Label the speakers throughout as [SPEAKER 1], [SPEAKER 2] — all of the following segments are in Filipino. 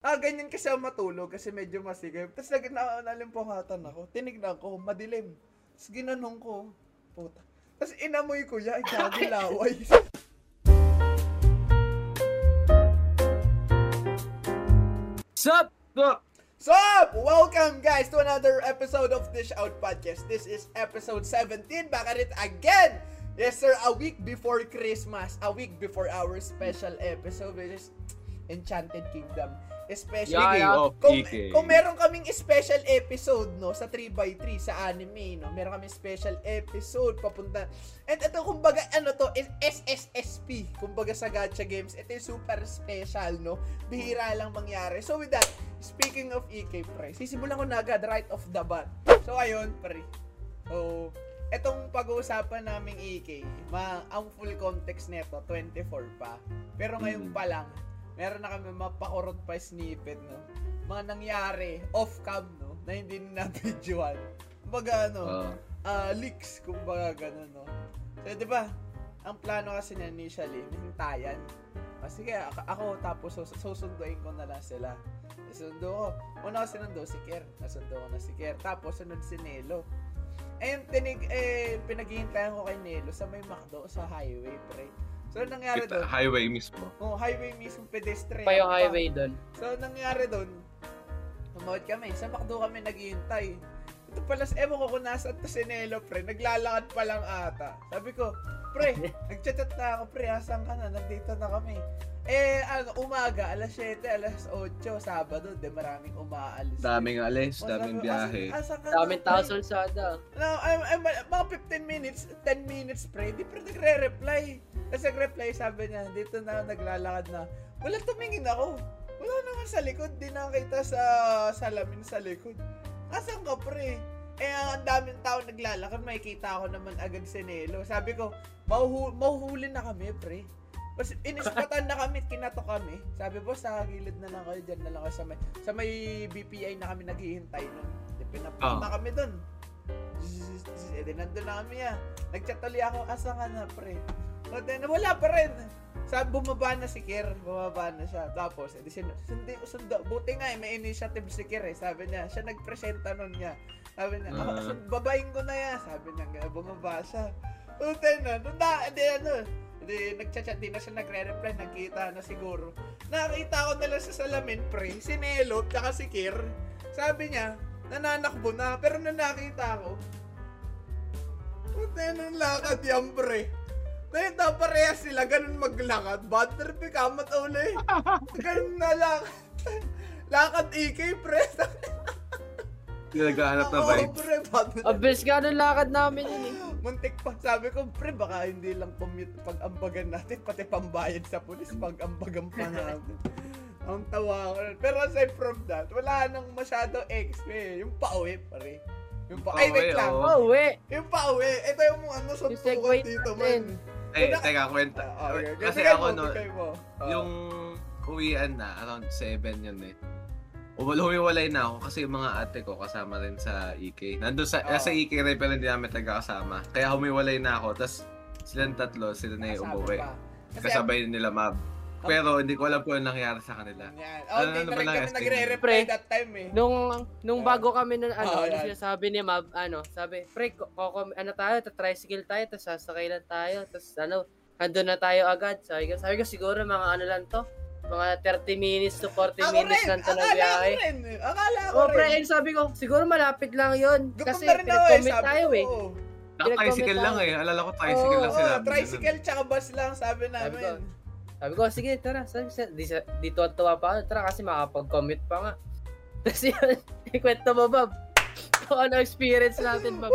[SPEAKER 1] Ah, ganyan kasi ako matulog kasi medyo masigip. Tapos nag na, nalimpungatan ako. Tinignan ko, madilim. Tapos ginanong ko, puta. Tapos inamoy ko ya, gagi laway.
[SPEAKER 2] Sup? Sup?
[SPEAKER 1] Sup! Welcome guys to another episode of Dish Out Podcast. This is episode 17. Back at it again! Yes sir, a week before Christmas. A week before our special episode which is Enchanted Kingdom. Especially
[SPEAKER 2] Yaya of
[SPEAKER 1] kung,
[SPEAKER 2] EK.
[SPEAKER 1] kung meron kaming special episode no sa 3x3 sa anime no. Meron kaming special episode papunta. And ito kumbaga ano to is SSSP. Kumbaga sa gacha games, ito yung super special no. Bihira lang mangyari. So with that, Speaking of EK, pre, sisimulan ko na agad right off the bat. So, ayun, pre. So, etong pag-uusapan naming EK, ma ang full context nito, 24 pa. Pero ngayon
[SPEAKER 2] Mm.
[SPEAKER 1] pa lang, meron na kami mapakurot pa snippet, no? Mga nangyari, off-cam, no? Na hindi na videoan. Kumbaga, ano, ah,
[SPEAKER 2] Ah,
[SPEAKER 1] leaks, kumbaga ganun, no? So, di ba, ang plano kasi niya initially, hintayan. Ah, sige, ako, ako tapos sus- susunduin ko na lang sila. Nasundo ko. Una ko sinundo si Ker. Nasundo ko na si Ker. Tapos sunod si Nelo. Ayun, tinig, eh, pinaghihintayan ko kay Nelo sa may McDo sa highway, pre. So, anong nangyari doon?
[SPEAKER 2] kita- highway mismo.
[SPEAKER 1] Oh, highway mismo, pedestrian.
[SPEAKER 3] pa yung
[SPEAKER 1] pa.
[SPEAKER 3] highway doon.
[SPEAKER 1] So, nangyari doon, tumawad kami. Sa McDo kami naghihintay. Ito pala, sa- ewan ko kung nasa to si Nelo, pre. Naglalakad pa lang ata. Sabi ko, pre, nagchat-chat na ako, pre. Asan ka na? Nandito na kami. Eh, ano, umaga, alas 7, alas 8, Sabado, de maraming umaalis.
[SPEAKER 2] Daming alis,
[SPEAKER 1] O, sabi
[SPEAKER 2] daming
[SPEAKER 1] ko,
[SPEAKER 2] biyahe.
[SPEAKER 1] "Asan- asan ka na,
[SPEAKER 3] Daming
[SPEAKER 1] pre?"
[SPEAKER 3] tao sa Ulsada.
[SPEAKER 1] No, I'm, I'm, mga 15 minutes, 10 minutes, pre. Di pre nagre-reply. Tapos nag-reply, sabi niya, dito na ako naglalakad na. Wala tumingin ako. Wala naman sa likod. Di nakita sa salamin sa likod. Asan ka, pre? Eh, ang daming tao naglalakad. Makikita ako naman agad si Nelo. Sabi ko, mahuhu- mahuhuli na kami, pre. Tapos inispatan na kami, kinato kami. Sabi po, sa gilid na lang kayo, dyan na lang kayo sa may, sa may BPI na kami naghihintay nun. Di, Pinapunta
[SPEAKER 2] Ah.
[SPEAKER 1] kami dun. Zzz, zzz, Eh, di nandun na kami ah. Nagchat ulit ako, asa ka na, pre? O, then, wala pa rin. Sabi, bumaba na si Kir, bumaba na siya. Tapos, edi sin sundi, sundo, buti nga eh, may initiative si Kir eh. Sabi niya, siya nagpresenta nun niya. Sabi niya, ako,
[SPEAKER 2] Ah.
[SPEAKER 1] sun- babain ko na yan. Sabi niya, nga, bumaba siya. O, then, ah, nung na, edi ano, Di, nagchat-chat din na siya nagre-reply, nakita na siguro. Nakita ko na lang sa salamin, pre, si Nelo, tsaka si Kir. Sabi niya, nananakbo na, pero nung nakita ko, Puta na lakad yan, pre. Nakita pareha sila, ganun maglakad. Bad trip, eh, kamat uli. Ganun na lakad. lakad EK, pre. ah,
[SPEAKER 2] Hindi naghahanap na
[SPEAKER 1] Oo,
[SPEAKER 2] Ano vibes.
[SPEAKER 1] pre, bad trip.
[SPEAKER 3] Abis ka ng lakad namin yun eh.
[SPEAKER 1] Muntik pa. Sabi ko, pre, baka hindi lang commute pag-ambagan natin, pati pambayad sa pulis, pag-ambagan pa natin. Ang tawa ko. nun. Pero aside from that, wala nang masyado XP. Yung pauwi, pre. Yung pa- Ay,
[SPEAKER 2] Pauwi,
[SPEAKER 1] wait lang.
[SPEAKER 2] oo.
[SPEAKER 3] Oh, we.
[SPEAKER 1] Yung pauwi. Ito yung ano,
[SPEAKER 3] Yung
[SPEAKER 1] suntukan
[SPEAKER 3] segue
[SPEAKER 1] dito, man.
[SPEAKER 3] natin.
[SPEAKER 2] Eh,
[SPEAKER 1] Wala-
[SPEAKER 2] teka, kwenta.
[SPEAKER 1] Ah, okay.
[SPEAKER 2] Kasi
[SPEAKER 1] Bigay
[SPEAKER 2] ako,
[SPEAKER 1] mo,
[SPEAKER 2] no,
[SPEAKER 1] bigay mo. Ah.
[SPEAKER 2] yung uwian na, around 7 yun eh. Uwal- Humiwalay na ako kasi yung mga ate ko kasama rin sa EK. Nandun
[SPEAKER 1] Oo.
[SPEAKER 2] sa, nasa EK rin pero hindi namin kasama. Kaya humiwalay na ako. Tapos silang tatlo, sila na yung
[SPEAKER 1] Kasama
[SPEAKER 2] umuwi.
[SPEAKER 1] pa. Kasi
[SPEAKER 2] Kasabay nila mab. Pero hindi ko alam kung anong nangyari sa kanila.
[SPEAKER 1] Yan. Oh, hindi na
[SPEAKER 2] Ano naman
[SPEAKER 1] rin
[SPEAKER 2] lang,
[SPEAKER 1] kami
[SPEAKER 2] Estin?
[SPEAKER 1] nagre-reply
[SPEAKER 3] Pre.
[SPEAKER 1] that time eh.
[SPEAKER 3] Nung, nung
[SPEAKER 1] Ah.
[SPEAKER 3] bago kami na,
[SPEAKER 1] Ah,
[SPEAKER 3] ano,
[SPEAKER 1] yan.
[SPEAKER 3] ano sabi ni Mab, ano, sabi, pre, ko, ko- ano tayo, tatricycle tayo, tapos sasakay lang tayo, tapos ano, andun na tayo agad. Sabi ko, sabi ko, siguro mga ano lang to, mga 30 minutes to 40
[SPEAKER 1] Ako
[SPEAKER 3] minutes
[SPEAKER 1] rin,
[SPEAKER 3] lang to
[SPEAKER 1] akala
[SPEAKER 3] na
[SPEAKER 1] ko
[SPEAKER 3] biyahe.
[SPEAKER 1] rin. eh. Akala ko
[SPEAKER 3] Oh,
[SPEAKER 1] rin.
[SPEAKER 3] pre, and sabi ko, siguro malapit lang yon
[SPEAKER 1] Gutom
[SPEAKER 3] Kasi
[SPEAKER 1] na rin ako eh,
[SPEAKER 3] pinag-commit
[SPEAKER 1] sabi
[SPEAKER 3] tayo
[SPEAKER 1] ko.
[SPEAKER 3] eh.
[SPEAKER 1] Oo,
[SPEAKER 2] Naka-tricycle lang eh. Alala ko tricycle
[SPEAKER 3] Oo,
[SPEAKER 2] lang
[SPEAKER 1] Oo,
[SPEAKER 2] sila.
[SPEAKER 1] tricycle tsaka bus lang, sabi
[SPEAKER 3] ko,
[SPEAKER 1] namin.
[SPEAKER 3] Sabi ko, sige, tara. Sabi ko, di, sa- di tuwa-tuwa pa ako. Tara, kasi makapag-commit pa nga. Tapos yun, ikwento mo, Bob. Kung ano experience natin, Bob.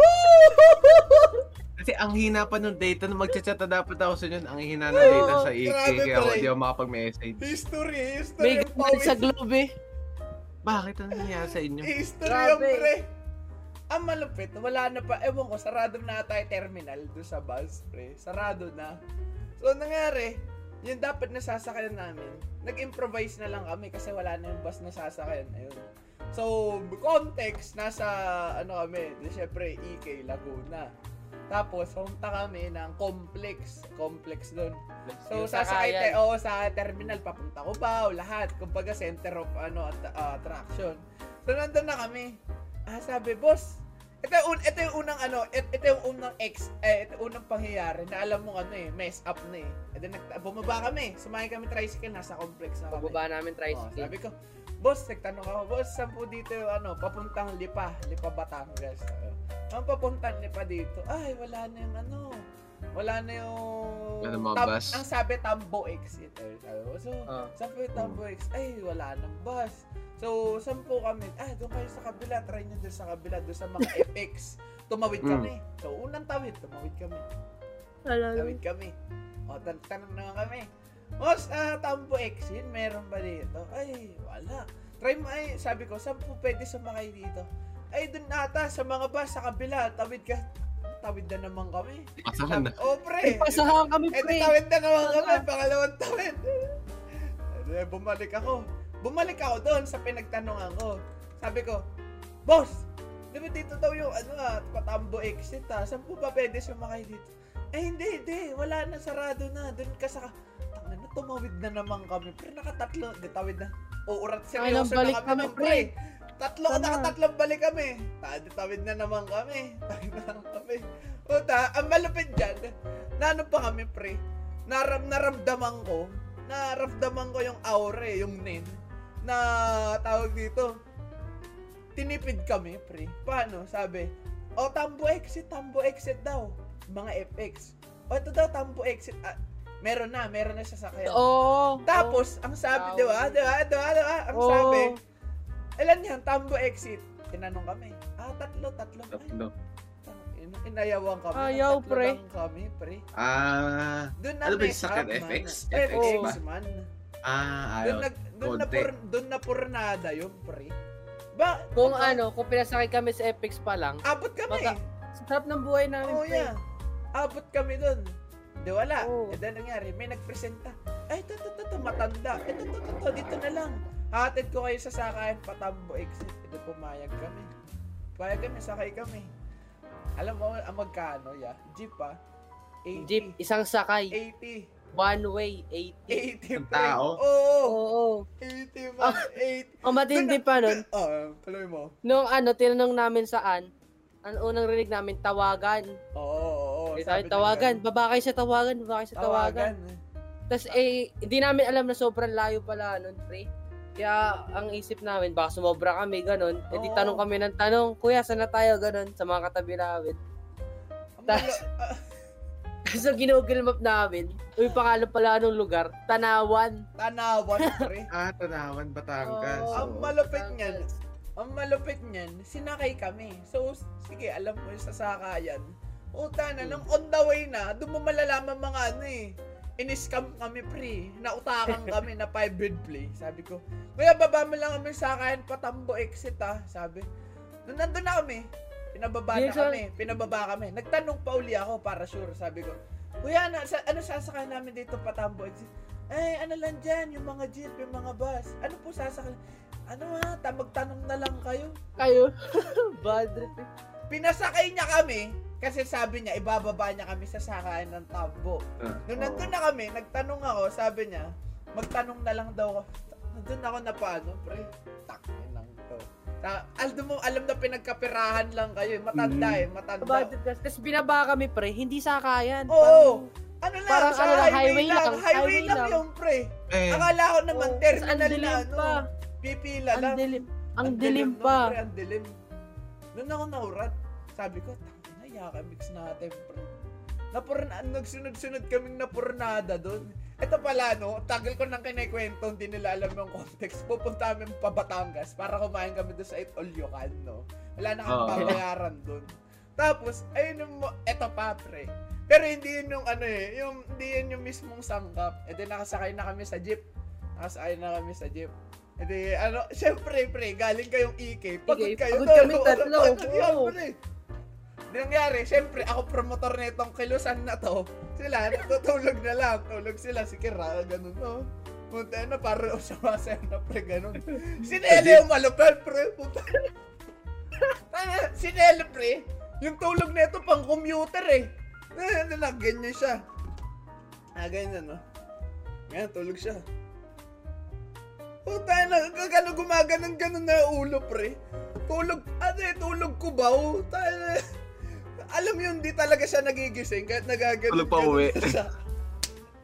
[SPEAKER 2] Kasi ang hina pa nung data nung magchat-chat na dapat ako sa yun. Ang hina ng data sa EK
[SPEAKER 1] grabe
[SPEAKER 2] kaya ako
[SPEAKER 1] pala eh.
[SPEAKER 2] hindi ako makapag-message.
[SPEAKER 1] History, history
[SPEAKER 3] May
[SPEAKER 1] ang
[SPEAKER 3] ganyan
[SPEAKER 1] pawis.
[SPEAKER 3] sa globe eh.
[SPEAKER 2] Bakit ano nangyari sa inyo?
[SPEAKER 1] History
[SPEAKER 3] Grabe.
[SPEAKER 1] ang pre. Ang Ah, malupit, wala na pa. Ewan ko, sarado na ata yung terminal doon sa bus, pre. Sarado na. So, nangyari, yung dapat nasasakyan namin, nag-improvise na lang kami kasi wala na yung bus na sasakyan. Ayun. So, context, nasa, ano kami, di syempre, EK, E Laguna. Tapos, pumunta kami ng complex. Complex doon. So,
[SPEAKER 3] Yung
[SPEAKER 1] sasakay
[SPEAKER 3] sakayan.
[SPEAKER 1] tayo oh, sa terminal, papunta ko ba o lahat. Kumbaga, center of ano, at- ah, attraction. So, nandun na kami. Ah, sabi, boss, ito yung, un- ito yung unang ano, it- ito yung unang ex, eh, ito yung unang pangyayari na alam mong ano eh, mess up na eh. And then, nagta- bumaba kami, sumakay kami tricycle, nasa complex na kami.
[SPEAKER 3] Pagbaba namin
[SPEAKER 1] Oo,
[SPEAKER 3] tricycle.
[SPEAKER 1] Oh, sabi ko, boss, nagtanong ako, boss, saan po dito yung ano, papuntang Lipa, Lipa Batangas. Sabi ko, Ang papuntang Lipa dito, ay, wala na yung ano, wala na yung...
[SPEAKER 2] Wala na mga bus.
[SPEAKER 1] Ang sabi, Tambo exit. Eh, Sabi ko, so,
[SPEAKER 3] Ah.
[SPEAKER 1] saan po yung Tambo exit? Ay, wala nang bus. So, saan po kami? Ah, doon kayo sa kabila, try nyo doon sa kabila, doon sa mga FX. Tumawid
[SPEAKER 2] Mm.
[SPEAKER 1] kami. So, unang tawid, tumawid kami. Tawid kami. O, tan tanong naman kami. Boss, ah, Tambo X, yun, meron ba dito? Ay, wala. Try mo, ay, sabi ko, saan po pwede sumakay dito? Ay, dun ata, sa mga bus, sa kabila, tawid ka. Tawid na naman kami.
[SPEAKER 2] Pasahan na.
[SPEAKER 1] O, pre.
[SPEAKER 3] Pasahan kami,
[SPEAKER 1] Eh, di
[SPEAKER 3] pre.
[SPEAKER 1] tawid na naman
[SPEAKER 3] Tama.
[SPEAKER 1] kami, pangalawang tawid. Eh, bumalik ako. Bumalik ako doon sa pinagtanongan ko. Sabi ko, Boss, di ba dito daw yung ano ah, patambo exit ah. Saan po ba pwede sumakay dito? Eh, hindi, hindi. Wala na, sarado na. Doon ka sa... Tangin na, tumawid na naman kami. Pero nakatatlo, gatawid na. Uurat,
[SPEAKER 3] Kailang
[SPEAKER 1] seryoso na
[SPEAKER 3] balik
[SPEAKER 1] kami,
[SPEAKER 3] kami,
[SPEAKER 1] nun, pre. Tatlo,
[SPEAKER 3] Tama.
[SPEAKER 1] nakatatlong balik kami. Tadi tawid na naman kami. Tawid na naman kami. Puta, ang malupit dyan, na ano pa kami, pre, naram, naramdaman ko, naramdaman ko yung aura, eh, yung nin, na tawag dito, tinipid kami, pre. Paano? Sabi, o, tambo exit, tambo exit daw. Mga FX. O, ito daw, tambo exit. Ah, meron na, meron na siya sasakyan.
[SPEAKER 3] Oo.
[SPEAKER 1] Tapos, ang sabi,
[SPEAKER 3] Tao.
[SPEAKER 1] di ba? Di ba? Di ba? Di ba? Ang
[SPEAKER 3] Oo.
[SPEAKER 1] sabi,
[SPEAKER 4] Oh.
[SPEAKER 1] ilan yan? Tambo exit. Tinanong kami. Ah, tatlo, tatlo. Ay,
[SPEAKER 2] Tatlo.
[SPEAKER 1] in- inayawang kami.
[SPEAKER 3] Ayaw,
[SPEAKER 1] Tatlo
[SPEAKER 3] pre.
[SPEAKER 1] lang kami, pre.
[SPEAKER 2] Ah,
[SPEAKER 1] Doon na
[SPEAKER 2] Ano ba yung
[SPEAKER 1] mess
[SPEAKER 2] sakit?
[SPEAKER 1] up, man.
[SPEAKER 2] FX?
[SPEAKER 1] Eh,
[SPEAKER 2] FX
[SPEAKER 1] FX,
[SPEAKER 3] ba?
[SPEAKER 1] man.
[SPEAKER 2] ah, ayaw.
[SPEAKER 1] Doon na, doon na,
[SPEAKER 2] konti.
[SPEAKER 1] por, doon na pornada yun, pre. Ba,
[SPEAKER 3] Kung
[SPEAKER 1] diba?
[SPEAKER 3] ano, kung pinasakay kami sa Apex pa lang,
[SPEAKER 1] Abot kami.
[SPEAKER 3] Baka- sarap ng buhay namin,
[SPEAKER 1] Oo, oh,
[SPEAKER 3] pre.
[SPEAKER 1] yeah. Abot kami doon. Di wala.
[SPEAKER 3] eh. Oo.
[SPEAKER 1] Eh, dahil nangyari, may nagpresenta. Ay, ito, ito, ito, ito, matanda. Ito, ito, ito, ito, dito na lang. Hatid ko kayo sa sakayan, patambo exit. Ito, pumayag kami. Pumayag kami, sakay kami. Alam mo, ang magkano, ya? Jeep, ah. 80.
[SPEAKER 3] Jeep, isang
[SPEAKER 1] Eh-
[SPEAKER 3] sakay,
[SPEAKER 1] 80.
[SPEAKER 3] one way, 80.
[SPEAKER 1] 80,
[SPEAKER 2] Ang
[SPEAKER 1] pre.
[SPEAKER 2] tao?
[SPEAKER 1] Oo.
[SPEAKER 3] Oo. Ah.
[SPEAKER 1] 80, man. 80.
[SPEAKER 3] Ang matindi pa nun,
[SPEAKER 1] Ah, tuloy mo.
[SPEAKER 3] nung ano, tinanong namin saan, ang unang rinig namin, tawagan.
[SPEAKER 1] Oo, oo, oo.
[SPEAKER 3] Eh,
[SPEAKER 1] Sabi
[SPEAKER 3] sabi,
[SPEAKER 1] ng
[SPEAKER 3] tawagan,
[SPEAKER 1] ganun.
[SPEAKER 3] baba kayo sa tawagan, baba kayo sa tawagan.
[SPEAKER 1] Tawagan.
[SPEAKER 3] Tapos eh, hindi namin alam na sobrang layo pala nun, pre. Kaya ang isip namin, baka sumobra kami, ganun. Eh di
[SPEAKER 1] Oo.
[SPEAKER 3] tanong kami ng tanong, kuya, saan na tayo, ganun, sa mga katabi namin.
[SPEAKER 1] Ang
[SPEAKER 3] Tas-
[SPEAKER 1] mala- ah,
[SPEAKER 3] so ginugil map namin, yung pangalan pala nung lugar, Tanawan.
[SPEAKER 1] Tanawan, pre.
[SPEAKER 2] Ah, Tanawan, Batangas.
[SPEAKER 3] Oo.
[SPEAKER 1] Ang
[SPEAKER 2] Oo.
[SPEAKER 1] malupit niyan, ang malupit niyan, sinakay kami. So, s- sige, alam mo yung sasakayan. Uta na, nung on the way na, doon mo malalaman mga ano eh. In-scam kami, pre. Nautakan kami na 5 bid play. Sabi ko, kaya baba mo lang kami sa sakayan, patambo exit ah. Sabi. Nung nandun na kami, pinababa na
[SPEAKER 3] Yes, sir.
[SPEAKER 1] kami, pinababa kami. Nagtanong pa uli ako para sure. Sabi ko, kuya, ano, sa, ano sasakayan namin dito patambo exit? Eh, ano lang dyan, yung mga jeep, yung mga bus. Ano po sasakayan? Ano ha, ta- magtanong na lang kayo.
[SPEAKER 3] Kayo? Bad trip. eh.
[SPEAKER 1] Pinasakay niya kami kasi sabi niya ibababa niya kami sa sakayan ng tambo.
[SPEAKER 2] Ah,
[SPEAKER 1] Nung
[SPEAKER 2] oo.
[SPEAKER 1] nandun na kami, nagtanong ako, sabi niya, magtanong na lang daw ako. Nandun ako na paano, pre. Takin lang to. Ta- alam mo, alam na pinagkapirahan lang kayo. eh. Matanda
[SPEAKER 2] Mm.
[SPEAKER 1] eh, matanda.
[SPEAKER 3] Bad trip. kasi. Tapos binaba kami, pre, hindi sakayan.
[SPEAKER 1] Oo. Ano lang,
[SPEAKER 3] Parang
[SPEAKER 1] sa
[SPEAKER 3] ano
[SPEAKER 1] highway,
[SPEAKER 3] lang, highway
[SPEAKER 1] lang.
[SPEAKER 3] lang,
[SPEAKER 1] Highway,
[SPEAKER 3] highway
[SPEAKER 1] lang,
[SPEAKER 3] lang.
[SPEAKER 1] yung pre.
[SPEAKER 2] Eh,
[SPEAKER 1] Akala ko naman,
[SPEAKER 3] Oo. Tapos ang
[SPEAKER 1] terminal na
[SPEAKER 3] dilim
[SPEAKER 1] ano.
[SPEAKER 3] pa.
[SPEAKER 1] Pipila
[SPEAKER 3] Ang
[SPEAKER 1] lang.
[SPEAKER 3] dilim. Ang dilim
[SPEAKER 1] nun,
[SPEAKER 3] pa.
[SPEAKER 1] pre, ang dilim. Doon ako naurat. Sabi ko, tangina, yakamix natin, pre. Napurna, nagsunod-sunod kaming napurnada doon. Ito pala, no, tagal ko nang kinikwento, hindi nila alam yung context. Pupunta kami pa Batangas para kumain kami doon sa It All You Can, no. Wala na kami
[SPEAKER 2] Oo.
[SPEAKER 1] babayaran doon. Tapos, ayun yung, mo- eto pa, pre. Pero hindi yun yung ano eh, yung, hindi yun yung mismong sangkap. E di nakasakay na kami sa jeep. Nakasakay na kami sa jeep. E di, ano, syempre, pre, galing kayong EK. Pagod
[SPEAKER 3] EK,
[SPEAKER 1] kayo.
[SPEAKER 3] E pagod
[SPEAKER 1] doon.
[SPEAKER 3] kami tatlo,
[SPEAKER 1] Pagod yan,
[SPEAKER 3] oo.
[SPEAKER 1] pre. Di nangyari, syempre, ako promotor na itong kilusan na to. Sila, natutulog na lang. Tulog sila, si Kira, ganun, no? Punta na, parang sumasayaw na, pre, ganun. Sinele yung malupel, pre. Punta Tanga, sinele, pre. Yung tulog nito pang commuter eh. Eh, ano lang, ganyan siya. Ah, ganyan ano. Ngayon, tulog siya. Puta na, gagano gumaganon ganon na ulo pre. Tulog, ano eh, tulog kubaw. Tayo na. ano eh. Alam yun, di talaga siya nagigising kahit nagaganon.
[SPEAKER 2] Tulog pa uwi.
[SPEAKER 1] siya.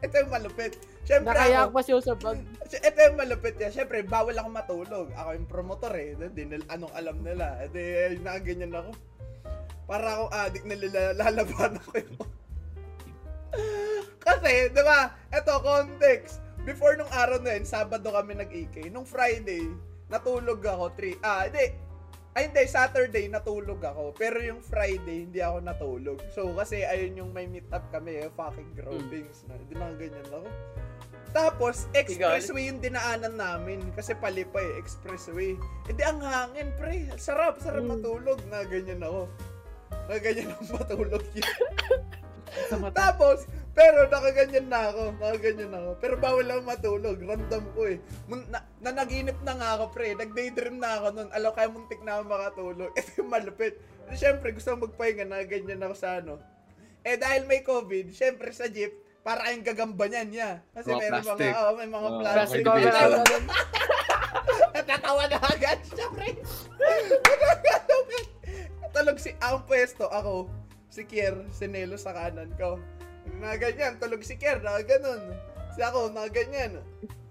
[SPEAKER 1] Ito yung malupit. Siyempre
[SPEAKER 4] Nakayak
[SPEAKER 1] ako-
[SPEAKER 4] pa siya sa bag.
[SPEAKER 1] kasi ito yung malupit niya. Siyempre, bawal ako matulog. Ako yung promotor eh. Hindi, nil- anong alam nila. E di, eh, nakaganyan ako. Para ako adik na lila- lalaban ako yun. Kasi, di ba, eto, context. Before nung araw na yun, Sabado kami nag-EK. Nung Friday, natulog ako. Three, ah, hindi. Ay, hindi. Saturday, natulog ako. Pero yung Friday, hindi ako natulog. So, kasi ayun yung may meet-up kami. Eh, fucking gropings. na Hindi na ganyan ako. Tapos, expressway yung dinaanan namin. Kasi palipay, expressway. Eh di ang hangin, pre. Sarap, sarap
[SPEAKER 2] Hmm.
[SPEAKER 1] matulog. Na ganyan ako. Na ganyan ako matulog yun.
[SPEAKER 4] Sa mata.
[SPEAKER 1] Tapos, pero nakaganyan na ako. Nakaganyan ako. Pero bawal ako matulog. Random ko eh. Mun- na, nanaginip na nga ako, pre. Nag-daydream na ako nun. Alaw kaya muntik na ako makatulog. Ito yung malupit. Siyempre, gusto ko magpahinga. Nakaganyan ako sa ano. Eh, dahil may COVID, siyempre sa jeep, para kayong gagamba niyan, niya. Kasi
[SPEAKER 2] Mga
[SPEAKER 1] meron
[SPEAKER 2] plastic.
[SPEAKER 1] mga, oh, may mga
[SPEAKER 2] Oh,
[SPEAKER 1] plastic.
[SPEAKER 4] Plastic
[SPEAKER 2] Pwede
[SPEAKER 4] cover
[SPEAKER 2] ba yun?
[SPEAKER 4] out.
[SPEAKER 1] Natatawa na agad siya, pre. Tulog si ang pwesto, ako, si Kier, si Nelo sa kanan ko. Na ganyan, tulog si Kier, na ganun. Si ako, na ganyan.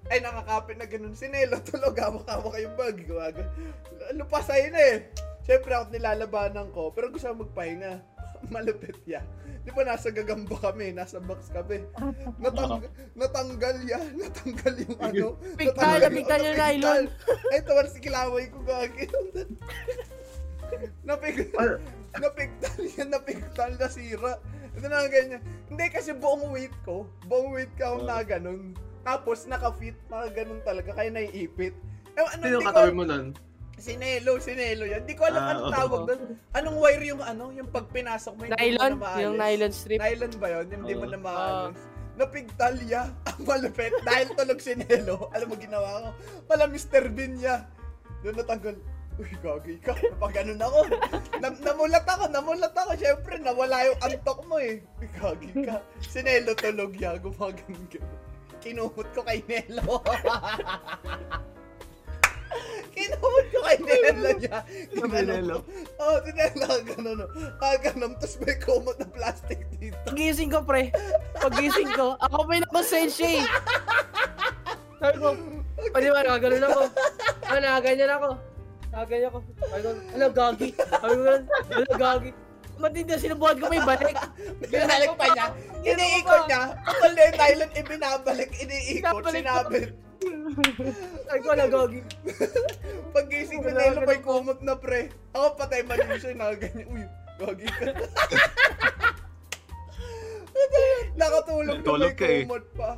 [SPEAKER 1] Ay, nakakapit na ganun si Nelo, tulog, hawak-hawak yung bag. Gawagan. Lupasay na eh. Siyempre, ako nilalabanan ko, pero gusto ko magpahinga. Malupit ya. Di ba nasa gagamba kami, nasa box kami. Natang- natanggal ya, natanggal yung ano.
[SPEAKER 4] Pigtal,
[SPEAKER 1] natanggal- ano,
[SPEAKER 4] napigtal yung nylon.
[SPEAKER 1] ay, tawar si kilaway ko gagi. Napig...
[SPEAKER 2] ah,
[SPEAKER 1] napigtal yan, napigtal, nasira. Ito na ganyan. Hindi kasi buong weight ko, buong weight ko ako na ganun. Tapos naka-fit, naka ganun talaga, kaya naiipit. Eh, ano,
[SPEAKER 2] Sino
[SPEAKER 1] hindi
[SPEAKER 2] yung
[SPEAKER 1] ko,
[SPEAKER 2] katabi mo nun?
[SPEAKER 1] sinelo, sinelo yan. Hindi ko alam
[SPEAKER 2] Ah,
[SPEAKER 1] anong
[SPEAKER 2] oo.
[SPEAKER 1] tawag doon. Anong wire yung ano, yung pag pinasok mo, hindi mo
[SPEAKER 4] Nylon,
[SPEAKER 1] na maalis.
[SPEAKER 4] yung nylon strip.
[SPEAKER 1] Nylon ba yun? Hindi mo
[SPEAKER 2] Oo.
[SPEAKER 1] na maalis. Napigtalya. Ang malupit. Dahil tulog si Nelo. Alam mo ginawa ko? Pala Mr. Bean niya. Doon natanggal. Uy, gagay ka. Pag ganun ako. Nam- namulat ako, namulat ako. Siyempre, nawala yung antok mo eh. Uy, gagay ka. Si Nelo tulog ya. Gumaganong ganun. Kinumot ko kay Nelo. Kinumot ko kay Nelo niya. Ginanong
[SPEAKER 2] Nelo?
[SPEAKER 1] ko. Oo, oh, si Nelo. Ganun. oh. Ah, ganun. Tapos may kumot na plastic dito.
[SPEAKER 4] Pagising ko, pre. Pagising ko, ako pa yung nakasend siya eh. Sabi ko, pwede ba, nakaganon ako. Ah, nakaganyan ako. Nakaganyan ako. Sabi ko, ano, gagi. Sabi ko, ano, gagi. Matindi na sinubuhan ko may balik.
[SPEAKER 1] Binalik pa niya. Iniikot niya. Kapal na yung nylon, ibinabalik, iniikot,
[SPEAKER 4] Binabalik
[SPEAKER 1] sinabit.
[SPEAKER 4] Sabi ko, ano, gagi.
[SPEAKER 1] Paggising ko
[SPEAKER 4] Wala
[SPEAKER 1] nila,
[SPEAKER 4] ka
[SPEAKER 1] may
[SPEAKER 4] na po.
[SPEAKER 1] kumot na pre. Ako patay man yun siya, nakaganyan. Uy, gagi ka. Nakatulog na may
[SPEAKER 2] Tulog ka eh.
[SPEAKER 1] kumot pa.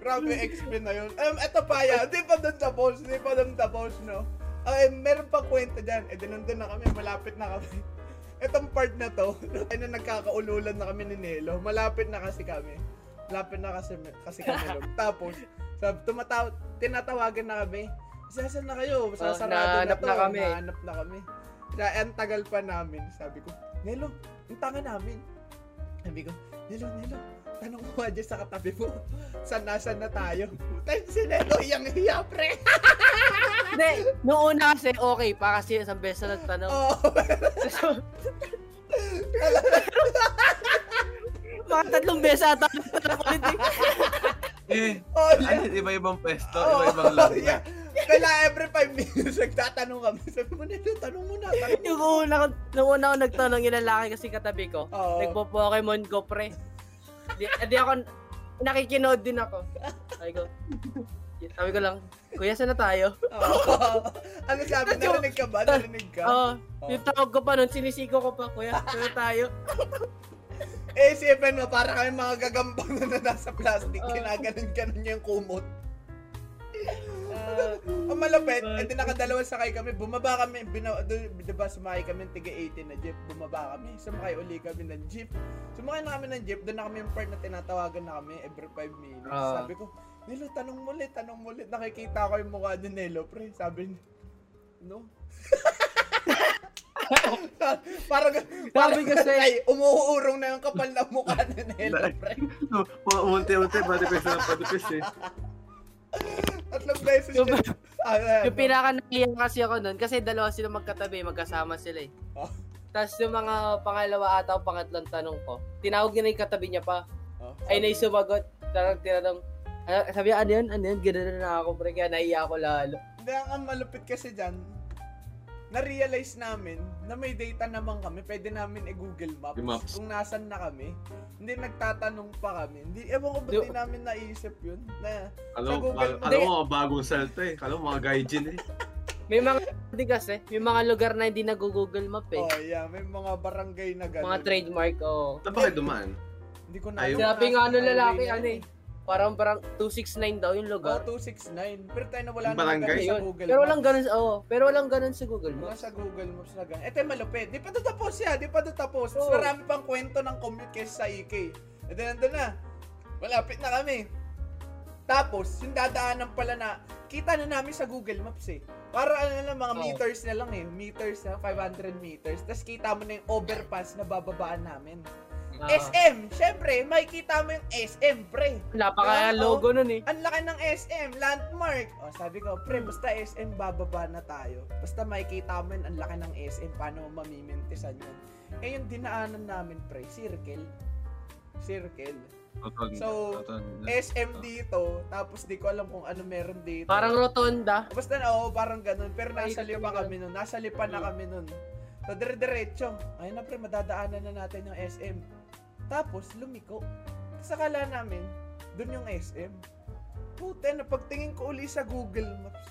[SPEAKER 1] Grabe explain na yun. Um, eto pa yan. Di pa doon tapos. Di pa doon tapos, no? Ay, meron pa kwento dyan. Eh, dinandun na kami. Malapit na kami. Etong part na to, ay na nagkakaululan na kami ni Nelo. Malapit na kasi kami. Malapit na kasi, kasi kami. Lord. Tapos, sabi, tumataw, tinatawagan na kami. Saan na kayo? Sasarado na
[SPEAKER 3] Oh, nahanap
[SPEAKER 1] to.
[SPEAKER 3] na kami."
[SPEAKER 1] Nahanap na kami. Kaya ang tagal pa namin. Sabi ko, Nelo, yung tanga namin. Sabi ko, Nelo, Nelo, tanong mo nga dyan sa katabi mo. Saan nasan na tayo? Tapos si Nelo, iyang-iya, pre.
[SPEAKER 4] Hindi, noong una kasi okay pa kasi isang beses na nagtanong.
[SPEAKER 1] Oo.
[SPEAKER 4] Mga tatlong beses ata nagtanong ulit eh.
[SPEAKER 2] Eh,
[SPEAKER 1] Oh, yeah.
[SPEAKER 2] ano, iba-ibang pwesto,
[SPEAKER 1] Oo,
[SPEAKER 2] iba-ibang lang.
[SPEAKER 1] yeah. Kaya every 5 minutes nagtatanong kami. Sabi mo nito, tanong mo na. Tanong mo.
[SPEAKER 4] Yung una, ko- nung una ako nagtanong yung lalaki kasi katabi ko.
[SPEAKER 1] Oo.
[SPEAKER 4] Nagpo-Pokemon Go, pre. Di, di ako, nakikinood din ako. Sabi ko, sabi ko lang, Kuya, saan na tayo?
[SPEAKER 1] Oo. ano sabi? Narinig ka ba? Narinig ka?
[SPEAKER 4] Oo.
[SPEAKER 1] Oo.
[SPEAKER 4] yung tawag ko pa nun, sinisigo ko pa, Kuya, saan na tayo?
[SPEAKER 1] Eh, isipin mo, para kami mga gagambang na nasa plastic.
[SPEAKER 4] Oo.
[SPEAKER 1] Ginaganon-ganon niya yung kumot.
[SPEAKER 4] Ah,
[SPEAKER 1] Ang malapit, eh, di nakadalawang sakay kami. Bumaba kami, bina, do- diba sumakay kami ng tiga 80 na jeep. Bumaba kami, sumakay uli kami ng jeep. Sumakay na kami ng jeep, doon na kami yung part na tinatawagan na kami every 5 minutes.
[SPEAKER 2] Ah.
[SPEAKER 1] Sabi ko, Nelo, tanong mo ulit, tanong mo ulit. Nakikita ko yung mukha ni Nelo, pre. Sabi niya, no? parang, parang
[SPEAKER 4] Sabi kasi-
[SPEAKER 1] ay, umuurong na yung kapal na mukha ni Nelo, pre.
[SPEAKER 2] No, mga unti-unti, manipis na manipis eh.
[SPEAKER 1] Tatlong beses
[SPEAKER 4] Yung-
[SPEAKER 1] siya. Ah, ah, ano.
[SPEAKER 4] Yung pinaka naiyak kasi ako nun, kasi dalawa sila magkatabi, magkasama sila eh.
[SPEAKER 1] Oh.
[SPEAKER 4] Tapos yung mga pangalawa ata o pangatlong tanong ko, tinawag niya na yung katabi niya pa.
[SPEAKER 1] Oh.
[SPEAKER 4] Ay, na sumagot. Tarang tinanong, ano, sabi niya, ano yun, ano yun, gano'n na ako, pre, kaya naiyak ako lalo.
[SPEAKER 1] Hindi, ang ang malupit kasi dyan, na-realize namin na may data naman kami, pwede namin i-Google Maps,
[SPEAKER 2] Yung maps.
[SPEAKER 1] kung nasan na kami. Hindi nagtatanong pa kami. Hindi, ewan ko ba
[SPEAKER 4] Yo-
[SPEAKER 1] di namin naisip yun. Na,
[SPEAKER 2] Alam
[SPEAKER 1] Sa
[SPEAKER 2] mo,
[SPEAKER 1] Google
[SPEAKER 2] alam mo, mga bagong salto eh. Alam mo, mga gaijin eh.
[SPEAKER 4] May mga, hindi kasi, may mga lugar na hindi nag-google map eh.
[SPEAKER 1] oh yeah, may mga barangay na gano'n.
[SPEAKER 4] mga trademark, oo.
[SPEAKER 2] Saan ba kayo dumaan?
[SPEAKER 1] Hindi ko na.
[SPEAKER 2] Ayun.
[SPEAKER 4] Sabi nga ano lalaki, ano eh, parang parang 269 daw yung
[SPEAKER 1] Oh,
[SPEAKER 4] lugar.
[SPEAKER 1] 269. Pero tayo na wala
[SPEAKER 2] Yung
[SPEAKER 1] na
[SPEAKER 2] barangay.
[SPEAKER 1] ganun sa
[SPEAKER 4] Ayun.
[SPEAKER 1] Google
[SPEAKER 4] Pero walang
[SPEAKER 1] Maps.
[SPEAKER 4] ganun, sa- oo. Pero walang ganun sa Google
[SPEAKER 1] Wala
[SPEAKER 4] Maps.
[SPEAKER 1] sa Google Maps na ganun. Ito yung malupit. Di pa to tapos yan. Di pa to tapos. Mas
[SPEAKER 4] Oo.
[SPEAKER 1] marami pang kwento ng commute kaysa sa EK. And then, nandun na. Malapit na kami. Tapos, yung dadaanan pala na, kita na namin sa Google Maps eh. Para ano na lang, mga
[SPEAKER 4] Oo.
[SPEAKER 1] meters na lang eh. Meters na, 500 meters. Tapos kita mo na yung overpass na bababaan namin.
[SPEAKER 4] Ah.
[SPEAKER 1] SM! Siyempre, makikita mo yung SM, pre.
[SPEAKER 4] Napaka logo nun eh.
[SPEAKER 1] Ang laki ng SM, landmark. O, sabi ko, pre, basta SM, bababa na tayo. Basta makikita mo yun, ang laki ng SM, paano mo mamimintisan yun. Eh, yung dinaanan namin, pre, circle. Circle.
[SPEAKER 2] Oton.
[SPEAKER 1] So,
[SPEAKER 2] Oton.
[SPEAKER 1] SM dito, tapos di ko alam kung ano meron dito.
[SPEAKER 4] Parang rotonda.
[SPEAKER 1] Basta na, oo, parang ganun. Pero
[SPEAKER 4] Ay,
[SPEAKER 1] nasa lipa
[SPEAKER 4] ganun.
[SPEAKER 1] kami nun. Nasa lipa na
[SPEAKER 4] Mm.
[SPEAKER 1] kami nun. So, dire-diretso. Ayun na, pre, madadaanan na natin yung SM. Tapos, lumiko. Tapos, akala namin, dun yung SM. Puta na, pagtingin ko uli sa Google Maps.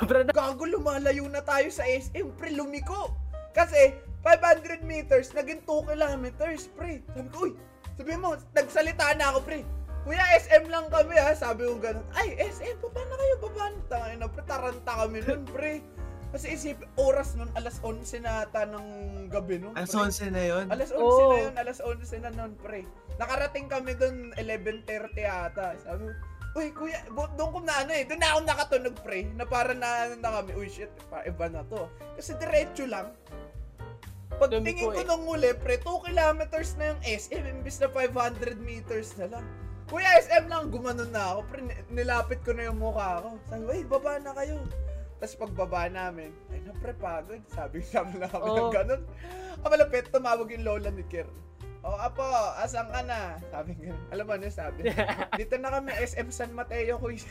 [SPEAKER 4] Sobra na.
[SPEAKER 1] Gago, lumalayo na tayo sa SM, pre, lumiko. Kasi, 500 meters, naging 2 kilometers, pre. Sabi ko, uy, sabi mo, nagsalita na ako, pre. Kuya, SM lang kami, ha. Sabi ko ganun, ay, SM, pa, paano kayo babaan? Tangin na, pre, taranta kami nun, pre. Kasi isip, oras nun, alas 11 na ata ng gabi nun,
[SPEAKER 2] Ang
[SPEAKER 1] pre.
[SPEAKER 2] sonse na yun.
[SPEAKER 1] Alas 11
[SPEAKER 4] Oo.
[SPEAKER 1] na yun, alas 11 na nun, pre. Nakarating kami dun, 11.30 ata. Sabi ko, Uy, kuya, bu- doon ko na ano eh, doon na ako nakatunog, pre, na para na ano na kami, uy, shit, pa, iba na to. Kasi diretso lang. Pagtingin
[SPEAKER 4] Lumiko
[SPEAKER 1] ko
[SPEAKER 4] eh.
[SPEAKER 1] nung uli, pre, 2 kilometers na yung SM, imbis na 500 meters na lang. Kuya, SM lang, gumanon na ako, pre, ni- nilapit ko na yung mukha ko. Sabi ko, uy, baba na kayo. Tapos pagbaba namin, ay na pre, pagod. Sabi sabi na kami ng
[SPEAKER 4] Oo.
[SPEAKER 1] ganun. Ang malapit, tumawag yung lola ni Kir. O, apo, asan ka na? Sabi nga, alam mo ano yung sabi? Dito na kami, SM San Mateo, kuya.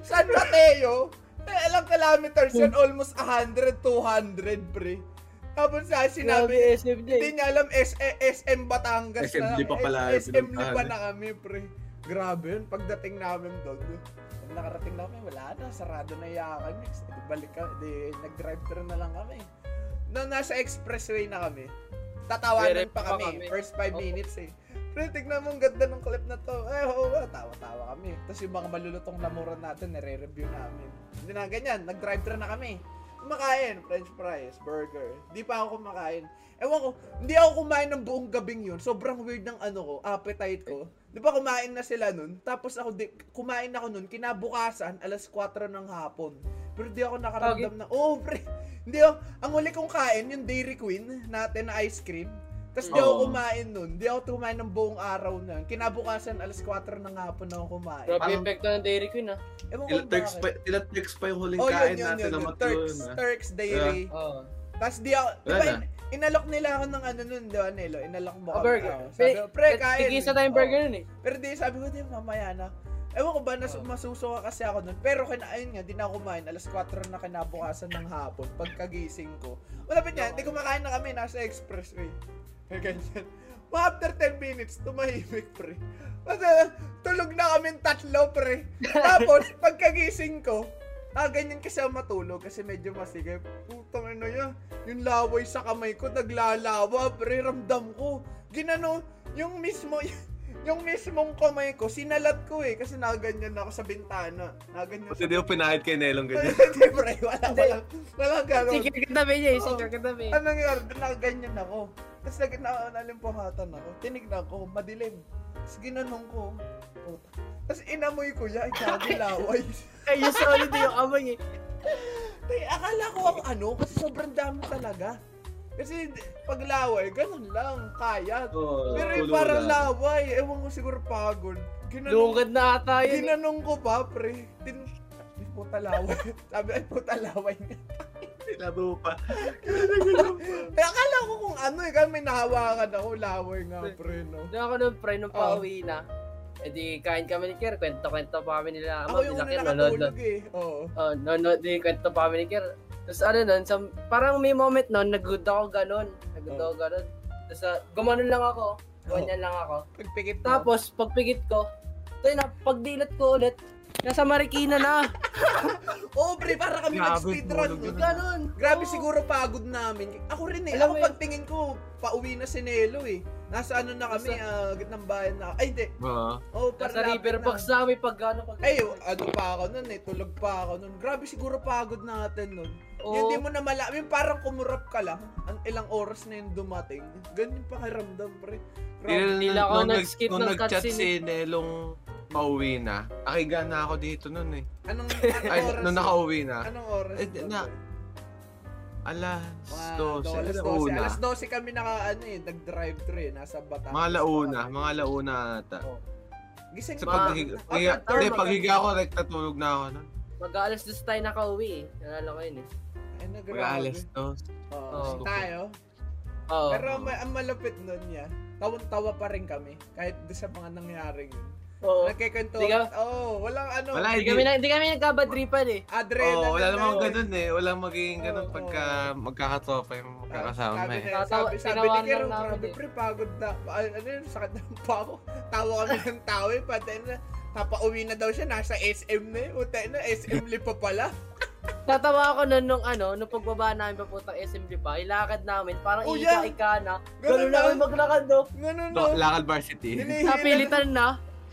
[SPEAKER 1] San Mateo? Eh, ilang kilometers yun? Almost 100, 200, pre. Tapos sa
[SPEAKER 4] Grabe,
[SPEAKER 1] sinabi,
[SPEAKER 4] SFJ.
[SPEAKER 1] hindi niya alam, S- eh, SM Batangas
[SPEAKER 2] SM
[SPEAKER 1] na.
[SPEAKER 2] Lipa pala,
[SPEAKER 1] S- SM Lipa
[SPEAKER 2] pinuntahan eh.
[SPEAKER 1] na kami, pre. Grabe yun, pagdating namin doon. Nung Nakarating na kami, wala na, sarado na yakan. Next, di balik ka, di, nag-drive-thru na lang kami. Nung nasa expressway na kami, tatawanan
[SPEAKER 4] Direct
[SPEAKER 1] pa
[SPEAKER 4] pa
[SPEAKER 1] kami,
[SPEAKER 4] kami.
[SPEAKER 1] first 5
[SPEAKER 4] Opo.
[SPEAKER 1] minutes eh. Pre, tignan mo ang ganda ng clip na to. Eh, oo, nga, tawa-tawa kami. Tapos yung mga malulutong lamuran natin, nire-review namin. Hindi na ganyan, nag-drive-thru na kami. Kumakain, french fries, burger. Di pa ako kumakain. Ewan ko, hindi ako kumain ng buong gabing yun. Sobrang weird ng ano ko, appetite ko. Di ba kumain na sila nun? Tapos ako, di, kumain ako nun, kinabukasan, alas 4 ng hapon. Pero di ako nakaramdam na, oh, pre. Hindi ako, ang huli kong kain, yung Dairy Queen natin na ice cream. Tapos di ako
[SPEAKER 2] Oo.
[SPEAKER 1] kumain nun. Di ako kumain ng buong araw na. yun. Kinabukasan, alas 4 ng hapon na ako kumain.
[SPEAKER 4] Grabe
[SPEAKER 2] Parang-
[SPEAKER 4] yung epekto ng Dairy Queen ah.
[SPEAKER 1] Ewan ko
[SPEAKER 2] Tila Turks
[SPEAKER 1] bakit.
[SPEAKER 2] pa, tila Turks pa yung huling
[SPEAKER 1] Oh, yun,
[SPEAKER 2] kain
[SPEAKER 1] yun,
[SPEAKER 2] natin
[SPEAKER 1] yun,
[SPEAKER 2] na
[SPEAKER 1] yun.
[SPEAKER 2] matulog.
[SPEAKER 1] Turks, Turks Dairy.
[SPEAKER 4] Oo.
[SPEAKER 1] Tapos di ako, di
[SPEAKER 2] Wala
[SPEAKER 1] ba,
[SPEAKER 2] na.
[SPEAKER 1] in- inalok nila ako ng ano nun, di ba, Nelo? Inalok mo
[SPEAKER 4] Oh,
[SPEAKER 1] ako.
[SPEAKER 4] burger.
[SPEAKER 1] Oo. Sabi ko, pre, kain.
[SPEAKER 4] Tigil sa tayong burger nun eh.
[SPEAKER 1] Pero di, sabi ko, di, mamaya na. Ewan ko ba, nas,
[SPEAKER 4] Oo.
[SPEAKER 1] masusuka kasi ako nun. Pero kinain nga, di na ako kumain. Alas 4 na kinabukasan ng hapon, pagkagising ko. Malapit yan, di kumakain na kami, nasa expressway. May ganyan. Mga after 10 minutes, tumahimik, pre. Basta, tulog na kami tatlo, pre. Tapos, pagkagising ko, ah, ganyan kasi ako matulog kasi medyo masigay. Putang ano yan, yung laway sa kamay ko, naglalawa, pre, ramdam ko. Ginano, yung mismo, yung mismong kamay ko, sinalat ko eh, kasi nakaganyan ako sa bintana. Nakaganyan
[SPEAKER 2] Kasi
[SPEAKER 1] sa
[SPEAKER 2] di ko pinahit kay Nelong ganyan.
[SPEAKER 1] Hindi, pre, wala, wala, wala ganun.
[SPEAKER 4] Sige, katabi niya eh.
[SPEAKER 1] Oo.
[SPEAKER 4] Sige, katabi.
[SPEAKER 1] Ano nangyari? Doon nakaganyan ako. Tapos nag na, nalimpuhatan ako. Tinignan ko, madilim. Tapos ginanong ko. Puta. Tapos inamoy ko yan, ay gago laway.
[SPEAKER 4] Ay, yung solid yung amoy eh.
[SPEAKER 1] Tay, akala ko ang ano, kasi sobrang dami talaga. Kasi d- pag laway, ganun lang, kaya.
[SPEAKER 2] Oo,
[SPEAKER 1] Pero yung
[SPEAKER 2] ulo
[SPEAKER 1] parang
[SPEAKER 2] na.
[SPEAKER 1] laway, ewan ko siguro pagod. Ginanong,
[SPEAKER 4] Lungkad na ata yun. eh.
[SPEAKER 1] ginanong ko pa, pre. Tin ay, puta laway. Sabi, ay, puta laway nga.
[SPEAKER 2] Labo pa.
[SPEAKER 1] Eh, akala ko kung ano eh, kaya may nahawakan ako, laway nga, pre, no?
[SPEAKER 4] Doon ako nung pre nung
[SPEAKER 1] Ah.
[SPEAKER 4] pauwi na. E di kain kami ni Kier, kwento-kwento pa kami nila.
[SPEAKER 1] Ako yung una nakatulog eh. Oo.
[SPEAKER 4] Oh, no, no, di kwento pa kami ni Kier. Tapos ano nun, some, parang may moment nun, nag-good ako ganun. Nag-good
[SPEAKER 1] Oh.
[SPEAKER 4] ako ganun. Tapos uh, gumanon lang ako. Ganyan lang ako.
[SPEAKER 1] Pagpikit mo.
[SPEAKER 4] Tapos, pagpikit ko, tayo na, pagdilat ko ulit, nasa Marikina na.
[SPEAKER 1] Oo, oh, pre, para kami
[SPEAKER 2] Grabe,
[SPEAKER 1] mag-speedrun.
[SPEAKER 2] tulog yun.
[SPEAKER 4] Ganun.
[SPEAKER 1] Grabe
[SPEAKER 4] Oo.
[SPEAKER 1] siguro pagod namin. Ako rin eh. ako
[SPEAKER 4] Alam mo yun?
[SPEAKER 1] pagtingin ko, pauwi na si Nelo eh. Nasa ano na kami, ah, gitnang bayan na. Ay, hindi.
[SPEAKER 2] Oo.
[SPEAKER 1] Oh,
[SPEAKER 4] Nasa
[SPEAKER 1] lapit
[SPEAKER 4] riverbox
[SPEAKER 1] na.
[SPEAKER 4] na kami pag ano. Pag,
[SPEAKER 1] Ay, ano pa ako nun eh. Tulog pa ako nun. Grabe siguro pagod natin nun.
[SPEAKER 4] Oo.
[SPEAKER 1] Hindi mo na malamin. Parang kumurap ka lang. Ang ilang oras na yung dumating. Ganyan pakiramdam, pre. Grabe.
[SPEAKER 2] Hindi
[SPEAKER 4] Tila ako
[SPEAKER 2] nung nag-
[SPEAKER 4] nag-skip
[SPEAKER 2] nung
[SPEAKER 4] ng
[SPEAKER 2] nag-chat
[SPEAKER 4] cutscene eh.
[SPEAKER 2] si Nelong pauwi na, akiga na ako dito nun eh.
[SPEAKER 1] Anong,
[SPEAKER 2] Ay,
[SPEAKER 1] anong oras?
[SPEAKER 2] nung nakauwi na,
[SPEAKER 1] Anong oras?
[SPEAKER 2] Eh,
[SPEAKER 1] nun,
[SPEAKER 2] na-
[SPEAKER 1] pre?
[SPEAKER 2] alas
[SPEAKER 1] Wow,
[SPEAKER 2] 12,
[SPEAKER 1] alas
[SPEAKER 2] alas
[SPEAKER 1] 12.
[SPEAKER 2] una.
[SPEAKER 1] Alas 12 kami naka, ano eh, nag-drive-thru eh. Nasa Batangas.
[SPEAKER 2] Mga launa,
[SPEAKER 1] pa kami.
[SPEAKER 2] mga launa ata.
[SPEAKER 1] Gising
[SPEAKER 2] Sa
[SPEAKER 1] pa.
[SPEAKER 2] pag
[SPEAKER 1] Ah,
[SPEAKER 2] higa,
[SPEAKER 1] pag-
[SPEAKER 2] hindi, paghiga ko, nagtatulog na ako nun.
[SPEAKER 4] Mag-aalas dos tayo nakauwi eh. Nalala ko yun eh.
[SPEAKER 1] Ay, na, grabe.
[SPEAKER 2] Mag-alas 12.
[SPEAKER 1] Oo,
[SPEAKER 4] Oo.
[SPEAKER 1] tayo.
[SPEAKER 4] Oo.
[SPEAKER 1] Pero ma- ang malapit nun niya, tawang-tawa pa rin kami. Kahit doon sa mga nangyaring yun.
[SPEAKER 4] Oo.
[SPEAKER 1] Nagkikwento.
[SPEAKER 4] Di ka-
[SPEAKER 1] Oo, walang ano.
[SPEAKER 2] Wala,
[SPEAKER 4] Hindi kami, na, hindi kami nagkabadripan eh.
[SPEAKER 1] Adrenaline.
[SPEAKER 2] Oo, wala
[SPEAKER 1] na
[SPEAKER 2] namang
[SPEAKER 1] yun.
[SPEAKER 2] ganun eh. Walang magiging ganun
[SPEAKER 1] Oo,
[SPEAKER 2] pagka magkakatropa yung magkakasama
[SPEAKER 1] sabi,
[SPEAKER 2] eh.
[SPEAKER 1] niya, sabi,
[SPEAKER 4] Tatawa-
[SPEAKER 1] sabi ni
[SPEAKER 4] tinawanan
[SPEAKER 1] Kero,
[SPEAKER 4] lang namin
[SPEAKER 1] grabe
[SPEAKER 4] eh."
[SPEAKER 1] pre, pagod na. Pa- Ano yun, sakit ng pako. Tawa kami ng tawa eh. Pati na, tapauwi na daw siya, nasa SM na eh. Uta na, SM lipa pala.
[SPEAKER 4] Tatawa ako nun nung ano, nung pagbaba namin papuntang SMB pa, ilakad namin, parang
[SPEAKER 1] Oh, yeah.
[SPEAKER 4] iika-ika na.
[SPEAKER 1] Ganun
[SPEAKER 4] Ganun
[SPEAKER 1] na.
[SPEAKER 4] na kami maglakad no.
[SPEAKER 1] Ganun
[SPEAKER 2] No,
[SPEAKER 1] no.
[SPEAKER 2] Lakal Varsity.
[SPEAKER 1] Hinihila-
[SPEAKER 4] Napilitan na.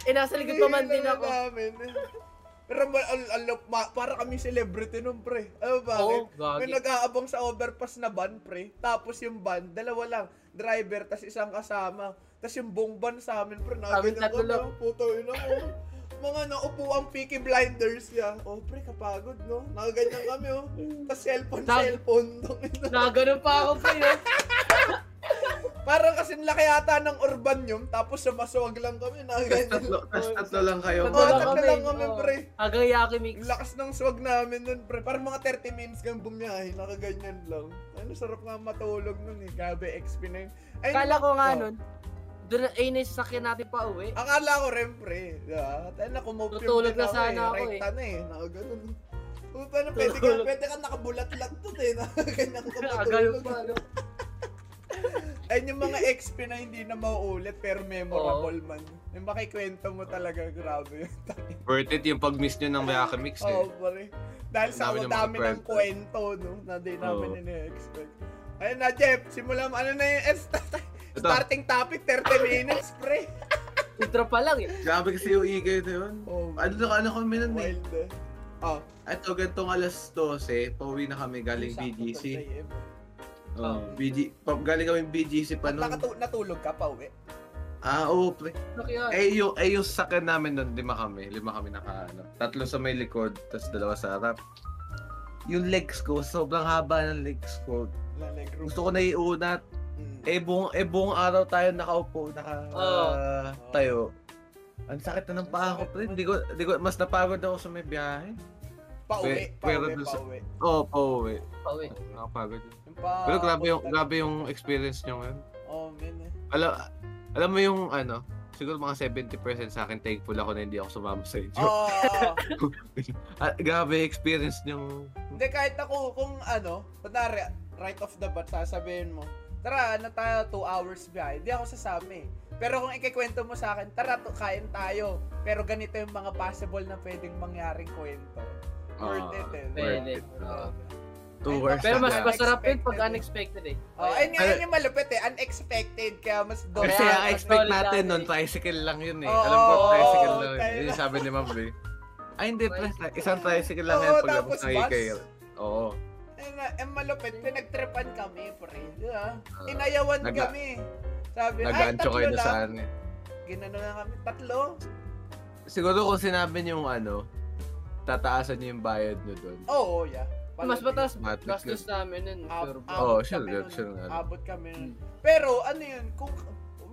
[SPEAKER 4] Eh, nasa likod pa man din
[SPEAKER 1] hinihila
[SPEAKER 4] ako.
[SPEAKER 1] namin. Pero ma- al- al- ma- para kami celebrity nun pre. Ano bakit?
[SPEAKER 4] Oo, Oh, gagi.
[SPEAKER 1] May nag-aabang sa overpass na van, pre. Tapos yung van, dalawa lang. Driver, tas isang kasama. Tas yung buong van sa amin, pre.
[SPEAKER 4] Amin
[SPEAKER 1] Nakaganyan ko
[SPEAKER 4] tatlo lang.
[SPEAKER 1] lang. Puto yun ako. Mga naupo ang Peaky Blinders niya. Oh, pre, kapagod, no? Nakaganyan kami, oh. Tas cellphone,
[SPEAKER 4] Tag-
[SPEAKER 1] cellphone. tong ina.
[SPEAKER 4] Naganon pa ako pa yun.
[SPEAKER 1] Parang kasi laki yata ng urban yun. Tapos sumasawag lang kami.
[SPEAKER 2] Tapos
[SPEAKER 1] Nakaganyan.
[SPEAKER 2] tatlo, tas tatlo lang kayo.
[SPEAKER 1] Oo,
[SPEAKER 4] Tatlo
[SPEAKER 1] tatlo lang kami,
[SPEAKER 4] oo.
[SPEAKER 1] pre.
[SPEAKER 4] Hanggang Yakimix.
[SPEAKER 1] Ang lakas ng swag namin nun, pre. Parang mga 30 minutes kang bumiyahe, nakaganyan lang. Ano, sarap nga matulog nun eh. Grabe, XP na yun. Ay,
[SPEAKER 4] Kala ko nga
[SPEAKER 1] oh,
[SPEAKER 4] nun, doon na ayun na yung sasakyan natin pa uwi.
[SPEAKER 1] Akala ko rin, pre. Diba? Tayo na, kumupim
[SPEAKER 4] Tutulog na sana ako, eh.
[SPEAKER 1] Rekta na eh, nakaganon. Puta na, pwede ka,
[SPEAKER 4] Tutulog.
[SPEAKER 1] pwede ka nakabulat-lat to eh. Nakaganyan ka
[SPEAKER 4] Naganon pa,
[SPEAKER 1] matulog.
[SPEAKER 4] ano.
[SPEAKER 1] Ayun yung mga XP na hindi na mauulit pero memorable man. Yung makikwento mo talaga, grabe yun.
[SPEAKER 2] Worth it yung pag-miss nyo ng Mayakimix eh.
[SPEAKER 1] Oo, pare. Oh, Dahil sa ang
[SPEAKER 2] Dami ng mga
[SPEAKER 1] dami ng
[SPEAKER 2] kwento.
[SPEAKER 1] kwento, no? Na di namin
[SPEAKER 2] Oo.
[SPEAKER 1] ini-expect. Ayun na, Jeff. Simula mo. Ano na yung eh, sta-
[SPEAKER 2] Ito.
[SPEAKER 1] starting topic? 30 minutes, pre.
[SPEAKER 4] Intro pa lang eh.
[SPEAKER 2] Grabe kasi yung igay na yun.
[SPEAKER 1] Oh,
[SPEAKER 2] Ano na ano kami nun eh.
[SPEAKER 1] wild, eh. Oh,
[SPEAKER 2] Ito, gantong alas 12, pauwi na kami galing
[SPEAKER 1] sakto
[SPEAKER 2] BGC.
[SPEAKER 1] pag-JM.
[SPEAKER 2] Oh, BG, pa, galing kami BGC
[SPEAKER 1] At
[SPEAKER 2] pa nun.
[SPEAKER 1] nakatu- natulog ka pa, uwi.
[SPEAKER 2] Ah, oo. pre.
[SPEAKER 4] Look yun.
[SPEAKER 2] Eh, yung, eh, yung sakyan namin nun, lima kami. Lima kami naka, ano, tatlo sa may likod, tapos dalawa sa harap. Yung legs ko, sobrang haba ng legs ko.
[SPEAKER 1] Wala na yung group.
[SPEAKER 2] Gusto ko na iunat.
[SPEAKER 1] Mm.
[SPEAKER 2] Eh, buong, eh, buong araw tayo nakaupo, naka,
[SPEAKER 4] Oo.
[SPEAKER 2] ah, tayo. Ang sakit na
[SPEAKER 1] Ang
[SPEAKER 2] ng paa ko,
[SPEAKER 1] sakit
[SPEAKER 2] pre.
[SPEAKER 1] naman.
[SPEAKER 2] Hindi ko, hindi ko, mas napagod ako sa may biyahe.
[SPEAKER 1] Pauwi,
[SPEAKER 2] eh, pero
[SPEAKER 1] pauwi,
[SPEAKER 2] dun sa-
[SPEAKER 1] pauwi.
[SPEAKER 2] Oo, oh, pauwi.
[SPEAKER 4] Pa uwi.
[SPEAKER 2] Nakapagod. yun.
[SPEAKER 1] Yung pa-
[SPEAKER 2] Pero grabe yung,
[SPEAKER 1] punta-
[SPEAKER 2] grabe yung experience nyo ngayon.
[SPEAKER 1] Oh, man, eh.
[SPEAKER 2] Alam, alam mo yung ano, siguro mga 70% sa akin thankful ako na hindi ako sumama sa inyo.
[SPEAKER 1] Oh,
[SPEAKER 2] Ah, grabe experience nyo.
[SPEAKER 1] Hindi, kahit ako, kung ano, kunwari, right off the bat, sasabihin mo, tara, ano tayo, two hours biyahe. Hindi ako sasami. Pero kung ikikwento mo sa akin, tara, to, kain tayo. Pero ganito yung mga possible na pwedeng mangyaring kwento. Worth it, eh.
[SPEAKER 4] pwede.
[SPEAKER 1] Ah.
[SPEAKER 2] Ah, two hours
[SPEAKER 4] Pero
[SPEAKER 2] na
[SPEAKER 4] mas
[SPEAKER 2] lang.
[SPEAKER 1] basta-
[SPEAKER 4] masarap yun pag
[SPEAKER 1] Unexpected eh.
[SPEAKER 4] unexpected eh.
[SPEAKER 1] Oh, ayun nga,
[SPEAKER 2] Ay-
[SPEAKER 1] yun yung malupit eh. Unexpected, kaya mas doon.
[SPEAKER 2] Kasi ang
[SPEAKER 4] Kaya,
[SPEAKER 2] expect
[SPEAKER 4] solid
[SPEAKER 2] natin
[SPEAKER 4] dati.
[SPEAKER 2] nun, tricycle lang yun eh.
[SPEAKER 1] Oo,
[SPEAKER 2] Alam ko, tricycle
[SPEAKER 1] oo,
[SPEAKER 2] lang yun.
[SPEAKER 1] tayo
[SPEAKER 2] Yun yung sabi ni Ma'am Ray. Ay, hindi, pre.
[SPEAKER 4] Tricycle.
[SPEAKER 2] Isang tricycle lang
[SPEAKER 1] Oo,
[SPEAKER 2] yan paglabas
[SPEAKER 1] tapos
[SPEAKER 2] ng
[SPEAKER 1] bus.
[SPEAKER 2] IKL. Oo.
[SPEAKER 1] Ayun nga, ang eh, malupit, pinagtripan kami, pre. Di ba?
[SPEAKER 2] Ah,
[SPEAKER 1] Inayawan
[SPEAKER 2] naga-
[SPEAKER 1] kami. Sabi, ay,
[SPEAKER 2] Nag-ancho
[SPEAKER 1] tatlo
[SPEAKER 2] kayo na
[SPEAKER 1] lang.
[SPEAKER 2] saan eh.
[SPEAKER 1] Ginano na kami, tatlo.
[SPEAKER 2] Siguro kung sinabi niyo yung ano, tataasan niyo yung bayad niyo doon.
[SPEAKER 1] Oo, oh, yeah. pala
[SPEAKER 4] Mas mataas
[SPEAKER 2] Matik yun.
[SPEAKER 4] gastos namin nun.
[SPEAKER 1] Ab-
[SPEAKER 4] Sure, bro.
[SPEAKER 2] ah.
[SPEAKER 1] abot
[SPEAKER 2] Oo, sure,
[SPEAKER 1] kami
[SPEAKER 2] sure,
[SPEAKER 1] nun.
[SPEAKER 2] sure nga.
[SPEAKER 1] Abot kami nun.
[SPEAKER 4] Hmm.
[SPEAKER 1] Pero ano yun, kung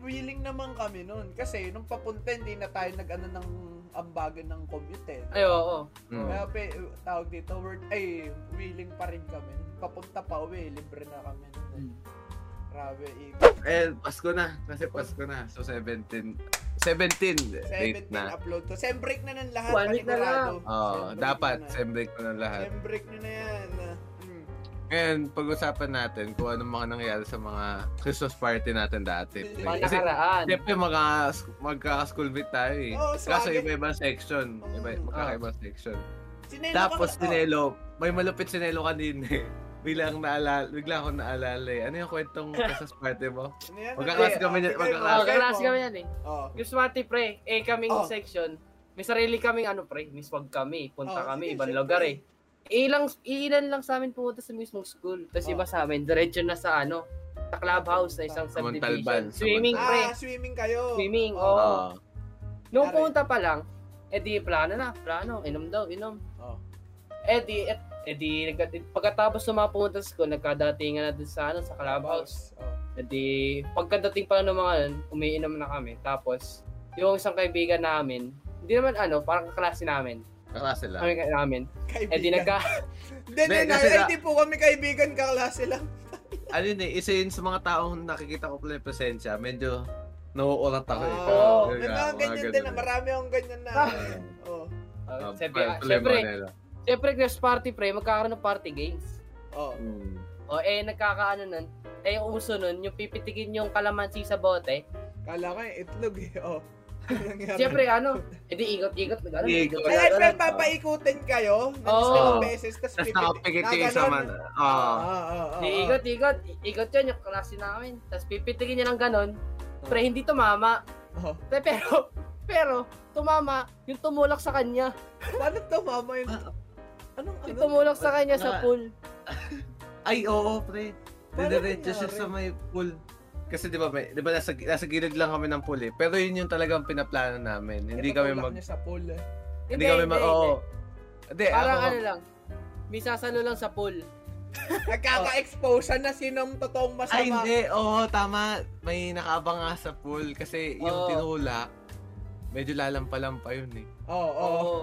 [SPEAKER 1] willing naman kami nun. Kasi nung papunta, hindi na tayo nag-ano ng ambagan ng commute eh.
[SPEAKER 4] Ay, oo.
[SPEAKER 2] Mm.
[SPEAKER 1] Kaya pe, tawag dito, word, ay, willing pa rin kami. Papunta pa uwi, libre na kami. nun.
[SPEAKER 4] Hmm.
[SPEAKER 5] Mm.
[SPEAKER 1] Grabe, i-
[SPEAKER 2] Eh, Pasko na. Kasi Pasko na. So, 17. 17.
[SPEAKER 1] 17
[SPEAKER 2] Date na.
[SPEAKER 1] upload to. Sem break na ng lahat.
[SPEAKER 4] One week na
[SPEAKER 1] panigurado. Sem
[SPEAKER 2] Oo,
[SPEAKER 1] break
[SPEAKER 2] dapat.
[SPEAKER 1] na.
[SPEAKER 2] Sem break na ng lahat.
[SPEAKER 1] Sem break nyo na yan. Mm.
[SPEAKER 2] Ngayon, pag-usapan natin kung ano mga nangyayari sa mga Christmas party natin dati.
[SPEAKER 4] Mga
[SPEAKER 2] Kasi,
[SPEAKER 4] nakaraan.
[SPEAKER 2] siyempre, magka, magka-school meet tayo eh.
[SPEAKER 1] Oo, sa
[SPEAKER 2] Kaso
[SPEAKER 1] akin-
[SPEAKER 2] iba-ibang section. Iba,
[SPEAKER 1] Mm.
[SPEAKER 2] magkakaibang section.
[SPEAKER 1] Sinelo
[SPEAKER 2] Tapos
[SPEAKER 1] ka-
[SPEAKER 2] sinelo, may malupit sinelo kanina eh. Bilang naalala, bigla akong naalala eh. Ano yung kwentong Christmas party mo?
[SPEAKER 1] Oh, ano yan?
[SPEAKER 2] Magkaklase
[SPEAKER 1] Hindi,
[SPEAKER 2] kami
[SPEAKER 1] ah,
[SPEAKER 2] niya-
[SPEAKER 1] bigay mo,
[SPEAKER 2] magkaklase.
[SPEAKER 1] bigay
[SPEAKER 4] Oo,
[SPEAKER 1] mo.
[SPEAKER 4] kaklase kami yan eh.
[SPEAKER 1] Oo.
[SPEAKER 4] Yung smarte pre, eh kaming
[SPEAKER 1] Oh.
[SPEAKER 4] section, may sarili kaming ano pre, miswag kami, punta
[SPEAKER 1] Oh, sige,
[SPEAKER 4] kami, ibang
[SPEAKER 1] sige.
[SPEAKER 4] lugar eh. Ilang, ilan lang sa amin pumunta sa mismong school. Tapos
[SPEAKER 1] Oh.
[SPEAKER 4] iba sa amin, diretso na sa ano, sa clubhouse na isang
[SPEAKER 2] Sa Montalban,
[SPEAKER 4] subdivision.
[SPEAKER 2] sa
[SPEAKER 4] Swimming pre.
[SPEAKER 1] Ah, swimming kayo. Oh.
[SPEAKER 4] Swimming,
[SPEAKER 1] Oo.
[SPEAKER 4] oo.
[SPEAKER 2] Oo.
[SPEAKER 4] Nung
[SPEAKER 1] Aray.
[SPEAKER 4] pumunta pa lang, eh di plano na, plano, inom daw, inom.
[SPEAKER 2] Oh.
[SPEAKER 1] Oo.
[SPEAKER 4] Eh di, eh, eh di, nagka- pagkatapos ng mga pumunta sa school, nagkadatingan na dun sa ano, sa clubhouse.
[SPEAKER 1] Oo.
[SPEAKER 4] Eh di, pagkadating pa lang ng mga nun, umiinom na kami. Tapos, yung isang kaibigan namin, hindi naman ano, parang kaklase namin.
[SPEAKER 2] Kaklase lang.
[SPEAKER 4] Kami ka- namin.
[SPEAKER 1] Kaibigan.
[SPEAKER 4] Eh di nagka,
[SPEAKER 1] Hindi, hindi,
[SPEAKER 2] Hindi,
[SPEAKER 1] na-
[SPEAKER 2] kasi
[SPEAKER 1] eh,
[SPEAKER 2] na-
[SPEAKER 1] di po kami kaibigan, kaklase lang.
[SPEAKER 2] ano yun eh, isa yun sa mga taong nakikita ko pala yung presensya, medyo nauulat ako eh.
[SPEAKER 1] Oo.
[SPEAKER 2] Yun
[SPEAKER 1] May
[SPEAKER 2] nga,
[SPEAKER 1] mga ganyan din na,
[SPEAKER 2] ganun eh.
[SPEAKER 1] marami akong ganyan na. oh.
[SPEAKER 2] Ah.
[SPEAKER 1] Oo.
[SPEAKER 4] uh,
[SPEAKER 2] Ah,
[SPEAKER 4] sabi,
[SPEAKER 2] pala-
[SPEAKER 4] ah,
[SPEAKER 2] pala yung
[SPEAKER 4] syempre,
[SPEAKER 2] mga nila.
[SPEAKER 4] syempre, Christmas party pre, magkakaroon ng party games.
[SPEAKER 1] Oo.
[SPEAKER 2] Mm.
[SPEAKER 4] O eh, nagkakaano nun, eh yung uso nun, yung pipitikin yung kalamansi sa bote.
[SPEAKER 1] Kala ko yung itlog eh. Oo. Ano nangyari?
[SPEAKER 4] Syempre ano, eh di ikot-ikot, nag-ano,
[SPEAKER 2] Ikot.
[SPEAKER 4] ikot.
[SPEAKER 1] Ay, pero papaikutin kayo ng
[SPEAKER 4] Oo.
[SPEAKER 1] isang beses, tapos
[SPEAKER 2] Tapos nakapikit yung isa man.
[SPEAKER 1] Oo.
[SPEAKER 2] Ah.
[SPEAKER 4] Di ikot, ikot, ikot yun, yung klase namin. Tapos pipitikin niya ng ganon. Pre, hindi tumama.
[SPEAKER 1] Oh.
[SPEAKER 4] Pre, pero, pero, tumama, yung tumulak sa kanya.
[SPEAKER 1] Paano to, mama? Yun?
[SPEAKER 2] Ah.
[SPEAKER 1] Anong,
[SPEAKER 4] Yung
[SPEAKER 1] anong?
[SPEAKER 4] tumulak sa kanya sa
[SPEAKER 2] Naka-
[SPEAKER 4] pool.
[SPEAKER 2] Ay, oo, pre.
[SPEAKER 1] Paano
[SPEAKER 2] Diretso siya
[SPEAKER 1] nangyari?
[SPEAKER 2] sa may pool. Kasi di ba, may, di ba nasa, nasa gilid lang kami ng pool eh. Pero yun yung talagang pinaplano namin. Hindi
[SPEAKER 1] Ito,
[SPEAKER 2] kami
[SPEAKER 1] tulak
[SPEAKER 2] mag...
[SPEAKER 1] niya sa pool. eh.
[SPEAKER 2] Hindi kami mag...
[SPEAKER 4] hindi.
[SPEAKER 2] Oo. Hindi,
[SPEAKER 4] Parang
[SPEAKER 2] ako-
[SPEAKER 4] ano lang, may sasalo lang sa pool.
[SPEAKER 1] Nagkaka-expose na sinong totoong masama.
[SPEAKER 2] Ay, hindi. Oo, tama. May nakaabang nga sa pool. Kasi yung
[SPEAKER 4] Oo.
[SPEAKER 2] tinulak, medyo lalampalam pa yun eh.
[SPEAKER 1] Oo, oo.
[SPEAKER 4] Oo.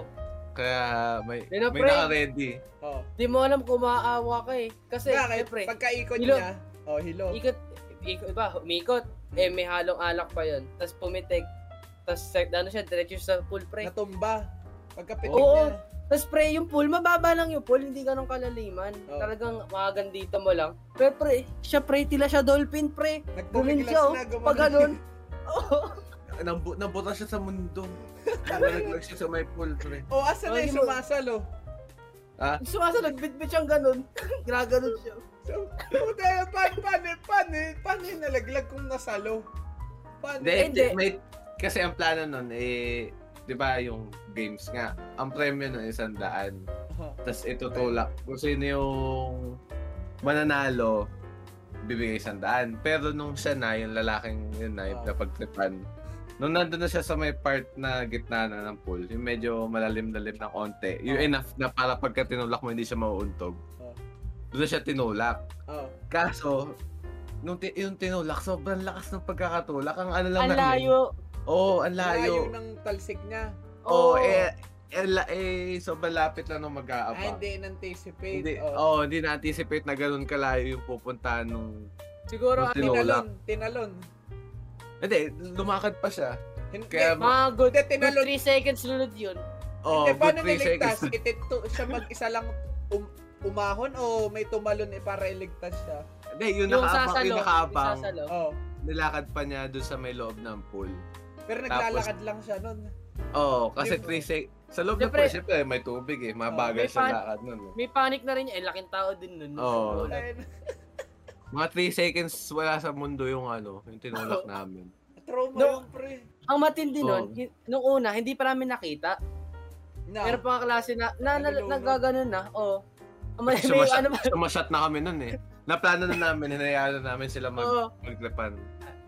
[SPEAKER 2] Kaya may,
[SPEAKER 4] Yun na,
[SPEAKER 2] may
[SPEAKER 4] pre.
[SPEAKER 2] naka-ready.
[SPEAKER 1] oo.
[SPEAKER 4] Di mo alam kung maaawa ka eh. Kasi,
[SPEAKER 1] Bakit?
[SPEAKER 4] syempre,
[SPEAKER 1] Pagkaikot
[SPEAKER 4] Hilo.
[SPEAKER 1] niya. Oh, hilo.
[SPEAKER 4] ikot, ikot, iba, umikot. Eh, may halong alak pa yon Tapos pumitik. Tapos, ano siya, diretso sa pool, pre.
[SPEAKER 1] Natumba. Pagkapitik
[SPEAKER 4] eh. Oo.
[SPEAKER 1] niya.
[SPEAKER 4] Tapos pre, yung pool, mababa lang yung pool, hindi ganun kalaliman.
[SPEAKER 1] Oo.
[SPEAKER 4] Talagang makagandito mo lang. Pero pre, siya pre, tila siya dolphin pre.
[SPEAKER 1] Nagpumiklas
[SPEAKER 4] Gumin siya oh,
[SPEAKER 1] na, gumanon.
[SPEAKER 4] pag ganun. Oo.
[SPEAKER 2] Nabu nabuta siya sa mundo. Nag-flex siya sa may pool, pre.
[SPEAKER 1] Oh, asa na
[SPEAKER 4] Oh,
[SPEAKER 1] yung
[SPEAKER 4] hilo.
[SPEAKER 1] sumasalo?
[SPEAKER 4] Sumasalag, bitbit siyang ganun. Ginaganon siya.
[SPEAKER 1] So, puta, eh, paano, paano, paano, paano yung eh, nalaglag kung nasalo? eh. Paano?
[SPEAKER 2] Hindi,
[SPEAKER 4] Hindi.
[SPEAKER 2] Eh, may- kasi ang plano nun, eh, di ba yung games nga, ang premyo nun is 100.
[SPEAKER 1] Ah,
[SPEAKER 2] Tapos itutulak. Kung sino yung mananalo, bibigay sandaan. Pero nung siya na, yung lalaking yun na, yung
[SPEAKER 1] Ah.
[SPEAKER 2] napagtripan, nung nandun na siya sa may part na gitna na ng pool, yung medyo malalim-lalim ng onte, yung
[SPEAKER 1] Ah.
[SPEAKER 2] enough na para pagka tinulak mo, hindi siya mauuntog.
[SPEAKER 1] Ah.
[SPEAKER 2] Doon na siya tinulak.
[SPEAKER 1] Oh.
[SPEAKER 2] Kaso, nung ti- yung tinulak, sobrang lakas ng pagkakatulak. Ang ano lang
[SPEAKER 4] Ang
[SPEAKER 2] namin.
[SPEAKER 4] layo.
[SPEAKER 2] Oo, ang
[SPEAKER 1] Layo
[SPEAKER 2] layo.
[SPEAKER 1] ng talsik niya.
[SPEAKER 2] Oo, eh, eh, la- eh, sobrang lapit lang nung mag-aabang.
[SPEAKER 1] Ah, hindi in-anticipate.
[SPEAKER 2] Hindi,
[SPEAKER 1] oh.
[SPEAKER 2] oh. hindi na-anticipate na ganun kalayo yung pupuntahan nung...
[SPEAKER 4] Siguro, ano,
[SPEAKER 2] Buti-
[SPEAKER 1] Tinalon, tinalon.
[SPEAKER 2] Hindi, lumakad pa siya.
[SPEAKER 1] Hindi, Eh,
[SPEAKER 2] Kaya-
[SPEAKER 4] mga good,
[SPEAKER 1] hindi,
[SPEAKER 4] good
[SPEAKER 1] tinalon.
[SPEAKER 4] 3 seconds lunod yun.
[SPEAKER 2] Oh,
[SPEAKER 1] Hindi, eh, paano
[SPEAKER 2] good 3
[SPEAKER 1] niligtas?
[SPEAKER 2] seconds.
[SPEAKER 1] Itito, siya mag-isa lang um- umahon o may tumalon eh para iligtas siya?
[SPEAKER 2] Hindi, yung, nakaabang, yung nakaabang,
[SPEAKER 4] yung sasalo.
[SPEAKER 1] Oh.
[SPEAKER 2] nilakad pa niya doon sa may loob ng pool.
[SPEAKER 1] Pero naglalakad lang siya nun.
[SPEAKER 2] Oo, oh, kasi
[SPEAKER 1] Yung-
[SPEAKER 2] 3 seconds. Sa loob ng
[SPEAKER 4] Siyempre-
[SPEAKER 2] pool, syempre, may tubig eh.
[SPEAKER 4] Oh,
[SPEAKER 2] Mabagal
[SPEAKER 4] may
[SPEAKER 2] siya
[SPEAKER 4] pan-
[SPEAKER 2] lakad nun. eh.
[SPEAKER 4] May panic na rin yun. Eh, laking tao din nun.
[SPEAKER 2] Oo.
[SPEAKER 4] Wala.
[SPEAKER 1] Ayun.
[SPEAKER 2] Mga 3 seconds, wala sa mundo yung ano, yung tinulak namin.
[SPEAKER 1] Trauma
[SPEAKER 4] No.
[SPEAKER 1] yung pre.
[SPEAKER 4] Ang matindi nun,
[SPEAKER 2] Oo.
[SPEAKER 4] hin- nung una, hindi pa namin nakita.
[SPEAKER 1] Na.
[SPEAKER 2] Ah.
[SPEAKER 4] Meron pa mga klase na, na, na,
[SPEAKER 1] Nalulunod.
[SPEAKER 4] nagaganon na. Oo. Ang may, may,
[SPEAKER 2] Sumasya-
[SPEAKER 4] ano ba?
[SPEAKER 2] Sumashat na kami nun eh. Naplano na namin, hinayaan na namin sila mag,
[SPEAKER 4] Oo.
[SPEAKER 2] maglepan.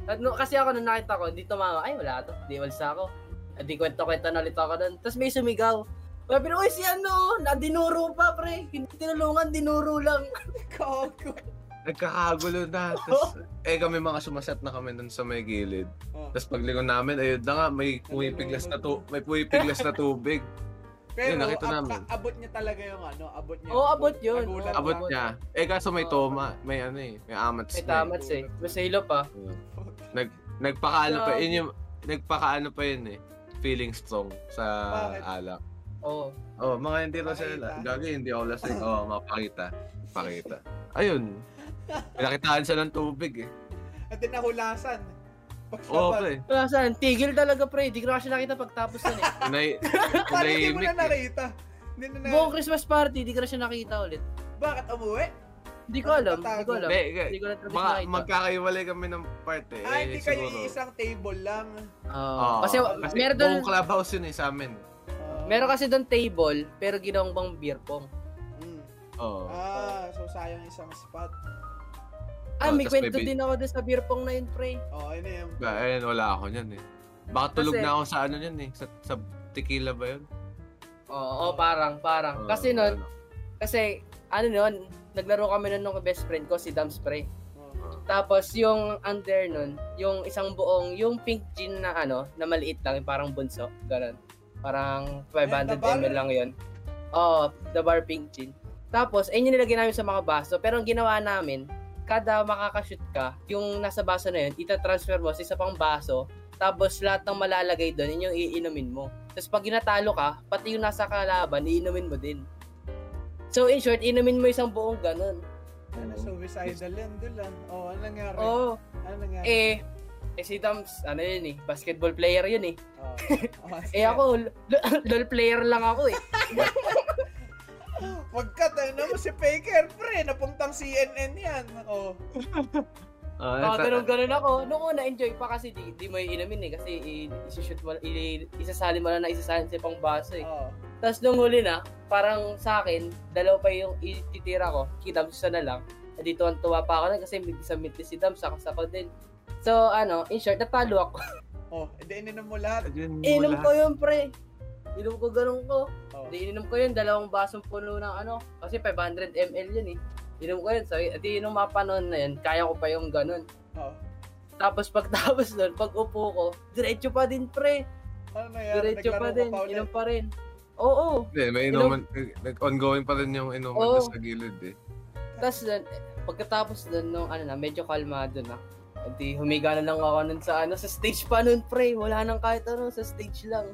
[SPEAKER 4] At no, kasi ako nung Ah, nakita ko, hindi tumama. Ay, wala to. Di walsa ako. At di kwento-kwento na ulit ako doon. Tapos may sumigaw. Sabi na, uy, si ano, na dinuro pa, pre. Hindi tinulungan, dinuro lang.
[SPEAKER 1] Kago.
[SPEAKER 2] Nagkakagulo na. Tapos, eh kami mga sumasat na kami dun sa may gilid.
[SPEAKER 1] Oh.
[SPEAKER 2] Tapes paglingon namin, ayun na nga, may pumipiglas na, tu- may pumipiglas na tubig.
[SPEAKER 1] Pero
[SPEAKER 2] Yun, nakita
[SPEAKER 1] ab-
[SPEAKER 2] namin.
[SPEAKER 1] abot niya talaga yung ano, abot niya.
[SPEAKER 4] Oo, abot yun.
[SPEAKER 1] Nagulat
[SPEAKER 2] Abot
[SPEAKER 1] lang.
[SPEAKER 2] niya. Eh kaso may toma, may ano eh, may amats
[SPEAKER 3] May
[SPEAKER 2] na eh.
[SPEAKER 3] tamats eh. Mas hilo pa.
[SPEAKER 2] Oo. Nag, nagpakaano pa, yun yung, nagpakaano pa yun eh. Feeling strong sa
[SPEAKER 1] Bakit?
[SPEAKER 2] alak.
[SPEAKER 3] Oo.
[SPEAKER 2] Oh, mga hindi ko
[SPEAKER 1] Pakita.
[SPEAKER 2] sila. Gagi, hindi ako lasing. Oh, mapakita. Pakita. Ayun. Pinakitaan siya ng tubig eh.
[SPEAKER 1] At din nahulasan. Pagsabag.
[SPEAKER 2] Oo, pre.
[SPEAKER 4] Wala saan, tigil talaga, pre. Hindi ko na kasi nakita pagtapos nun eh.
[SPEAKER 2] Tunay,
[SPEAKER 1] Paano hindi mo
[SPEAKER 2] tunayimik
[SPEAKER 1] na
[SPEAKER 2] eh.
[SPEAKER 1] nakita? Hindi na na...
[SPEAKER 4] Buong Christmas party, hindi ko na siya nakita ulit.
[SPEAKER 1] Bakit umuwi?
[SPEAKER 4] Hindi ko alam, hindi ko alam.
[SPEAKER 2] Hindi,
[SPEAKER 4] Hindi ko na talaga
[SPEAKER 2] Baka
[SPEAKER 4] nakita.
[SPEAKER 2] magkakaiwalay kami ng part eh.
[SPEAKER 1] Ah, hindi kayo
[SPEAKER 2] siguro.
[SPEAKER 1] iisang table lang.
[SPEAKER 4] Ah,
[SPEAKER 2] Oo.
[SPEAKER 4] kasi,
[SPEAKER 2] kasi
[SPEAKER 4] meron doon,
[SPEAKER 2] buong clubhouse yun eh sa amin.
[SPEAKER 1] Ah,
[SPEAKER 4] meron kasi doon table, pero ginawang bang beer pong.
[SPEAKER 1] Mm.
[SPEAKER 4] Oh.
[SPEAKER 2] Oo.
[SPEAKER 1] Ah, so sayang isang spot.
[SPEAKER 4] Ah,
[SPEAKER 2] Oh,
[SPEAKER 4] may
[SPEAKER 2] tas
[SPEAKER 4] kwento
[SPEAKER 2] may bi-
[SPEAKER 4] din ako doon sa beer pong na yun, pre.
[SPEAKER 1] Oh, ano yun?
[SPEAKER 2] Ba, Diba? ayun, wala ako niyan eh. Baka tulog
[SPEAKER 4] Kasi-
[SPEAKER 2] na ako sa ano niyan eh. Sa, sa tequila ba yun?
[SPEAKER 4] Oo, oo, parang, parang. Kasi
[SPEAKER 2] Ah,
[SPEAKER 4] nun, kasi, ano nun, naglaro kami nun nung best friend ko, si Dams, pre.
[SPEAKER 1] Oh.
[SPEAKER 4] Tapos yung under nun, yung isang buong, yung pink gin na ano, na maliit lang, yung parang bunso, ganun. Parang
[SPEAKER 1] the
[SPEAKER 4] 500
[SPEAKER 1] bar?
[SPEAKER 4] ml lang yun. Oo, the bar pink gin. Tapos, ayun yung nilagay namin sa mga baso. Pero ang ginawa namin, kada makakashoot ka, yung nasa baso na yun, itatransfer mo sa isa pang baso, tapos lahat ng malalagay doon, yun yung iinumin mo. Tapos pag ginatalo ka, pati yung nasa kalaban, iinumin mo din. So in short, inumin mo isang buong ganun.
[SPEAKER 1] Ano, suicidal yan, dulan. Oh, ano nangyari?
[SPEAKER 4] Oo.
[SPEAKER 1] Ano nangyari?
[SPEAKER 4] Eh, eh si Dams, ano yun eh, basketball player yun eh.
[SPEAKER 1] Oh. Oh,
[SPEAKER 4] Eh ako, l- lol player lang ako eh.
[SPEAKER 1] Wag ka, tayo mo si Faker, pre. Napuntang CNN yan. Oh.
[SPEAKER 2] Ah,
[SPEAKER 4] Mga
[SPEAKER 2] ta-
[SPEAKER 4] ganun ganun ako. Noong una, enjoy pa kasi di, di mo iinumin eh. Kasi i- isushoot mo, i- isasali mo lang na isasali sa pang baso eh.
[SPEAKER 1] Oh.
[SPEAKER 4] Tapos nung huli na, parang sa akin, dalawa pa yung ititira ko. Kay Dams isa na lang. At dito ang tuwa pa ako na kasi may isang meet si Dams, saka ako din. So ano, in short, natalo ako.
[SPEAKER 1] Oh, edi ininom mo lahat.
[SPEAKER 2] Yun,
[SPEAKER 4] Inom
[SPEAKER 2] wala.
[SPEAKER 4] ko yun, pre. Inom ko ganun ko.
[SPEAKER 1] Oh.
[SPEAKER 4] Di ininom ko yun, dalawang basong puno ng ano, kasi 500 ml yun eh. Inom ko yun, so, di inom mapanon na yun, kaya ko pa yung ganun.
[SPEAKER 1] Oh.
[SPEAKER 4] Tapos pagtapos nun, pag upo ko, diretso pa din pre,
[SPEAKER 1] Ano nangyari?
[SPEAKER 4] diretso
[SPEAKER 1] Naglaro
[SPEAKER 4] pa
[SPEAKER 1] ka
[SPEAKER 4] din,
[SPEAKER 1] pa ulit.
[SPEAKER 4] inom pa rin. Oo,
[SPEAKER 2] Hindi, may
[SPEAKER 4] Inom-
[SPEAKER 2] inuman, eh, nag- ongoing pa rin yung inuman
[SPEAKER 4] Oo.
[SPEAKER 2] doon sa gilid eh.
[SPEAKER 4] tapos nun, eh, pagkatapos nun, nung ano na, medyo kalmado na. Di humiga na lang ako nun sa ano, sa stage pa nun pre, wala nang kahit ano, sa stage lang.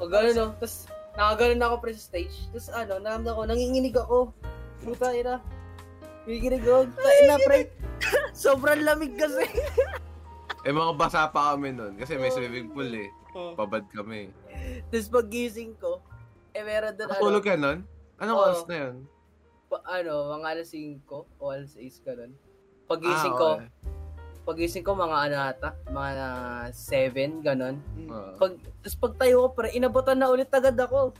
[SPEAKER 4] O gano'n no, tapos nakaganon ako pre sa stage. Tapos ano, naramdaman ko, nanginginig ako. Puta ina. Nanginginig ako, tayo na pre. Sobrang lamig kasi.
[SPEAKER 2] Eh mga basa pa kami nun kasi may
[SPEAKER 4] Oo.
[SPEAKER 2] swimming pool eh.
[SPEAKER 1] Oh.
[SPEAKER 2] Babad kami.
[SPEAKER 4] Tapos pagising ko, eh meron doon ano,
[SPEAKER 2] Natulog ka nun? Anong
[SPEAKER 4] Oo.
[SPEAKER 2] oras na yun?
[SPEAKER 4] pa- ano, mga alas 5 o alas 6 ka nun. Pagising ko,
[SPEAKER 2] Ah, okay.
[SPEAKER 4] pagising ko mga ano ata, mga 7, ganon.
[SPEAKER 2] Oo.
[SPEAKER 4] Pag, tapos pagtayo ko pre, inabutan na ulit agad ako.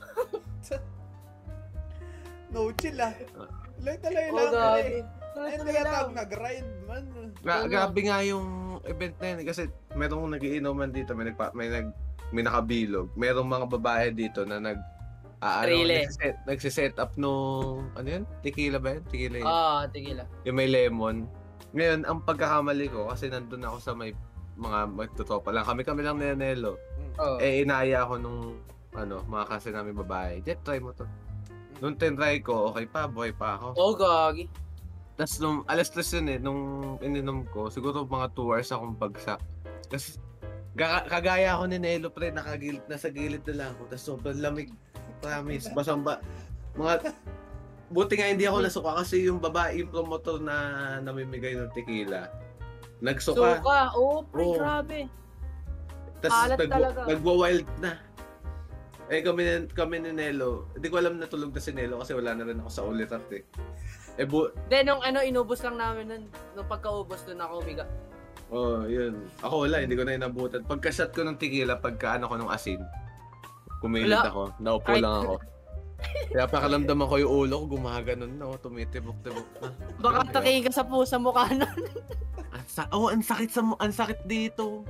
[SPEAKER 1] No chill ah.
[SPEAKER 2] Ah.
[SPEAKER 1] Lang talaga
[SPEAKER 4] Oh,
[SPEAKER 1] lang.
[SPEAKER 4] grabe.
[SPEAKER 1] eh. Ayun talaga tawag nag-grind man.
[SPEAKER 2] Gra-
[SPEAKER 4] Ano?
[SPEAKER 2] grabe nga yung event na yun eh, kasi merong nagiinuman dito, may nagpa, may nag may nakabilog. Merong mga babae dito na nag ah, ano,
[SPEAKER 4] Trile.
[SPEAKER 2] nagsiset, nagsiset up nung ano yun? Tequila ba yun? Tequila yun.
[SPEAKER 4] Ah, tigil ah.
[SPEAKER 2] yung may lemon. Ngayon, ang pagkakamali ko kasi nandun ako sa may mga magtotopa lang. Kami-kami lang ni Anelo.
[SPEAKER 4] Oh.
[SPEAKER 2] Eh, inaya ako nung ano, mga kasi namin babae. Jet, try mo to. Nung tinry ko, okay pa, buhay pa ako.
[SPEAKER 4] Oh, gagi.
[SPEAKER 2] Tapos nung alas tres yun eh, nung ininom ko, siguro mga 2 hours akong bagsak. Kasi ga- kagaya ako ni Nelo pre, nakagilid, nasa gilid na lang ako. Tapos sobrang lamig, promise. Basang ba, mga, buti nga hindi ako nasuka kasi yung babae, yung promotor na namimigay ng tequila. Nagsuka,
[SPEAKER 4] Suka, oo, pre,
[SPEAKER 2] Oo.
[SPEAKER 4] grabe.
[SPEAKER 2] tapos
[SPEAKER 4] alat talaga.
[SPEAKER 2] nagwa-wild na. Eh kami, ni- kami ni Nelo, hindi ko alam natulog na si Nelo kasi wala na rin ako sa ulitat eh. Eh bu-
[SPEAKER 4] Then, nung ano, inubos lang namin nun. Nung pagkaubos dun ako humiga.
[SPEAKER 2] Oo, oh, yun. Ako wala, hindi ko na inabutan. Pagka-shot ko ng tequila, pagka ano ko ng asin, kumilit
[SPEAKER 4] Wala.
[SPEAKER 2] ako. Naupo
[SPEAKER 4] Kahit-
[SPEAKER 2] lang ako. Kaya pakalamdaman ko yung ulo ko, gumaganon na ako, tumitibok-tibok na.
[SPEAKER 4] Baka takihin ka sa pusa mukha na.
[SPEAKER 2] Ang sa- oh, ang sakit sa mu- ang sakit dito.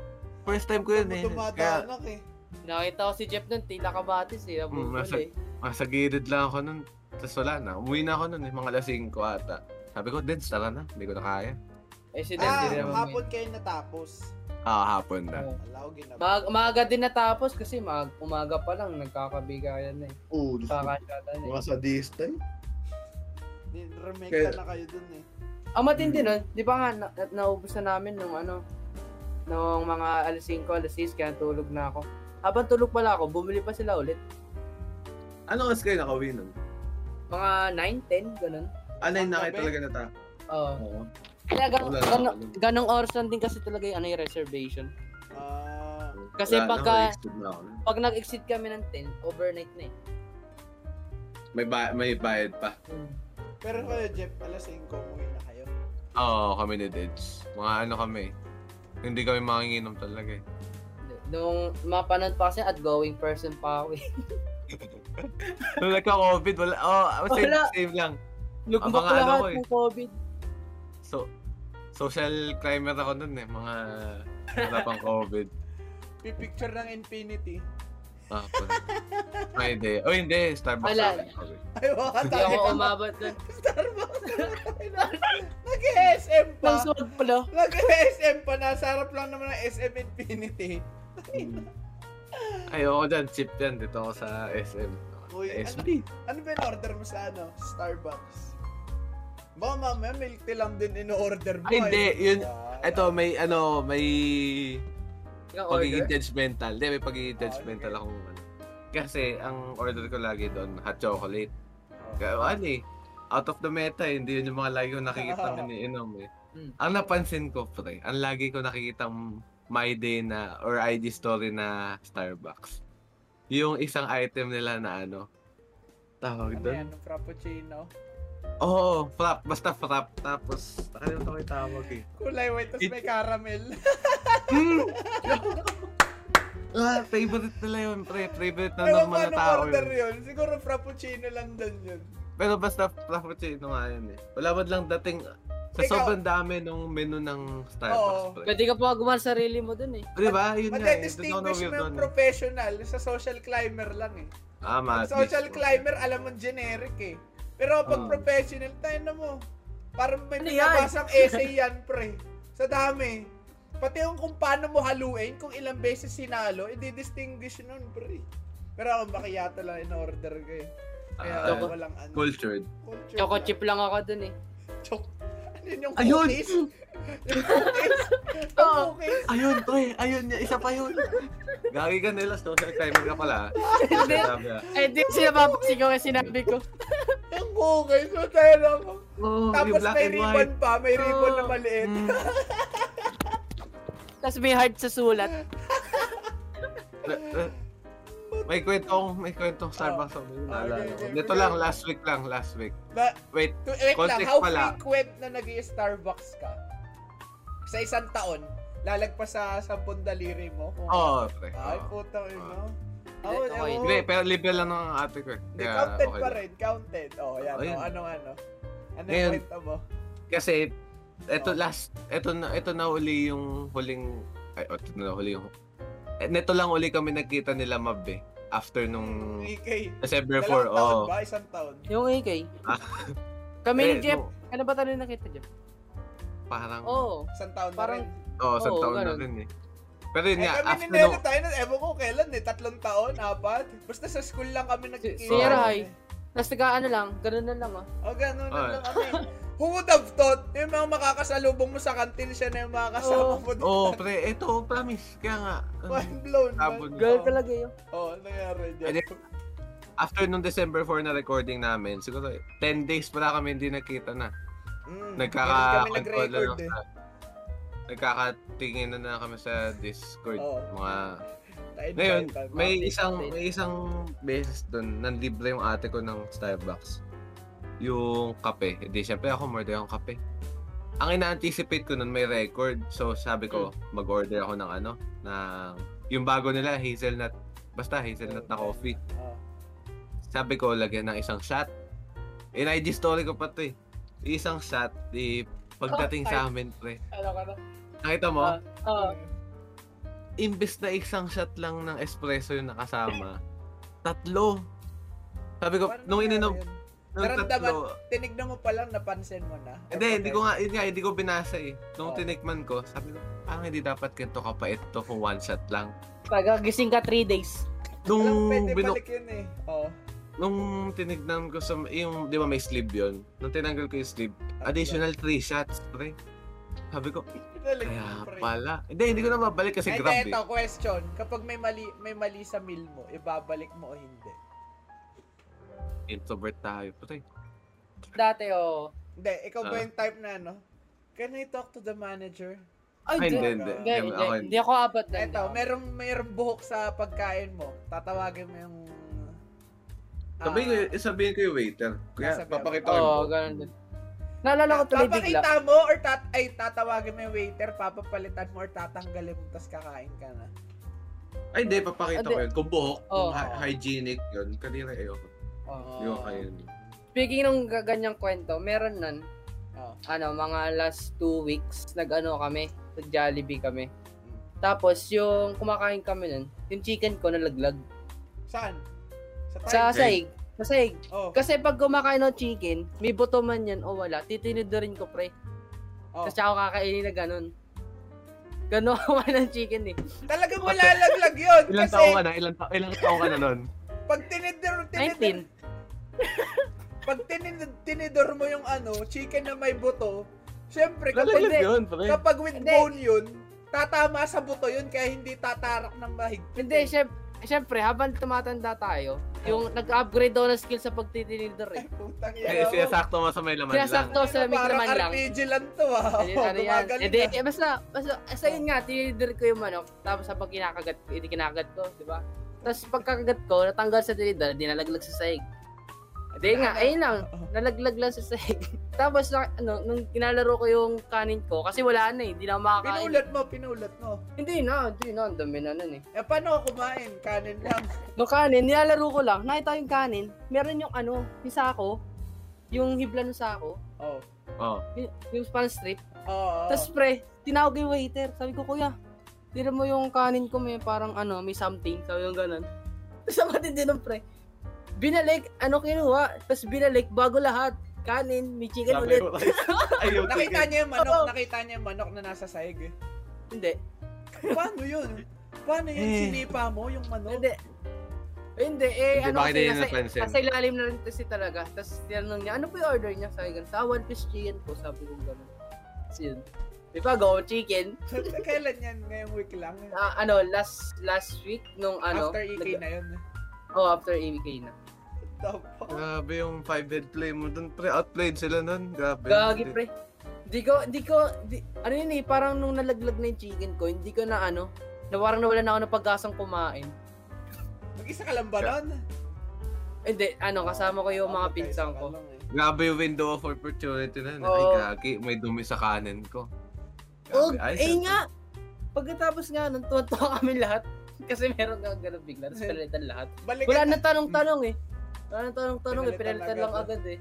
[SPEAKER 2] First time ko yun eh. Kaya,
[SPEAKER 1] Tumataanak eh.
[SPEAKER 3] Nakita ko si Jeff nun, tila kabatis eh.
[SPEAKER 2] Mm,
[SPEAKER 3] Nabungkol
[SPEAKER 2] nasa-
[SPEAKER 3] eh.
[SPEAKER 2] Nasa gilid lang ako nun. Tapos wala na. Umuwi na ako nun, eh, mga alas 5 ata. Sabi ko, Deds, tara na. Hindi ko na kaya.
[SPEAKER 3] Eh si Dev,
[SPEAKER 1] Ah,
[SPEAKER 3] di naman.
[SPEAKER 1] hapon kayo natapos.
[SPEAKER 2] Ah, hapon na.
[SPEAKER 1] Alaw ginawa.
[SPEAKER 3] Mag maaga din natapos kasi mag umaga pa lang nagkakabigayan na eh.
[SPEAKER 6] Oo,
[SPEAKER 3] Kakashatan eh.
[SPEAKER 6] mga sadista eh.
[SPEAKER 1] Remake na kayo dun eh.
[SPEAKER 3] Ang matindi nun, di ba nga, na, na- naubos na namin nung ano, nung mga alas 5, alas 6, kaya tulog na ako. Habang tulog pala ako, bumili pa sila ulit.
[SPEAKER 2] Ano oras kayo nakauwi nun?
[SPEAKER 3] Mga 9, 10, ganun.
[SPEAKER 2] Ano yung
[SPEAKER 1] Ang
[SPEAKER 2] nakita
[SPEAKER 1] gabi.
[SPEAKER 2] talaga na ta?
[SPEAKER 3] Oo.
[SPEAKER 2] Oo.
[SPEAKER 3] Kaya ganong,
[SPEAKER 2] Wala na
[SPEAKER 4] ano-
[SPEAKER 3] ganong,
[SPEAKER 2] ako.
[SPEAKER 3] ganong oras lang din kasi talaga yung, ano, yung reservation.
[SPEAKER 1] Ah,
[SPEAKER 3] Kasi
[SPEAKER 2] Wala na,
[SPEAKER 3] pagka-
[SPEAKER 2] wasted na ako nun.
[SPEAKER 3] Pag nag-exceed kami ng 10, overnight na eh.
[SPEAKER 2] May, ba- may bayad pa.
[SPEAKER 1] pero kayo, Jeff, alas 5 umuwi na kayo.
[SPEAKER 2] Oo, kami ni Deds. Mga ano kami. Hindi kami makinginom talaga eh.
[SPEAKER 3] Nung mapanood pa kasi outgoing person pa ako eh.
[SPEAKER 2] Nung nagka-COVID, wala. Oo, oh, same,
[SPEAKER 3] Wala.
[SPEAKER 2] same lang.
[SPEAKER 3] Lugbok
[SPEAKER 2] mga ano
[SPEAKER 3] lahat
[SPEAKER 2] ko eh.
[SPEAKER 3] ng COVID.
[SPEAKER 2] So, social climber ako nun eh. Mga wala pang COVID.
[SPEAKER 1] Pipicture ng infinity.
[SPEAKER 2] Ah, Ay, hindi. Oh, hindi. Starbucks.
[SPEAKER 3] Wala.
[SPEAKER 2] lang. Okay.
[SPEAKER 1] Ay, wala
[SPEAKER 3] Hindi ako
[SPEAKER 1] tayo.
[SPEAKER 3] umabot doon.
[SPEAKER 1] Starbucks. Nag-SM
[SPEAKER 3] Nang
[SPEAKER 1] pa.
[SPEAKER 3] suot pala.
[SPEAKER 1] Nag-SM pa. Nasa harap lang naman ng SM Infinity.
[SPEAKER 2] Ay, oo Hmm. dyan. Chip yan. Dito ako sa SM.
[SPEAKER 1] Uy,
[SPEAKER 2] SB.
[SPEAKER 1] Ano ba in-order mo sa ano? Starbucks. Baka mamaya milk tea lang din in-order mo. eh.
[SPEAKER 2] Ay, hindi. Yun-
[SPEAKER 1] Ah,
[SPEAKER 2] Ito, may ano, may
[SPEAKER 3] Ikaw order.
[SPEAKER 2] pagiging judgmental. Hindi, may pagiging judgmental
[SPEAKER 1] okay.
[SPEAKER 2] akong ano. Kasi, ang order ko lagi doon, hot chocolate.
[SPEAKER 1] ah.
[SPEAKER 2] Kaya, ano eh, out of the meta, eh, hindi yun yung mga lagi ko nakikita ng iniinom eh.
[SPEAKER 1] Hmm.
[SPEAKER 3] Mm.
[SPEAKER 2] Ang napansin ko, pre, ang lagi ko nakikita my day na, or ID story na Starbucks. Yung isang item nila na ano,
[SPEAKER 1] Ano
[SPEAKER 2] tawag doon.
[SPEAKER 1] yan? Frappuccino.
[SPEAKER 2] Oo, oh, frap. Basta frap. Tapos, nakalimutan ko yung tawag eh.
[SPEAKER 1] Kulay white, tapos may caramel.
[SPEAKER 2] Mm! ah, favorite nila yun, pre. Favorite na ng
[SPEAKER 1] Ewan ko
[SPEAKER 2] mga
[SPEAKER 1] anong
[SPEAKER 2] tao
[SPEAKER 1] order
[SPEAKER 2] yun.
[SPEAKER 1] yun. Siguro frappuccino lang din yun.
[SPEAKER 2] Pero basta frappuccino nga yun eh. Wala man lang dating sa
[SPEAKER 1] Ikaw-
[SPEAKER 2] sobrang dami nung menu ng Starbucks,
[SPEAKER 1] Oo.
[SPEAKER 2] pre.
[SPEAKER 3] Pwede ka pa gumawa sa sarili mo doon eh.
[SPEAKER 2] Di ba? Yun nga eh. Doon ako
[SPEAKER 1] Mag-distinguish
[SPEAKER 2] na-weird
[SPEAKER 1] mo
[SPEAKER 2] doon.
[SPEAKER 1] yung professional sa social climber lang eh.
[SPEAKER 2] Ah,
[SPEAKER 1] Pag
[SPEAKER 2] matis.
[SPEAKER 1] social climber, alam mo generic eh. Pero pag
[SPEAKER 2] Ah.
[SPEAKER 1] professional, tayo na mo. Parang may
[SPEAKER 3] Ano yan?
[SPEAKER 1] pinabasang essay yan, pre. Sa dami. Pati yung kung paano mo haluin, kung ilang beses sinalo, i-distinguish nun, pre. Pero ako bakiyata lang in-order ko eh. Kaya
[SPEAKER 2] Ah,
[SPEAKER 1] ako walang ano.
[SPEAKER 2] Cultured.
[SPEAKER 1] Culture
[SPEAKER 3] Choco
[SPEAKER 1] lang.
[SPEAKER 3] chip lang ako doon eh.
[SPEAKER 1] Chok- Ano yun yung
[SPEAKER 2] Ayun!
[SPEAKER 1] cookies? yung cookies? Yung
[SPEAKER 3] Oo.
[SPEAKER 1] cookies?
[SPEAKER 2] Ayun, pre. Ayun, isa pa yun. Gagi ka nila, social climber ka pala. ah.
[SPEAKER 3] Hindi.
[SPEAKER 2] Sabi ah.
[SPEAKER 3] Eh di sila papaksigaw kasi sinabi ko.
[SPEAKER 1] Yung cookies? So, tayo lang.
[SPEAKER 2] Oo, "Oh, yung
[SPEAKER 1] Tapos
[SPEAKER 2] black
[SPEAKER 1] may
[SPEAKER 2] and
[SPEAKER 1] ribbon
[SPEAKER 2] white.
[SPEAKER 1] pa. May ribbon na
[SPEAKER 3] Oo.
[SPEAKER 1] maliit.
[SPEAKER 2] Mm.
[SPEAKER 3] Tapos may heart sa sulat.
[SPEAKER 2] Eh, eh, May kwentong, may kwentong Starbucks ako. yun,
[SPEAKER 1] Ah,
[SPEAKER 2] naalala
[SPEAKER 1] Okay,
[SPEAKER 2] ko.
[SPEAKER 1] okay.
[SPEAKER 2] Dito lang, last week lang, last week.
[SPEAKER 1] Ba-
[SPEAKER 2] Wait,
[SPEAKER 1] To, eh, wait lang,
[SPEAKER 2] Context
[SPEAKER 1] how
[SPEAKER 2] pala.
[SPEAKER 1] frequent na nag starbucks ka? Sa isang taon, lalagpas sa sampung daliri mo? Kung-
[SPEAKER 2] oo, Oh, pre.
[SPEAKER 1] Ay,
[SPEAKER 2] oo.
[SPEAKER 1] putang ina.
[SPEAKER 3] Hindi,
[SPEAKER 1] Ako,
[SPEAKER 3] okay.
[SPEAKER 1] ako.
[SPEAKER 2] Hindi, pero libre lang ng ate ko. eh.
[SPEAKER 1] Oh. Hindi,
[SPEAKER 2] Kaya,
[SPEAKER 1] counted pa
[SPEAKER 2] okay lang.
[SPEAKER 1] rin, counted. Oh, yan.
[SPEAKER 2] Ayun.
[SPEAKER 1] Oh, ano, ano. Ano yung
[SPEAKER 2] Ngayon-
[SPEAKER 1] kwento mo?
[SPEAKER 2] Kasi, eto
[SPEAKER 1] Oo.
[SPEAKER 2] last, eto na, eto na uli yung huling, ay, eto na uli yung, eh, neto lang uli kami nagkita nila Mab eh. After nung
[SPEAKER 1] Okay.
[SPEAKER 2] December oh. 4,
[SPEAKER 1] Dalawang taon
[SPEAKER 2] oo.
[SPEAKER 1] ba? Isang taon?
[SPEAKER 3] Yung AK.
[SPEAKER 2] Ah.
[SPEAKER 3] Kami ni
[SPEAKER 2] Eh,
[SPEAKER 3] Jeff.
[SPEAKER 2] no,
[SPEAKER 3] Ano ba tayo nakita Jeff?
[SPEAKER 2] Parang, oo,
[SPEAKER 3] Oo.
[SPEAKER 1] Isang taon na
[SPEAKER 3] Parang
[SPEAKER 1] rin.
[SPEAKER 2] oh, isang
[SPEAKER 3] oo,
[SPEAKER 2] taon na
[SPEAKER 3] ganun.
[SPEAKER 2] rin eh. Pero yun
[SPEAKER 1] Eh,
[SPEAKER 2] nga,
[SPEAKER 1] kami
[SPEAKER 2] after
[SPEAKER 1] ni Nelo
[SPEAKER 2] nung,
[SPEAKER 1] tayo nun, ewan ko kailan eh, tatlong taon, apat. Basta sa school lang kami nagkikita.
[SPEAKER 3] Sierra
[SPEAKER 1] eh.
[SPEAKER 3] High. Tapos taga ano lang, ganun na lang ah.
[SPEAKER 1] O, ganun na
[SPEAKER 2] Oo.
[SPEAKER 1] lang kami. Who would have thought, yung mga makakasalubong mo sa kantin, siya na yung mga kasama
[SPEAKER 3] Oo.
[SPEAKER 1] mo doon.
[SPEAKER 2] oo, oh, pre, eto, promise, kaya nga, ano,
[SPEAKER 1] Mind blown.
[SPEAKER 2] Sabon.
[SPEAKER 1] man.
[SPEAKER 3] Girl
[SPEAKER 1] Oo.
[SPEAKER 3] talaga yun.
[SPEAKER 1] Oo, ano nangyari dyan.
[SPEAKER 2] Ano after nung December 4 na recording namin, siguro 10 days pala kami hindi nakita na.
[SPEAKER 1] Mm, hindi
[SPEAKER 2] Nagkaka
[SPEAKER 1] kami nag-record eh.
[SPEAKER 2] sa, nagkakatingin na na kami sa Discord.
[SPEAKER 1] Oo.
[SPEAKER 2] Mga
[SPEAKER 1] Tayo,
[SPEAKER 2] Ngayon,
[SPEAKER 1] tayo, tayo.
[SPEAKER 2] may
[SPEAKER 3] update,
[SPEAKER 2] isang
[SPEAKER 3] update.
[SPEAKER 2] may isang beses doon nanlibre yung ate ko ng Starbucks. Yung kape. Eh, Di syempre ako more than kape. Ang ina-anticipate ko nun may record. So sabi ko
[SPEAKER 1] Hmm.
[SPEAKER 2] mag-order ako ng ano ng yung bago nila hazelnut basta hazelnut na coffee.
[SPEAKER 1] Oo.
[SPEAKER 2] Sabi ko, lagyan ng isang shot. In ID story ko pa to eh. Isang shot, di pagdating sa amin, pre.
[SPEAKER 3] Ano ka na?
[SPEAKER 1] Ah.
[SPEAKER 2] Nakita mo?
[SPEAKER 3] Ah. Oo.
[SPEAKER 2] imbes na isang shot lang ng espresso yung nakasama, tatlo. Sabi ko,
[SPEAKER 1] Parang
[SPEAKER 2] nung ininom,
[SPEAKER 1] nangyari yun.
[SPEAKER 2] nung
[SPEAKER 1] Naramdaman.
[SPEAKER 2] tatlo,
[SPEAKER 1] Tinignan mo pa lang, napansin mo na.
[SPEAKER 2] hindi, hindi ko nga, hindi nga, hindi ko binasa eh.
[SPEAKER 1] Oh.
[SPEAKER 2] Nung tinikman ko, sabi ko, parang hindi dapat ganito kapait to kung one shot lang.
[SPEAKER 4] Pagkagising ka 3 days.
[SPEAKER 1] Alam,
[SPEAKER 2] Nung,
[SPEAKER 1] pwede
[SPEAKER 2] binu-
[SPEAKER 1] balik yun eh. Oo.
[SPEAKER 2] nung tinignan ko sa, yung, di ba may sleeve yun? Nung tinanggal ko yung sleeve, additional 3 shots, pre. Sabi ko,
[SPEAKER 1] Talagang
[SPEAKER 2] kaya
[SPEAKER 1] pre.
[SPEAKER 2] pala. Hindi, hindi ko na babalik kasi
[SPEAKER 1] Ay,
[SPEAKER 2] grab eh.
[SPEAKER 1] ito, question. Kapag may mali, may mali sa meal mo, ibabalik mo o hindi?
[SPEAKER 2] Introvert tayo, pre.
[SPEAKER 4] Dati, oo.
[SPEAKER 1] Hindi, ikaw ba
[SPEAKER 2] Ah.
[SPEAKER 1] yung type na ano? Can I talk to the manager?
[SPEAKER 4] Ay,
[SPEAKER 2] Ay, hindi,
[SPEAKER 4] di-
[SPEAKER 1] di-
[SPEAKER 2] hindi.
[SPEAKER 4] Hindi,
[SPEAKER 2] Hindi,
[SPEAKER 4] hindi.
[SPEAKER 2] ako
[SPEAKER 4] Hindi ako abot na. hindi
[SPEAKER 1] Eto,
[SPEAKER 4] ako.
[SPEAKER 1] merong, merong buhok sa pagkain mo. Tatawagin mo yung... ah,
[SPEAKER 2] Sabihin ko, y- sabihin ko yung waiter. Kaya
[SPEAKER 1] Sasabihan mo.
[SPEAKER 2] papakita ko.
[SPEAKER 4] Oo, ganun din. Naalala ko tuloy bigla.
[SPEAKER 1] Papakita mo or tat ay tatawagin mo yung waiter, papapalitan mo or tatanggalin mo tapos kakain ka na.
[SPEAKER 2] Ay, hindi, papakita
[SPEAKER 4] Hindi.
[SPEAKER 2] ko yun. Kung buhok, kung
[SPEAKER 4] Oo.
[SPEAKER 2] hy- hygienic yun, kanina eh, oh. ayoko.
[SPEAKER 1] Oo.
[SPEAKER 2] Hindi ko kaya yun.
[SPEAKER 4] Speaking ng ga- ganyang kwento, meron nun,
[SPEAKER 1] Oo.
[SPEAKER 4] ano, mga last two weeks, nag-ano kami, nag-Jollibee kami. Tapos, yung kumakain kami nun, yung chicken ko nalaglag.
[SPEAKER 1] Saan? Sa tayo?
[SPEAKER 4] Sa sahig. Sa sahig.
[SPEAKER 1] Oh,
[SPEAKER 4] Kasi pag kumakain ng chicken, may buto man yan o wala, titinid na rin ko, pre.
[SPEAKER 1] oh.
[SPEAKER 4] Tapos ako kakainin na ganun. Ganun ako kumain ng chicken eh.
[SPEAKER 1] Talaga malalaglag yun.
[SPEAKER 2] Ilang
[SPEAKER 1] kasi
[SPEAKER 2] taong ka na? Ilang, ta- ilang taong ka na nun?
[SPEAKER 1] pag tinidor, tinidor,
[SPEAKER 4] 19.
[SPEAKER 1] pag tinidor, tinidor mo yung ano, chicken na may buto, syempre kapag,
[SPEAKER 2] Lalaglag yun, pre.
[SPEAKER 1] kapag with
[SPEAKER 4] Hindi.
[SPEAKER 1] bone yun, tatama sa buto yun kaya hindi tatarak ng mahigpit.
[SPEAKER 4] Hindi,
[SPEAKER 1] eh.
[SPEAKER 4] syem- syempre, habang tumatanda tayo, yung nag-upgrade daw ng skill sa pagtitinidor
[SPEAKER 1] Ay,
[SPEAKER 4] eh.
[SPEAKER 1] putang
[SPEAKER 2] Eh,
[SPEAKER 1] ina.
[SPEAKER 2] sinasakto mo sa may laman lang.
[SPEAKER 4] Sinasakto sa may
[SPEAKER 1] Parang
[SPEAKER 4] laman lang.
[SPEAKER 1] RPG lang to ah.
[SPEAKER 4] Ano yun, ano yan?
[SPEAKER 1] Gumagaling
[SPEAKER 4] Hindi,
[SPEAKER 1] ka.
[SPEAKER 4] eh, basta, basta, eh, sa yun nga, tinidir ko yung manok, tapos habang kinakagat, hindi kinakagat ko, di ba? Tapos pagkakagat ko, natanggal sa tinidor, dinalaglag sa sahig. Hindi nga, ayun lang, nalaglag lang sa sahig. tapos, na, ano, nung kinalaro ko yung kanin ko, kasi wala na eh, hindi na ako makakain.
[SPEAKER 1] Pinulat mo, pinulat mo.
[SPEAKER 4] Hindi na, hindi na, ang dami na nun eh.
[SPEAKER 1] Eh, paano ako kumain? Kanin lang.
[SPEAKER 4] Nung kanin, nilalaro ko lang, nakita ko yung kanin, meron yung ano, yung sako, yung hibla ng sako,
[SPEAKER 1] Oh.
[SPEAKER 2] Oo.
[SPEAKER 4] yung, yung span strip,
[SPEAKER 1] Oo.
[SPEAKER 4] Tapos pre, tinawag yung waiter. Sabi ko, kuya, tira mo yung kanin ko may parang ano, may something. Sabi yung ganun. Tapos ang matindi nun pre. Binalik, ano kinuha? Tapos binalik, bago lahat. Kanin, may chicken
[SPEAKER 2] Sabi
[SPEAKER 4] ulit.
[SPEAKER 2] ko, Ayaw
[SPEAKER 1] nakita
[SPEAKER 2] tigil.
[SPEAKER 1] niya yung manok,
[SPEAKER 4] Oo.
[SPEAKER 1] nakita niya yung manok na nasa sahig. eh.
[SPEAKER 4] Hindi.
[SPEAKER 1] Paano yun? Paano yun?
[SPEAKER 2] Eh.
[SPEAKER 1] Sinipa mo yung manok?
[SPEAKER 4] Hindi. Eh, Hindi, eh,
[SPEAKER 2] Hindi,
[SPEAKER 4] ano
[SPEAKER 2] bakit
[SPEAKER 4] kasi
[SPEAKER 2] hindi
[SPEAKER 4] nasa,
[SPEAKER 2] napansin?
[SPEAKER 4] nasa ilalim na rin kasi talaga. Tapos tinanong niya, ano po yung order niya? Sabi ko, sa one piece chicken po, sabi ko gano'n. Tapos yun. Di ba, go chicken?
[SPEAKER 1] Kailan yan? Ngayong week lang.
[SPEAKER 4] Ah, ano, last last week nung ano.
[SPEAKER 1] After EK
[SPEAKER 4] nag-
[SPEAKER 1] na yun.
[SPEAKER 4] Oh, after EK na.
[SPEAKER 1] Tapos,
[SPEAKER 2] Grabe yung five-head play mo dun, pre. Outplayed sila nun. Grabe.
[SPEAKER 4] Gagi pre. Di ko, di ko, di, ano yun eh, parang nung nalaglag na yung chicken ko, hindi ko na ano, na parang nawala na ako ng pagkasang kumain.
[SPEAKER 1] mag-isa ka lang ba nun?
[SPEAKER 4] Hindi, ano, kasama ko yung mga
[SPEAKER 1] Tapos,
[SPEAKER 4] pinsang
[SPEAKER 1] isa
[SPEAKER 4] ko.
[SPEAKER 1] ka lang eh.
[SPEAKER 2] Grabe yung window of opportunity na. yun. Ay,
[SPEAKER 4] Oo.
[SPEAKER 2] gagi. May dumi sa kanan ko.
[SPEAKER 4] Oh,
[SPEAKER 2] Grabe. Ay,
[SPEAKER 4] eh
[SPEAKER 2] sa-
[SPEAKER 4] nga! Pagkatapos nga, nung tuwa kami lahat, kasi meron nga ganun bigla, tapos pinalitan lahat.
[SPEAKER 1] Balikan,
[SPEAKER 4] Wala
[SPEAKER 1] na,
[SPEAKER 4] na tanong-tanong eh. Wala na tanong-tanong eh,
[SPEAKER 1] Pinalitan
[SPEAKER 4] pinalitan
[SPEAKER 1] agad,
[SPEAKER 4] lang
[SPEAKER 1] no?
[SPEAKER 4] agad eh.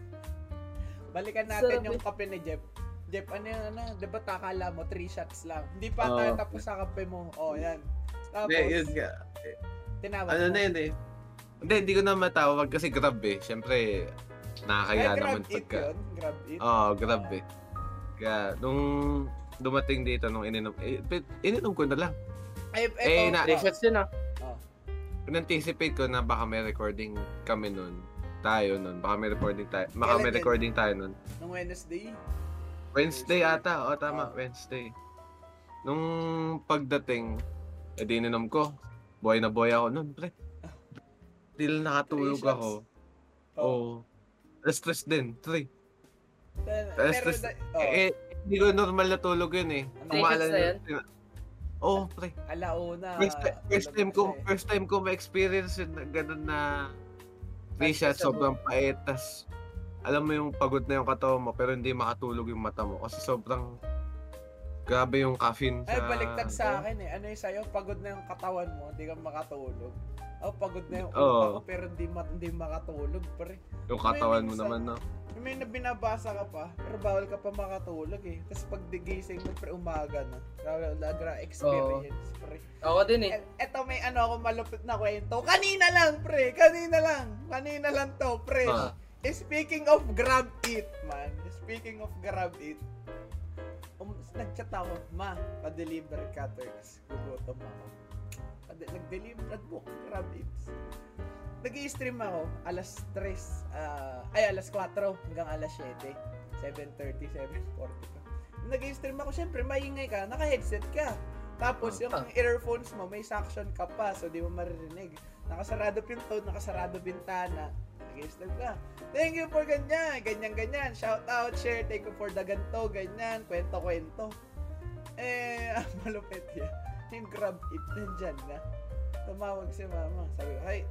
[SPEAKER 1] balikan natin
[SPEAKER 4] Sarap
[SPEAKER 1] yung
[SPEAKER 4] eh.
[SPEAKER 1] kape ni Jeff. Jeff, ano yun? Ano? Diba takala mo? Three shots lang. Hindi pa
[SPEAKER 2] Oo.
[SPEAKER 1] tayo tapos sa kape mo. Oh, yan. Tapos,
[SPEAKER 2] Hindi, yun nga.
[SPEAKER 1] tinawag
[SPEAKER 2] Ano
[SPEAKER 1] mo.
[SPEAKER 2] na yun eh. Hindi, hindi ko na matawag kasi grab eh. Siyempre,
[SPEAKER 1] Ay,
[SPEAKER 2] nakakaya
[SPEAKER 1] grab
[SPEAKER 2] naman
[SPEAKER 1] it
[SPEAKER 2] pagka.
[SPEAKER 1] yun. Grab it.
[SPEAKER 2] Oo, oh, grab eh. Kaya, nung dumating dito, nung ininom, eh, pit- ininom ko na lang.
[SPEAKER 1] Ay, eto.
[SPEAKER 2] Eh, na-
[SPEAKER 1] Oh.
[SPEAKER 4] Reshots yun ah.
[SPEAKER 2] In-anticipate ko na baka may recording kami nun. Tayo nun. Baka may recording tayo. Baka
[SPEAKER 1] Kailan
[SPEAKER 2] may
[SPEAKER 1] yun?
[SPEAKER 2] recording tayo nun.
[SPEAKER 1] Nung Wednesday.
[SPEAKER 2] Wednesday ata. O, tama.
[SPEAKER 1] Ah.
[SPEAKER 2] Wednesday. Nung pagdating, edi ininom ko. Boy na boy ako nun, pre. Till nakatulog
[SPEAKER 1] Three shots.
[SPEAKER 2] ako. Oo. Oh. Stress din. Three.
[SPEAKER 1] Pero,
[SPEAKER 2] Tapos,
[SPEAKER 1] pero
[SPEAKER 2] tapos,
[SPEAKER 1] da- oh,
[SPEAKER 2] Eh, eh, hindi ko normal na tulog yun eh.
[SPEAKER 1] Three
[SPEAKER 2] maalala
[SPEAKER 4] shots na yun?
[SPEAKER 2] yun. Oo, pre.
[SPEAKER 1] alauna.
[SPEAKER 2] First, ti- first time ko,
[SPEAKER 1] Kasi,
[SPEAKER 2] first time ko ma-experience yun na ganun na three
[SPEAKER 4] Basta
[SPEAKER 2] shots,
[SPEAKER 4] sa
[SPEAKER 2] sobrang pait. Tas, alam mo yung pagod na yung katawan mo, pero hindi makatulog yung mata mo. Kasi sobrang grabe yung caffeine
[SPEAKER 1] Ay,
[SPEAKER 2] sa...
[SPEAKER 1] baliktad sa akin eh. Ano yung sa'yo? Pagod na yung katawan mo, hindi ka makatulog. Oh, pagod na yung utak
[SPEAKER 2] Oo.
[SPEAKER 1] ko, pero hindi, ma- hindi makatulog, pre.
[SPEAKER 2] Yung
[SPEAKER 1] Ano yun,
[SPEAKER 2] katawan mo
[SPEAKER 1] minsan?
[SPEAKER 2] naman, no?
[SPEAKER 1] May na binabasa ka pa, pero bawal ka pa makatulog eh. Tapos pag digising mo pre umaga na, grabe lagra experience pre.
[SPEAKER 3] Ako din eh.
[SPEAKER 1] Et- Eto may ano ako malupit na kwento. Kanina lang pre, kanina lang. Kanina lang to pre.
[SPEAKER 2] Ah.
[SPEAKER 1] Eh, Speaking of grab it man, speaking of grab it, um, nagchat ako, ma, pa-deliver ka, Turks. Gugutom ako. Pade- nag-deliver at book, grab it. Nag-i-stream ako, alas 3, ah, ay alas 4 hanggang alas 7. 7.30, 7.40 pa. Nag-i-stream ako, syempre, maingay ka, naka-headset ka. Tapos, yung earphones mo, may suction ka pa, so di mo maririnig. Nakasarado pinto, nakasarado bintana. Nag-i-stream ka. Thank you for ganyan, ganyan, ganyan. Shout out, share, thank you for the ganto, ganyan, kwento, kwento. Eh, ang malupit yan. Yung grab it, nandyan na. Tumawag si mama. Sabi ko, ay,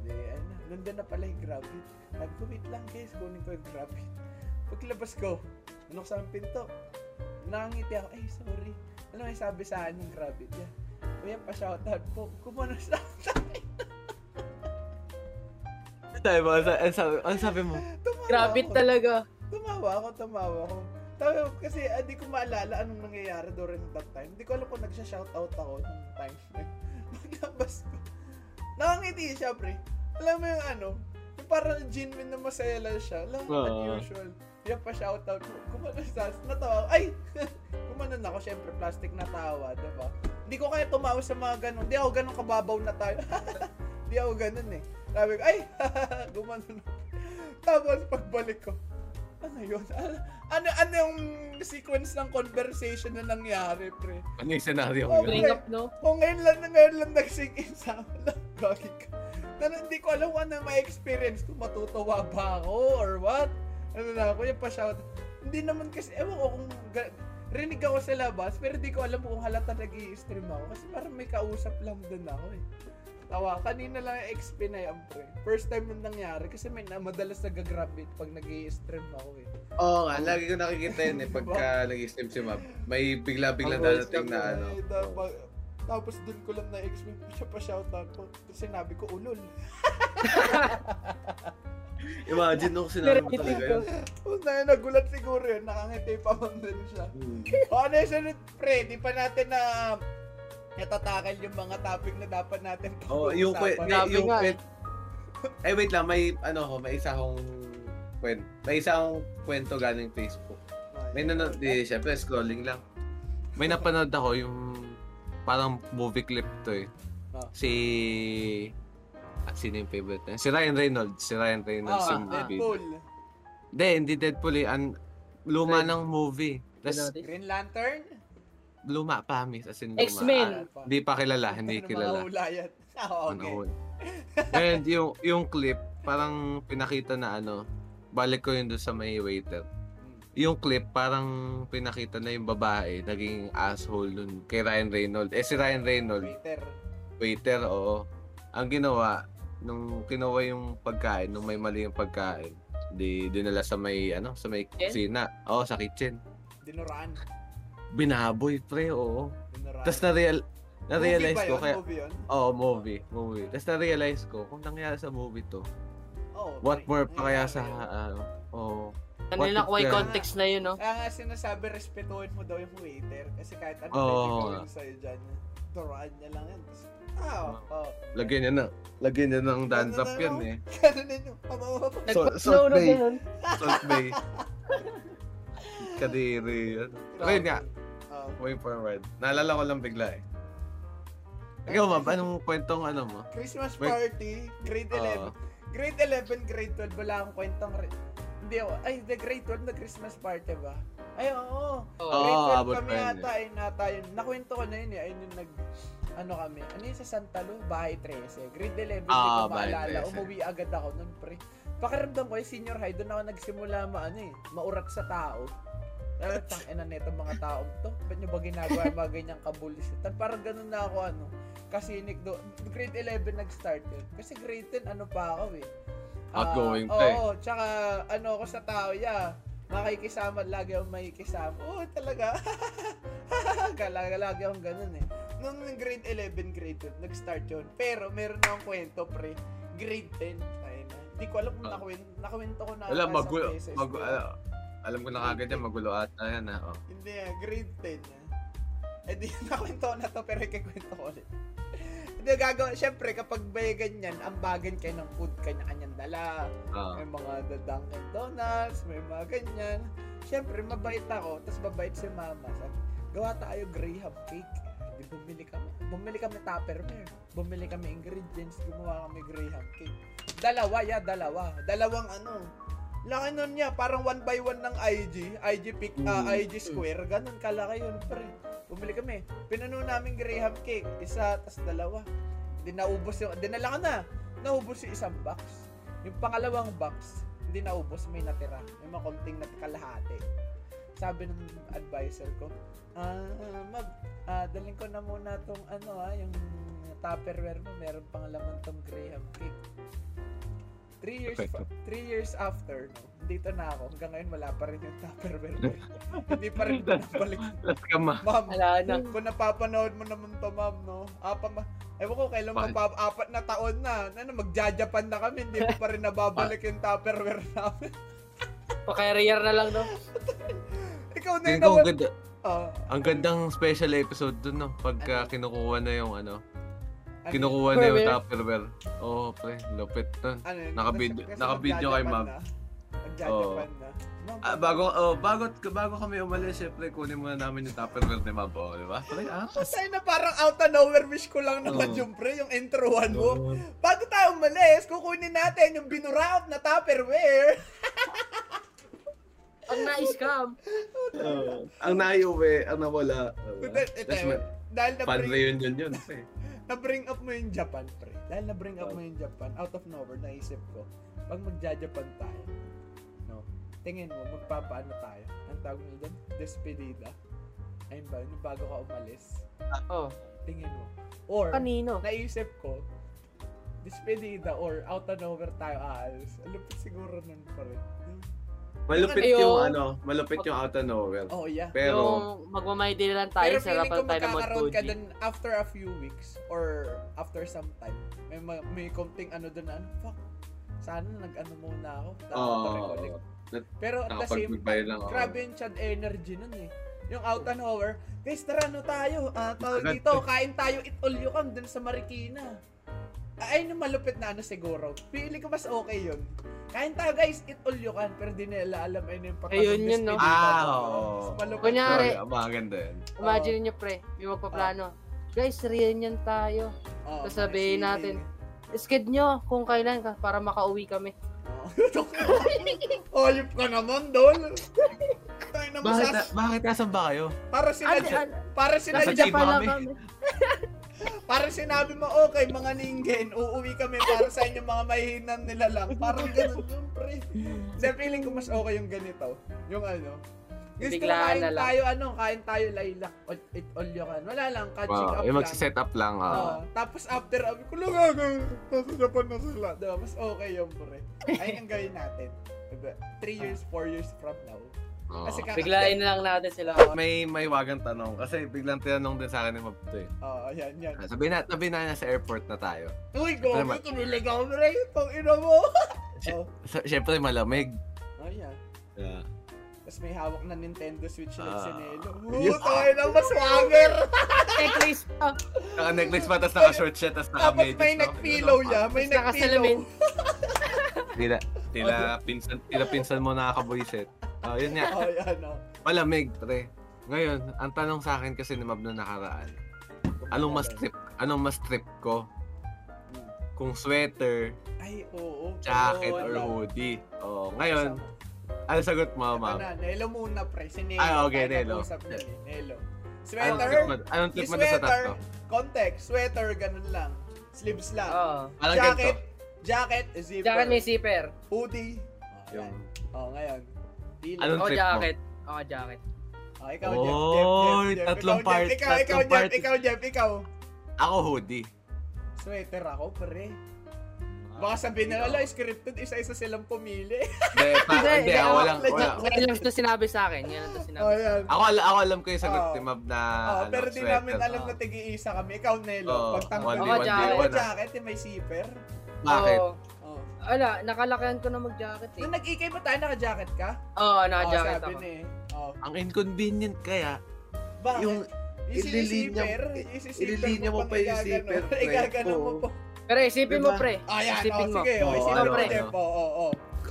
[SPEAKER 1] hindi, ano, nandun na pala yung grab it. Nag-commit lang guys, kunin ko yung grab it. Paglabas ko, binuksan ang pinto. Nakangiti ako, ay, sorry. Ano may sabi sa akin yung grab it niya? Kuya, pa-shoutout po. Kumano sa
[SPEAKER 2] Sabi mo, sa- ang sabi, ang sabi mo,
[SPEAKER 1] Tumawa
[SPEAKER 3] Grabe
[SPEAKER 1] ako.
[SPEAKER 3] talaga.
[SPEAKER 1] Tumawa ako, tumawa ako. Sabi ko, kasi hindi ko maalala anong nangyayari during that time. Hindi ko alam kung nagsha-shoutout ako nung time na yun. Paglabas ko. Nakangiti siya, pre. Alam mo yung ano, yung parang genuine na masaya lang siya. Alam mo,
[SPEAKER 2] Oo.
[SPEAKER 1] unusual. Yung pa shoutout ko. Kumano sa natawa ako. Ay! Kumanon ako, syempre, plastic na tawa, diba? Hindi ko kaya tumawa sa mga ganun. Hindi ako ganun kababaw na tayo. Hindi ako ganun eh. Sabi ko, ay! Gumanon ako. Tapos pagbalik ko, ano yun? Ano, ano, ano yung sequence ng conversation na nangyari, pre?
[SPEAKER 2] ano yung scenario
[SPEAKER 1] Oh,
[SPEAKER 2] ko
[SPEAKER 1] pre.
[SPEAKER 2] yun?
[SPEAKER 3] Bring up, no?
[SPEAKER 1] Kung ngayon lang na ngayon lang nag-sink in sa akin, gagi ka. Na, hindi ko alam kung ano may experience ko, matutuwa ba ako or what? Ano na ako, yung pa-shout. Hindi naman kasi, ewan ko kung ga- rinig ako sa labas, pero hindi ko alam kung halata nag stream ako. Kasi parang may kausap lang dun ako eh. Tawa, kanina lang yung XP na yan, pre. First time nung nangyari, kasi may na, madalas nag-grab it pag nag stream ako eh.
[SPEAKER 2] Oo nga, lagi ko nakikita yun eh, pagka nag-stream si Mab. May bigla-bigla darating na ano.
[SPEAKER 1] Ay, dapat- tapos dun ko lang na-explain pa siya pa shoutout ko. Tapos sinabi ko, ulol.
[SPEAKER 2] Imagine nung sinabi mo talaga yun.
[SPEAKER 1] Una yun, nagulat siguro yun. Nakangiti pa man din siya.
[SPEAKER 2] Hmm.
[SPEAKER 1] O ano yung sunod, pre? Di pa natin na natatakal yung mga topic na dapat natin
[SPEAKER 2] Oo, yung, kwe-
[SPEAKER 1] pag-uusapan.
[SPEAKER 2] yung,
[SPEAKER 3] Grabe
[SPEAKER 2] yung,
[SPEAKER 3] nga
[SPEAKER 2] kwe- eh wait lang, may ano ko, may isa akong kwento. May isa akong kwento galing Facebook. May nanonood, di, syempre scrolling lang. May napanood ako yung parang movie clip to eh.
[SPEAKER 1] Ah.
[SPEAKER 2] Si... Ah, sino yung favorite na? Si Ryan Reynolds. Si Ryan Reynolds
[SPEAKER 1] Ah,
[SPEAKER 2] yung movie.
[SPEAKER 1] Deadpool.
[SPEAKER 2] Hindi, hindi Deadpool eh. An, luma ng movie.
[SPEAKER 4] Ano
[SPEAKER 2] Tapos
[SPEAKER 1] Green Lantern?
[SPEAKER 2] luma pa, miss. As in luma.
[SPEAKER 3] X-Men.
[SPEAKER 2] Ah, Hindi pa kilala, hindi
[SPEAKER 1] Ano,
[SPEAKER 2] kilala.
[SPEAKER 1] Mga hulayan. Ah, okay.
[SPEAKER 2] Ano, And yung, yung clip, parang pinakita na ano, balik ko yun doon sa may waiter. Yung clip, parang pinakita na yung babae, naging asshole nun kay Ryan Reynolds. Eh si Ryan Reynolds,
[SPEAKER 1] Waiter.
[SPEAKER 2] waiter, oo. Ang ginawa, nung kinuha yung pagkain, nung may mali yung pagkain, di dinala sa may ano sa may kusina oo sa kitchen
[SPEAKER 1] Dinuraan.
[SPEAKER 2] binaboy pre oo
[SPEAKER 1] Dinuraan.
[SPEAKER 2] tapos na real na realize ko kaya
[SPEAKER 1] Movie yun?
[SPEAKER 2] oo movie movie tapos na realize ko kung nangyari sa movie to
[SPEAKER 1] Oo,
[SPEAKER 2] What
[SPEAKER 1] pre.
[SPEAKER 2] more pa kaya
[SPEAKER 1] Nangyayari
[SPEAKER 2] sa
[SPEAKER 1] yun.
[SPEAKER 2] ano? Oo.
[SPEAKER 3] Ano
[SPEAKER 2] What
[SPEAKER 4] ah,
[SPEAKER 3] nila
[SPEAKER 2] if
[SPEAKER 3] kuha yung
[SPEAKER 2] yan?
[SPEAKER 3] context na yun, no?
[SPEAKER 1] Kaya nga sinasabi, respetuhin mo daw yung waiter. Kasi kahit ano
[SPEAKER 2] Oo,
[SPEAKER 1] pwede
[SPEAKER 2] oo
[SPEAKER 1] gawin sa'yo dyan. Turaan niya lang yan. Tapos, Ah,
[SPEAKER 2] Oo.
[SPEAKER 1] oh.
[SPEAKER 2] Lagyan niya na. Lagyan niya ng dandruff
[SPEAKER 1] Ano na
[SPEAKER 2] yan
[SPEAKER 1] lang?
[SPEAKER 2] eh.
[SPEAKER 1] Ganun din yung pamawa pa.
[SPEAKER 2] So,
[SPEAKER 4] No,
[SPEAKER 2] salt
[SPEAKER 4] no,
[SPEAKER 2] bay.
[SPEAKER 4] ganun.
[SPEAKER 2] Salt bay. Kadiri yan. Pero yun nga,
[SPEAKER 1] Oo.
[SPEAKER 2] way forward. Naalala ko lang bigla eh. Ikaw ma'am, anong kwentong ano mo?
[SPEAKER 1] Christmas
[SPEAKER 2] Wait.
[SPEAKER 1] party, grade
[SPEAKER 2] Oo.
[SPEAKER 1] 11. Grade 11, grade 12, wala akong kwentong... re- Hindi ako. Ay, the grade 12 na Christmas party ba? Ay, oo.
[SPEAKER 3] Oo.
[SPEAKER 2] Oo,
[SPEAKER 1] grade 12
[SPEAKER 2] abot
[SPEAKER 1] kami
[SPEAKER 2] pa yun eh.
[SPEAKER 1] yata, ay nata yun. Nakwento ko na yun eh. Ayun yung nag... Ano kami? Ano yun sa Santa Lu? Bahay 13. Grade 11, hindi
[SPEAKER 2] Ah,
[SPEAKER 1] ko
[SPEAKER 2] bahay
[SPEAKER 1] maalala.
[SPEAKER 2] 13.
[SPEAKER 1] Umuwi agad ako nun, pre. Pakiramdam ko, yung senior high, doon ako nagsimula maano eh. Maurat sa tao. Pero tang ina neto mga taong to. Ba't nyo ba ginagawa yung mga ganyang kabulisitan? Parang ganun na ako ano. Kasinik do. Grade 11 nag-start yun. Kasi grade 10 ano pa ako eh. Ah,
[SPEAKER 2] Outgoing
[SPEAKER 1] Oo,
[SPEAKER 2] pa eh.
[SPEAKER 1] tsaka ano ako sa tao ya. Makikisama lagi akong makikisama. Oo, talaga. Galaga lagi akong ganun eh. Nung grade 11, grade 12, nag-start yun. Pero meron na akong kwento pre. Grade 10. Ay na. Di ko alam kung
[SPEAKER 2] Ah.
[SPEAKER 1] nakwin- nakwento ko na. ata
[SPEAKER 2] Wala,
[SPEAKER 1] isang
[SPEAKER 2] magulo.
[SPEAKER 1] beses,
[SPEAKER 2] Mag,
[SPEAKER 1] pero-
[SPEAKER 2] ala, alam ko na kagad yan, magulo ata yan ha. Oh.
[SPEAKER 1] Hindi ah, grade 10 ah. Eh di, nakwento ko na to, pero ikikwento ko ulit. Hindi, gagawin. Siyempre, kapag may ganyan, ambagan kayo ng food, kanya-kanyang dala.
[SPEAKER 2] Ah.
[SPEAKER 1] May mga The Dunkin' Donuts, may mga ganyan. Siyempre, mabait ako, tapos mabait si mama. Sabi, gawa tayo Graham cake. Di bumili kami. Bumili kami Tupperware. Bumili kami ingredients. Gumawa kami Graham cake. Dalawa, ya, dalawa. Dalawang ano. Laki nun niya, parang one by one ng IG. IG pic, ah,
[SPEAKER 2] Mm.
[SPEAKER 1] IG square. Ganun kalaki yun, pre. Bumili kami. Pinuno namin Graham cake. Isa, tas dalawa. Hindi naubos yung, dinala ko na. Naubos yung isang box. Yung pangalawang box, hindi naubos, may natira. May mga konting nagkalahati. Sabi ng advisor ko, ah, mag, ah, dalhin ko na muna tong ano ah, yung tupperware mo, meron pang laman tong Graham cake. Three years,
[SPEAKER 2] Perfecto.
[SPEAKER 1] fa- three years after, no, dito na ako, hanggang ngayon wala pa rin yung tupperware ko. hindi pa rin nabalik.
[SPEAKER 2] Last ka ma.
[SPEAKER 1] Ma'am,
[SPEAKER 4] Wala na.
[SPEAKER 2] Ano?
[SPEAKER 1] kung napapanood mo naman to, ma'am, no? Apa ma... Ewan ko, kailan
[SPEAKER 2] Bakit?
[SPEAKER 1] mapap... Apat na taon na. Ano, magjajapan na kami. Hindi mo pa rin
[SPEAKER 2] Ah.
[SPEAKER 1] nababalik yung Tupperware namin.
[SPEAKER 3] Pa-career na lang, no?
[SPEAKER 1] Ikaw na yung
[SPEAKER 2] Tingin ko, ang
[SPEAKER 1] nawal...
[SPEAKER 2] ganda,
[SPEAKER 1] Oh,
[SPEAKER 2] ang gandang special episode dun, no? Pagka
[SPEAKER 1] Ano?
[SPEAKER 2] kinukuha na yung ano,
[SPEAKER 1] ano,
[SPEAKER 2] kinukuha na yung
[SPEAKER 4] Tupperware?
[SPEAKER 2] Tupperware. Oo, pre, lupit nun.
[SPEAKER 1] Ano, yun?
[SPEAKER 2] Nakabid-
[SPEAKER 1] Kasi- kasi
[SPEAKER 2] nakabidyo kay
[SPEAKER 1] magjajapan
[SPEAKER 2] ma'am.
[SPEAKER 1] na. Magjajapan na. Ma'am,
[SPEAKER 2] Ah, bago, oh, bago, bago kami umalis, syempre, kunin muna namin yung Tupperware ni Mab, oh, di ba? Pre, ah,
[SPEAKER 1] Patay na parang out of nowhere wish ko lang naman
[SPEAKER 2] Oo.
[SPEAKER 1] yung pre, yung intro one mo.
[SPEAKER 2] no.
[SPEAKER 1] Bago tayo umalis, kukunin natin yung binura out na Tupperware.
[SPEAKER 3] Ang na-scam.
[SPEAKER 2] Oo. ang naiuwi, ang nawala. oo.
[SPEAKER 1] Ito, ito,
[SPEAKER 2] Tapos may-
[SPEAKER 1] dahil na
[SPEAKER 2] Fan reunion yun, eh. pre.
[SPEAKER 1] na-bring up mo yung Japan, pre. Dahil na-bring up
[SPEAKER 2] Oh.
[SPEAKER 1] mo yung Japan, out of nowhere, naisip ko, pag magja-Japan tayo, no, tingin mo, magpapaano tayo? Ang tawag nila doon, despedida. Ayun ba, yun, bago ka umalis,
[SPEAKER 3] Oh.
[SPEAKER 1] tingin mo. Or,
[SPEAKER 4] Kanino?
[SPEAKER 1] naisip ko, despedida or out of nowhere tayo aalis. Alupit siguro nun pa rin.
[SPEAKER 2] Malupit
[SPEAKER 3] Ayun.
[SPEAKER 2] yung ano, malupit yung out of nowhere.
[SPEAKER 1] Oh, yeah.
[SPEAKER 2] Pero,
[SPEAKER 3] yung magmamayday na lang
[SPEAKER 1] Pero
[SPEAKER 3] tayo sa
[SPEAKER 1] feeling ko
[SPEAKER 3] harapan tayo ng Mount
[SPEAKER 1] magkakaroon ka
[SPEAKER 3] Fuji.
[SPEAKER 1] dun after a few weeks or after some time. May ma- may konting ano dun na, ano, fuck, sana nag-ano muna ako. Tapos
[SPEAKER 2] Oo.
[SPEAKER 1] pa-recollect. Pero at the same
[SPEAKER 2] oh, nakapag-goodbye
[SPEAKER 1] time,
[SPEAKER 2] lang ako.
[SPEAKER 1] grabe yung chad energy nun eh. Yung out and over, guys, tara no tayo. Ah, tawag
[SPEAKER 2] Agad.
[SPEAKER 1] dito, kain tayo, it all you can dun sa Marikina. Ay, no, malupit na ano siguro. Feeling ko mas okay yun. Kain tayo guys, it all you can. Pero di nila alam ayun yung patagong
[SPEAKER 3] Ayun yun, no?
[SPEAKER 1] despedida.
[SPEAKER 2] Ah, oo.
[SPEAKER 1] Mas malupit.
[SPEAKER 3] Kunyari,
[SPEAKER 2] Sorry, ah, maganda yun.
[SPEAKER 1] oh.
[SPEAKER 3] Imagine nyo, pre, yung magpaplano. Guys, reunion tayo.
[SPEAKER 1] Oo,
[SPEAKER 3] Tapos sabihin
[SPEAKER 1] mga
[SPEAKER 3] natin,
[SPEAKER 1] feeling.
[SPEAKER 3] Skid nyo kung kailan ka para makauwi kami.
[SPEAKER 1] Oh, Ayop ka naman, Dol. Tayo na
[SPEAKER 2] Bakit,
[SPEAKER 1] masas-
[SPEAKER 2] bakit nasan ba kayo?
[SPEAKER 1] Para sina
[SPEAKER 3] Ano, ano?
[SPEAKER 1] para sina
[SPEAKER 2] Nasa
[SPEAKER 3] Nandiyan
[SPEAKER 2] Chiba
[SPEAKER 3] pa lang
[SPEAKER 2] kami.
[SPEAKER 3] kami.
[SPEAKER 1] para sinabi mo okay mga ningen, uuwi kami para sa inyo mga mahihinan nila lang. Parang ganun yung pre. Kasi feeling ko mas okay yung ganito. Yung ano, gusto ko
[SPEAKER 3] Biglaan
[SPEAKER 1] kain
[SPEAKER 3] na lang.
[SPEAKER 1] tayo ano, kain tayo laylak. All, it all you can. Wala lang, catching
[SPEAKER 2] Wow, Eh,
[SPEAKER 1] up
[SPEAKER 2] yung
[SPEAKER 1] lang.
[SPEAKER 2] magsiset up lang.
[SPEAKER 1] Oo.
[SPEAKER 2] ah.
[SPEAKER 1] tapos after, sabi ko lang ako, nasa Japan na sila. Diba? Mas okay yung pre. Ay, ang gawin natin. Diba? Three years, four years from now.
[SPEAKER 2] Oo.
[SPEAKER 1] Kasi kaka-
[SPEAKER 3] Biglain na lang natin sila.
[SPEAKER 2] may may wagang tanong kasi biglang tinanong din sa akin ni Mab to eh.
[SPEAKER 1] Oo, yan, yan.
[SPEAKER 2] Ah, Sabihin na, sabihin na nasa airport na tayo.
[SPEAKER 1] Uy, go!
[SPEAKER 2] Tama.
[SPEAKER 1] Tumilig ako, pre. Itong ina mo. oh,
[SPEAKER 2] Sure. So, syempre malamig.
[SPEAKER 1] oh, yeah.
[SPEAKER 2] Ah,
[SPEAKER 1] Tapos may hawak na Nintendo Switch na
[SPEAKER 2] Ah.
[SPEAKER 1] si Nelo.
[SPEAKER 2] Yes.
[SPEAKER 1] Puto, ina mo, swagger!
[SPEAKER 4] Eh, Chris, ah,
[SPEAKER 2] Naka necklace pa, tapos naka short siya, tapos naka
[SPEAKER 1] Tapos may
[SPEAKER 2] medias, no?
[SPEAKER 1] nagpillow
[SPEAKER 2] Ano,
[SPEAKER 1] ya. May
[SPEAKER 3] Tapos nakasalamin.
[SPEAKER 1] nagpillow.
[SPEAKER 2] Tila, tila pinsan, tila pinsan mo nakakabuisit. Oh, yun nga.
[SPEAKER 1] Oh, yan, oh.
[SPEAKER 2] Malamig, pre. Ngayon, ang tanong sa akin kasi ni Mab na nakaraan, anong mas trip, anong mas trip ko? Kung sweater,
[SPEAKER 1] Ay, oo.
[SPEAKER 2] jacket, or
[SPEAKER 1] Wala.
[SPEAKER 2] hoodie. Oh, ngayon, ano sagot mo,
[SPEAKER 1] Ito
[SPEAKER 2] Mab?
[SPEAKER 1] na, Nelo muna, pre. Si Nelo.
[SPEAKER 2] Ah, okay, Nelo.
[SPEAKER 1] Usap niya, eh. Nelo.
[SPEAKER 2] Anong trip mo,
[SPEAKER 1] Sweater,
[SPEAKER 2] anong
[SPEAKER 1] yung
[SPEAKER 2] trip mo doon sa
[SPEAKER 1] sweater,
[SPEAKER 2] tatlo?
[SPEAKER 1] context, sweater, ganun lang. Sleeves lang.
[SPEAKER 3] Oo.
[SPEAKER 2] Parang ganito.
[SPEAKER 1] jacket, jacket, zipper.
[SPEAKER 3] Oh. Jacket may zipper.
[SPEAKER 1] Hoodie. Oh,
[SPEAKER 2] Yung,
[SPEAKER 1] yan. oh ngayon. Pila.
[SPEAKER 2] Anong
[SPEAKER 3] Ako
[SPEAKER 2] trip mo?
[SPEAKER 3] jacket. Ako jacket.
[SPEAKER 1] Oh, ikaw,
[SPEAKER 2] Oy,
[SPEAKER 1] Jeff, Jeff, Jeff, Jeff.
[SPEAKER 2] tatlong
[SPEAKER 1] ikaw,
[SPEAKER 2] part-
[SPEAKER 1] Jeff, ikaw, ikaw, Jeff,
[SPEAKER 2] tatlong part.
[SPEAKER 1] ikaw, Jeff, ikaw.
[SPEAKER 2] Ako hoodie.
[SPEAKER 1] Sweater ako, pre. Baka sabihin na, ala, scripted, isa-isa silang pumili.
[SPEAKER 2] Hindi, pa, hindi, ako walang,
[SPEAKER 1] Legit.
[SPEAKER 2] wala.
[SPEAKER 3] Ngayon lang ito sinabi sa akin. Ngayon lang ito
[SPEAKER 1] oh,
[SPEAKER 3] sinabi.
[SPEAKER 1] yan.
[SPEAKER 2] Ako, al- ako alam ko yung sagot
[SPEAKER 1] Oo.
[SPEAKER 2] ni Mab na,
[SPEAKER 1] Oh,
[SPEAKER 2] ano,
[SPEAKER 1] pero di
[SPEAKER 2] sweater.
[SPEAKER 1] namin alam na tigi-isa kami. Ikaw, Nelo.
[SPEAKER 2] Oo,
[SPEAKER 1] Pag tanggol
[SPEAKER 2] one
[SPEAKER 3] day, one day,
[SPEAKER 1] ako
[SPEAKER 2] one, ah.
[SPEAKER 1] jacket, eh, may zipper.
[SPEAKER 2] Bakit?
[SPEAKER 3] Oo.
[SPEAKER 1] Oh.
[SPEAKER 3] ala, nakalakihan ko na mag-jacket eh.
[SPEAKER 1] Nung nag-ikay mo tayo, naka-jacket ka?
[SPEAKER 3] Oo,
[SPEAKER 1] Oo,
[SPEAKER 3] naka-jacket
[SPEAKER 1] sabi
[SPEAKER 3] ako.
[SPEAKER 1] niya eh. Oh,
[SPEAKER 2] Ang inconvenient kaya,
[SPEAKER 1] bakit?
[SPEAKER 2] yung ililinya
[SPEAKER 1] isisiper,
[SPEAKER 2] mo-
[SPEAKER 1] isisiper
[SPEAKER 2] ililinya mo
[SPEAKER 1] pang
[SPEAKER 2] pa yung
[SPEAKER 1] igagano.
[SPEAKER 2] zipper, pre.
[SPEAKER 1] Igagano mo
[SPEAKER 2] Oo.
[SPEAKER 1] po.
[SPEAKER 3] Pero isipin mo,
[SPEAKER 2] Diba?
[SPEAKER 3] pre.
[SPEAKER 1] Ah, yan.
[SPEAKER 3] Isipin
[SPEAKER 1] oh,
[SPEAKER 3] mo.
[SPEAKER 1] sige, oh,
[SPEAKER 2] Oo,
[SPEAKER 1] isipin
[SPEAKER 3] ano,
[SPEAKER 1] mo
[SPEAKER 3] ano.
[SPEAKER 1] tempo. Oo, oo.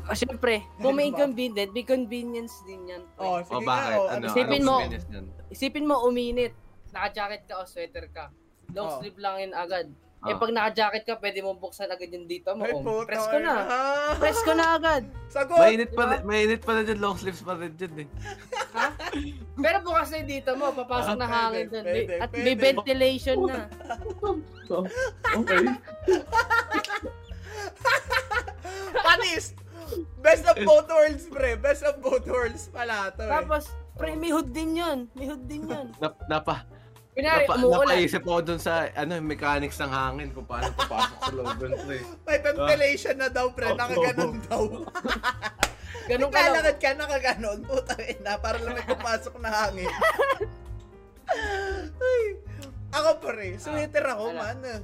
[SPEAKER 3] Ah, Siyempre, kung may
[SPEAKER 1] Diba?
[SPEAKER 3] inconvenient, may convenience din yan. pre.
[SPEAKER 1] Oh,
[SPEAKER 2] o
[SPEAKER 1] sige nga,
[SPEAKER 2] bakit?
[SPEAKER 1] oh,
[SPEAKER 2] ano,
[SPEAKER 3] Isipin
[SPEAKER 2] anong
[SPEAKER 3] mo.
[SPEAKER 2] convenience nun?
[SPEAKER 3] Isipin mo, uminit. Naka-jacket ka o sweater ka. Long
[SPEAKER 1] Oo.
[SPEAKER 3] sleeve lang yun agad. Eh
[SPEAKER 2] Oo.
[SPEAKER 3] pag naka-jacket ka, pwede mo buksan agad yung dito mo.
[SPEAKER 1] Ay,
[SPEAKER 3] Oh,
[SPEAKER 1] puto.
[SPEAKER 3] press ko na.
[SPEAKER 1] Ah,
[SPEAKER 3] Press ko na agad.
[SPEAKER 1] Sagot!
[SPEAKER 2] Mainit pa, rin- mainit pa na dyan, long sleeves pa rin dyan eh.
[SPEAKER 3] Pero bukas na yung dito mo,
[SPEAKER 1] Ah,
[SPEAKER 3] papasok na
[SPEAKER 1] pwede,
[SPEAKER 3] hangin doon.
[SPEAKER 1] pwede,
[SPEAKER 3] At may
[SPEAKER 1] pwede.
[SPEAKER 3] ventilation na.
[SPEAKER 2] Oh, Okay.
[SPEAKER 1] Panis! Best of both worlds, pre. Best of both worlds pala to. eh.
[SPEAKER 3] Tapos, pre, may hood din yun. May hood din yun.
[SPEAKER 2] Nap, napa,
[SPEAKER 3] Kunyari,
[SPEAKER 2] napa,
[SPEAKER 3] umuulan.
[SPEAKER 2] napaisip ako dun sa ano, mechanics ng hangin kung paano papasok sa loob ng pre.
[SPEAKER 1] May ventilation na daw, pre.
[SPEAKER 2] Opo.
[SPEAKER 1] Nakaganon daw.
[SPEAKER 3] Ganun ka lang.
[SPEAKER 1] Naglalakad ka, nakaganon. Puta na, para lang may pupasok na hangin. Ay. Ako, pre. Sweater ako,
[SPEAKER 3] Ah, wala.
[SPEAKER 1] man.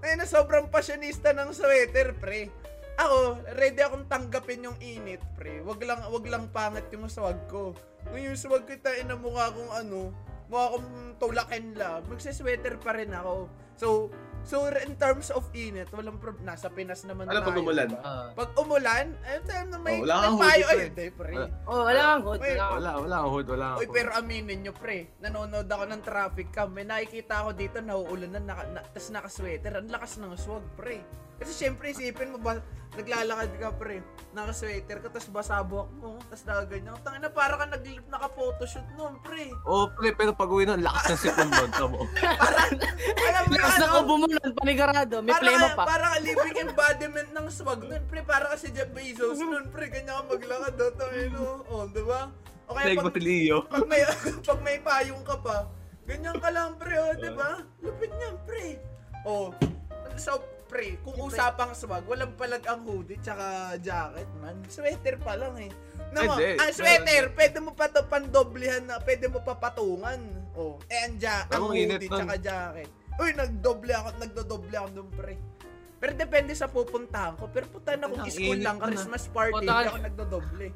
[SPEAKER 1] Ay, na sobrang passionista ng sweater, pre. Ako, ready akong tanggapin yung init, pre. Wag lang, wag lang pangit yung swag ko. Kung yung swag ko, tain na mukha kong ano, mukha kong tulakin la. Magsisweater pa rin ako. So, so in terms of init, walang problem. Nasa Pinas naman
[SPEAKER 2] Ano pag
[SPEAKER 1] tayo,
[SPEAKER 2] umulan?
[SPEAKER 1] diba?
[SPEAKER 3] Ah.
[SPEAKER 1] Pag umulan, ayun tayo na may,
[SPEAKER 2] Oh, wala kang
[SPEAKER 1] may payo.
[SPEAKER 2] hoodie,
[SPEAKER 1] Ay,
[SPEAKER 2] pre.
[SPEAKER 1] hindi, pre.
[SPEAKER 2] Wala.
[SPEAKER 3] Oh, wala kang hood.
[SPEAKER 1] Wait,
[SPEAKER 3] Wala kang
[SPEAKER 2] Wala, wala ang hood, wala ang
[SPEAKER 1] Uy,
[SPEAKER 2] hood.
[SPEAKER 1] pero aminin nyo, pre. Nanonood ako ng traffic cam. May nakikita ako dito, nauulan na, naka, na tas naka-sweater. Ang lakas ng swag, pre. Kasi syempre, isipin mo ba, naglalakad ka, pre. Naka-sweater ka, tas basabo mo, tas nakaganyan. Tangina, para ka nag naka-photoshoot noon, pre.
[SPEAKER 2] Oh, pre, pero pag uwi nun, lakas ng sipon doon. Tamo.
[SPEAKER 1] Alam mo, yung
[SPEAKER 4] Lakas na
[SPEAKER 3] Oh,
[SPEAKER 1] ano,
[SPEAKER 4] ubo mo nun, panigurado. May
[SPEAKER 1] para,
[SPEAKER 4] plema
[SPEAKER 1] ka-
[SPEAKER 4] pa.
[SPEAKER 1] Para ka living embodiment ng swag nun, pre. Para ka si Jeff Bezos nun, pre. Ganyan ka maglakad, oh, tangina. Oh, di ba? O kaya
[SPEAKER 2] Like
[SPEAKER 1] pag-
[SPEAKER 2] Botilio.
[SPEAKER 1] pag may pag may payong ka pa, ganyan ka lang pre, oh, 'di ba? Lupit niyan pre. Oh. So pre, kung usapang swag, walang palag ang hoodie tsaka jacket man. Sweater pa lang eh. Nako,
[SPEAKER 2] Pwede.
[SPEAKER 1] ang sweater, pwede mo pa to pandoblihan na, pwede mo pa patungan. Oh, eh ang, ja- ang
[SPEAKER 2] Tamang init
[SPEAKER 1] hoodie
[SPEAKER 2] nun.
[SPEAKER 1] tsaka jacket. Uy, nagdoble ako, nagdodoble ako dun pre. Pero depende sa pupuntahan ko. Pero puta na kung
[SPEAKER 2] Ang
[SPEAKER 1] school
[SPEAKER 2] init
[SPEAKER 1] lang,
[SPEAKER 2] nun, ah.
[SPEAKER 1] Christmas party,
[SPEAKER 3] Puta ka-
[SPEAKER 1] hindi ako nagdodoble.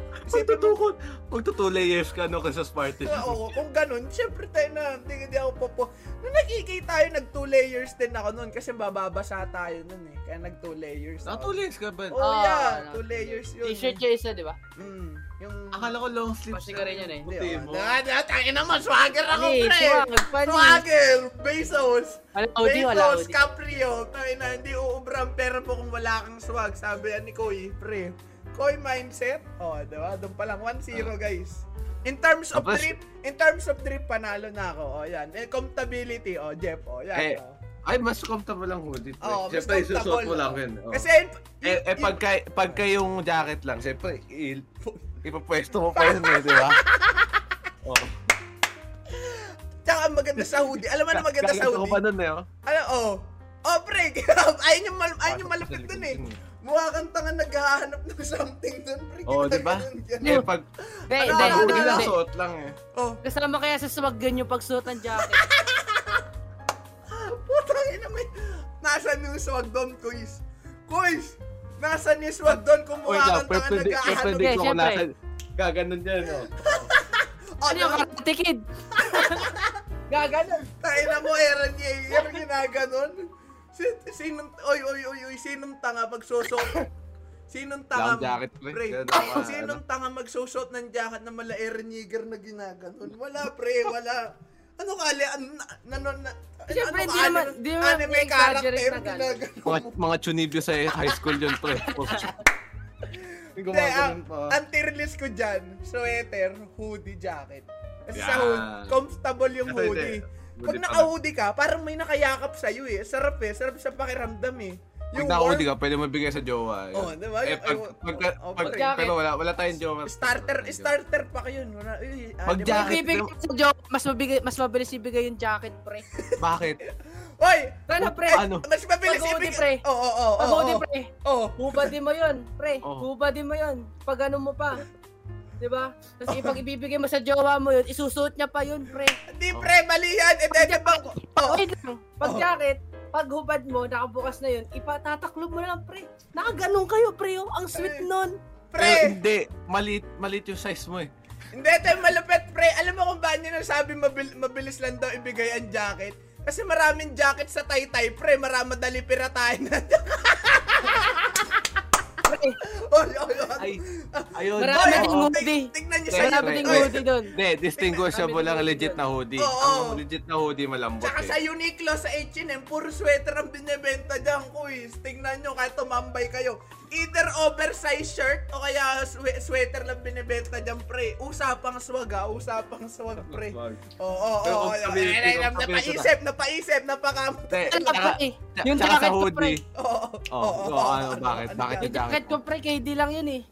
[SPEAKER 2] Kasi tutukod. Pag two layers ka, no, kasi sa Spartan.
[SPEAKER 1] Oo, kung ganun, syempre tayo na, hindi, hindi ako popo. Nung nakikita tayo, nag two layers din ako nun kasi bababasa tayo nun eh. Kaya nag two layers. ako.
[SPEAKER 2] Naka Ah, two layers ka ba?
[SPEAKER 1] Oo, oh, yeah,
[SPEAKER 3] Ah,
[SPEAKER 1] two layers yun.
[SPEAKER 3] T-shirt yung isa, di ba?
[SPEAKER 1] Mm, yung...
[SPEAKER 2] Akala ko long sleeves.
[SPEAKER 3] Pasi ka rin yun eh.
[SPEAKER 1] Hindi,
[SPEAKER 2] Puti
[SPEAKER 1] oh.
[SPEAKER 2] mo.
[SPEAKER 1] Da- da- Tangin na mo, swagger ako,
[SPEAKER 3] Hindi,
[SPEAKER 1] pre!
[SPEAKER 3] swag, funny.
[SPEAKER 1] Swagger! Bezos!
[SPEAKER 3] Wala hoodie, wala
[SPEAKER 1] Bezos,
[SPEAKER 3] hoodie.
[SPEAKER 1] Caprio! Tangin na, hindi uubra ang pera mo kung wala kang swag, sabi yan ni Koy, pre. Koy mindset? Oh, diba? Doon pa lang, 1-0, guys. In terms of
[SPEAKER 2] Tapos-
[SPEAKER 1] drip, in terms of drip, panalo na ako. Oh, yan. Eh, comptability, oh, Jeff, oh, yan.
[SPEAKER 2] Eh,
[SPEAKER 1] oh.
[SPEAKER 2] Ay, mas comfortable lang hoodie. pre.
[SPEAKER 1] Oo, mas
[SPEAKER 2] Siyempre, isusuot mo
[SPEAKER 1] comfortable.
[SPEAKER 2] lang yun. Oo.
[SPEAKER 1] Kasi,
[SPEAKER 2] eh, eh, pagka, pagka yung jacket lang, siyempre, il, ipapwesto mo pa yun eh, di ba? Oh.
[SPEAKER 1] tsaka ang maganda sa hoodie. Alam mo na Ano maganda sa
[SPEAKER 2] Gagawin ko pa
[SPEAKER 1] hoodie?
[SPEAKER 2] nun eh, oh.
[SPEAKER 1] Alam, oh. Oh, pre, ayun yung, mal- ayun yung
[SPEAKER 2] Pasok sa
[SPEAKER 1] malapit dun eh.
[SPEAKER 2] likod yun
[SPEAKER 1] Mukha kang tanga naghahanap ng something dun, pre.
[SPEAKER 2] Oo, Oh, di ba?
[SPEAKER 1] Ginaganon yan.
[SPEAKER 2] Eh, pag
[SPEAKER 3] Hindi,
[SPEAKER 1] Ano,
[SPEAKER 3] hindi,
[SPEAKER 1] ano,
[SPEAKER 3] hindi,
[SPEAKER 2] hoodie lang,
[SPEAKER 3] hindi.
[SPEAKER 2] suot lang eh.
[SPEAKER 1] Oh,
[SPEAKER 3] Kasama kaya sa swag yun yung pagsuot ng jacket.
[SPEAKER 1] Putang ina may... Nasaan yung swag doon, Kuis? Kuis! Nasaan yung swag doon kung
[SPEAKER 2] Uy,
[SPEAKER 1] mukha
[SPEAKER 2] lang,
[SPEAKER 1] kang tanga
[SPEAKER 2] perpendic,
[SPEAKER 1] naghahanap?
[SPEAKER 2] perpendic
[SPEAKER 3] Eh,
[SPEAKER 2] ko kung
[SPEAKER 3] syempre.
[SPEAKER 2] nasa... Gaganon yan, oh.
[SPEAKER 1] Oh,
[SPEAKER 3] Ano yung karate kid? Gaganon.
[SPEAKER 1] Tayo na mo, Aaron Yeager, ginaganon. Si, sinong, oy, oy, oy, oy, sinong tanga magsusot? Sinong tanga,
[SPEAKER 2] Long jacket, pre.
[SPEAKER 1] pre?
[SPEAKER 2] Ganun ako, ano.
[SPEAKER 1] Sinong tanga magsusot ng jacket na mala Aaron Yeager na ginaganon? Wala, pre, wala. Ano kali, ano, ano, ano,
[SPEAKER 3] Siyempre,
[SPEAKER 1] ano,
[SPEAKER 3] di naman-
[SPEAKER 1] ano,
[SPEAKER 3] di naman
[SPEAKER 1] anime
[SPEAKER 3] i-exaggerate
[SPEAKER 1] character,
[SPEAKER 3] na ganun.
[SPEAKER 1] ginaganon.
[SPEAKER 2] Mga, mga chunibyo sa high school yun, pre.
[SPEAKER 1] Hindi, ah, ang,
[SPEAKER 2] Gumaganon pa.
[SPEAKER 1] ang tier list ko dyan, sweater, hoodie, jacket. Kasi sa
[SPEAKER 2] Yan.
[SPEAKER 1] hood, comfortable yung
[SPEAKER 2] Ito, hindi.
[SPEAKER 1] hoodie. Pag
[SPEAKER 2] Hoodie pa.
[SPEAKER 1] naka-hoodie ka, parang may nakayakap sa'yo eh. Sarap eh, sarap sa pakiramdam eh.
[SPEAKER 2] Pag naka-hoodie
[SPEAKER 1] warm-
[SPEAKER 2] ka, pwede mo bigay sa jowa.
[SPEAKER 1] Oo, di ba?
[SPEAKER 2] Eh,
[SPEAKER 1] Yung-
[SPEAKER 2] pag,
[SPEAKER 1] ay,
[SPEAKER 2] pag,
[SPEAKER 1] oo,
[SPEAKER 2] pag,
[SPEAKER 1] pag-
[SPEAKER 2] pero wala, wala tayong jowa.
[SPEAKER 1] oh, Starter, starter pa kayo. Wala, uy, ah,
[SPEAKER 2] Pag
[SPEAKER 1] di ba?
[SPEAKER 2] jacket.
[SPEAKER 3] Ibibigay sa joke, mas, mabigay, mas mabilis ibigay yung jacket, pre.
[SPEAKER 2] Bakit?
[SPEAKER 1] Oy!
[SPEAKER 3] Sana, pre.
[SPEAKER 2] Ano?
[SPEAKER 1] Mas mabilis
[SPEAKER 3] Pag-hoodie,
[SPEAKER 1] ibig- Oh,
[SPEAKER 3] pre.
[SPEAKER 1] Oo, oo, oo.
[SPEAKER 3] Pag hoodie,
[SPEAKER 1] oo.
[SPEAKER 3] pre.
[SPEAKER 1] Oo.
[SPEAKER 3] Hubadin mo yun, pre.
[SPEAKER 2] Oh.
[SPEAKER 3] Hubadin mo yun. Pag ano mo pa. Di ba? Tapos ipag ibibigay mo sa jowa mo yun, isusuot niya pa yun, pre.
[SPEAKER 1] Hindi pre, mali yan. Eh, And then,
[SPEAKER 3] Pag-
[SPEAKER 1] ibang- oo.
[SPEAKER 3] Wait lang. Pag
[SPEAKER 1] Oh.
[SPEAKER 3] jacket,
[SPEAKER 4] pag hubad mo, nakabukas na yun, ipatataklob mo na lang, pre. Nakaganon kayo, pre. oh. Ang sweet nun.
[SPEAKER 1] Pre,
[SPEAKER 2] Eh, hindi, maliit, maliit yung size mo eh.
[SPEAKER 1] hindi tayo malupit, pre. Alam mo kung bakit nila sabi mabil- mabilis lang daw ibigay ang jacket? Kasi maraming jacket sa taytay, pre. Marami dali piratain na.
[SPEAKER 4] Pre,
[SPEAKER 1] ol, ol, ol.
[SPEAKER 2] Ay, ayun.
[SPEAKER 4] Marami
[SPEAKER 1] Oy,
[SPEAKER 4] ding
[SPEAKER 1] oh,
[SPEAKER 4] hoodie.
[SPEAKER 1] tig- Tignan niyo sa eh.
[SPEAKER 4] Marami
[SPEAKER 2] Pre,
[SPEAKER 4] ding
[SPEAKER 2] pre. eh.
[SPEAKER 4] hoodie doon.
[SPEAKER 2] Hindi, distinguishable lang legit na hoodie.
[SPEAKER 1] Oo.
[SPEAKER 2] Ang legit na hoodie malambot
[SPEAKER 1] Tsaka sa
[SPEAKER 2] eh.
[SPEAKER 1] Uniqlo, sa H&M, puro sweater ang binibenta dyan, kuis. Tingnan nyo, kahit tumambay kayo. Either oversized shirt o kaya swe- sweater lang binibenta dyan, pre. Usapang swag, ha? Usapang swag, pre. Oo, oo,
[SPEAKER 2] Pero
[SPEAKER 1] oo.
[SPEAKER 2] kung sabihin-
[SPEAKER 1] Ay, ay,
[SPEAKER 2] kung sabihin-
[SPEAKER 1] Napaisip, napaisip, napaka...
[SPEAKER 2] Hindi,
[SPEAKER 4] Ano,
[SPEAKER 2] tsaka-
[SPEAKER 4] pre?
[SPEAKER 2] tsaka-
[SPEAKER 4] Yung
[SPEAKER 2] tsaka
[SPEAKER 4] jacket
[SPEAKER 2] sa
[SPEAKER 4] ko, pre.
[SPEAKER 2] hoodie.
[SPEAKER 1] Oo,
[SPEAKER 2] Oo,
[SPEAKER 1] oo, ano,
[SPEAKER 2] oo, ano, bakit, bakit
[SPEAKER 4] Yung
[SPEAKER 2] yung
[SPEAKER 4] jacket ko, pre, kay D lang yun eh.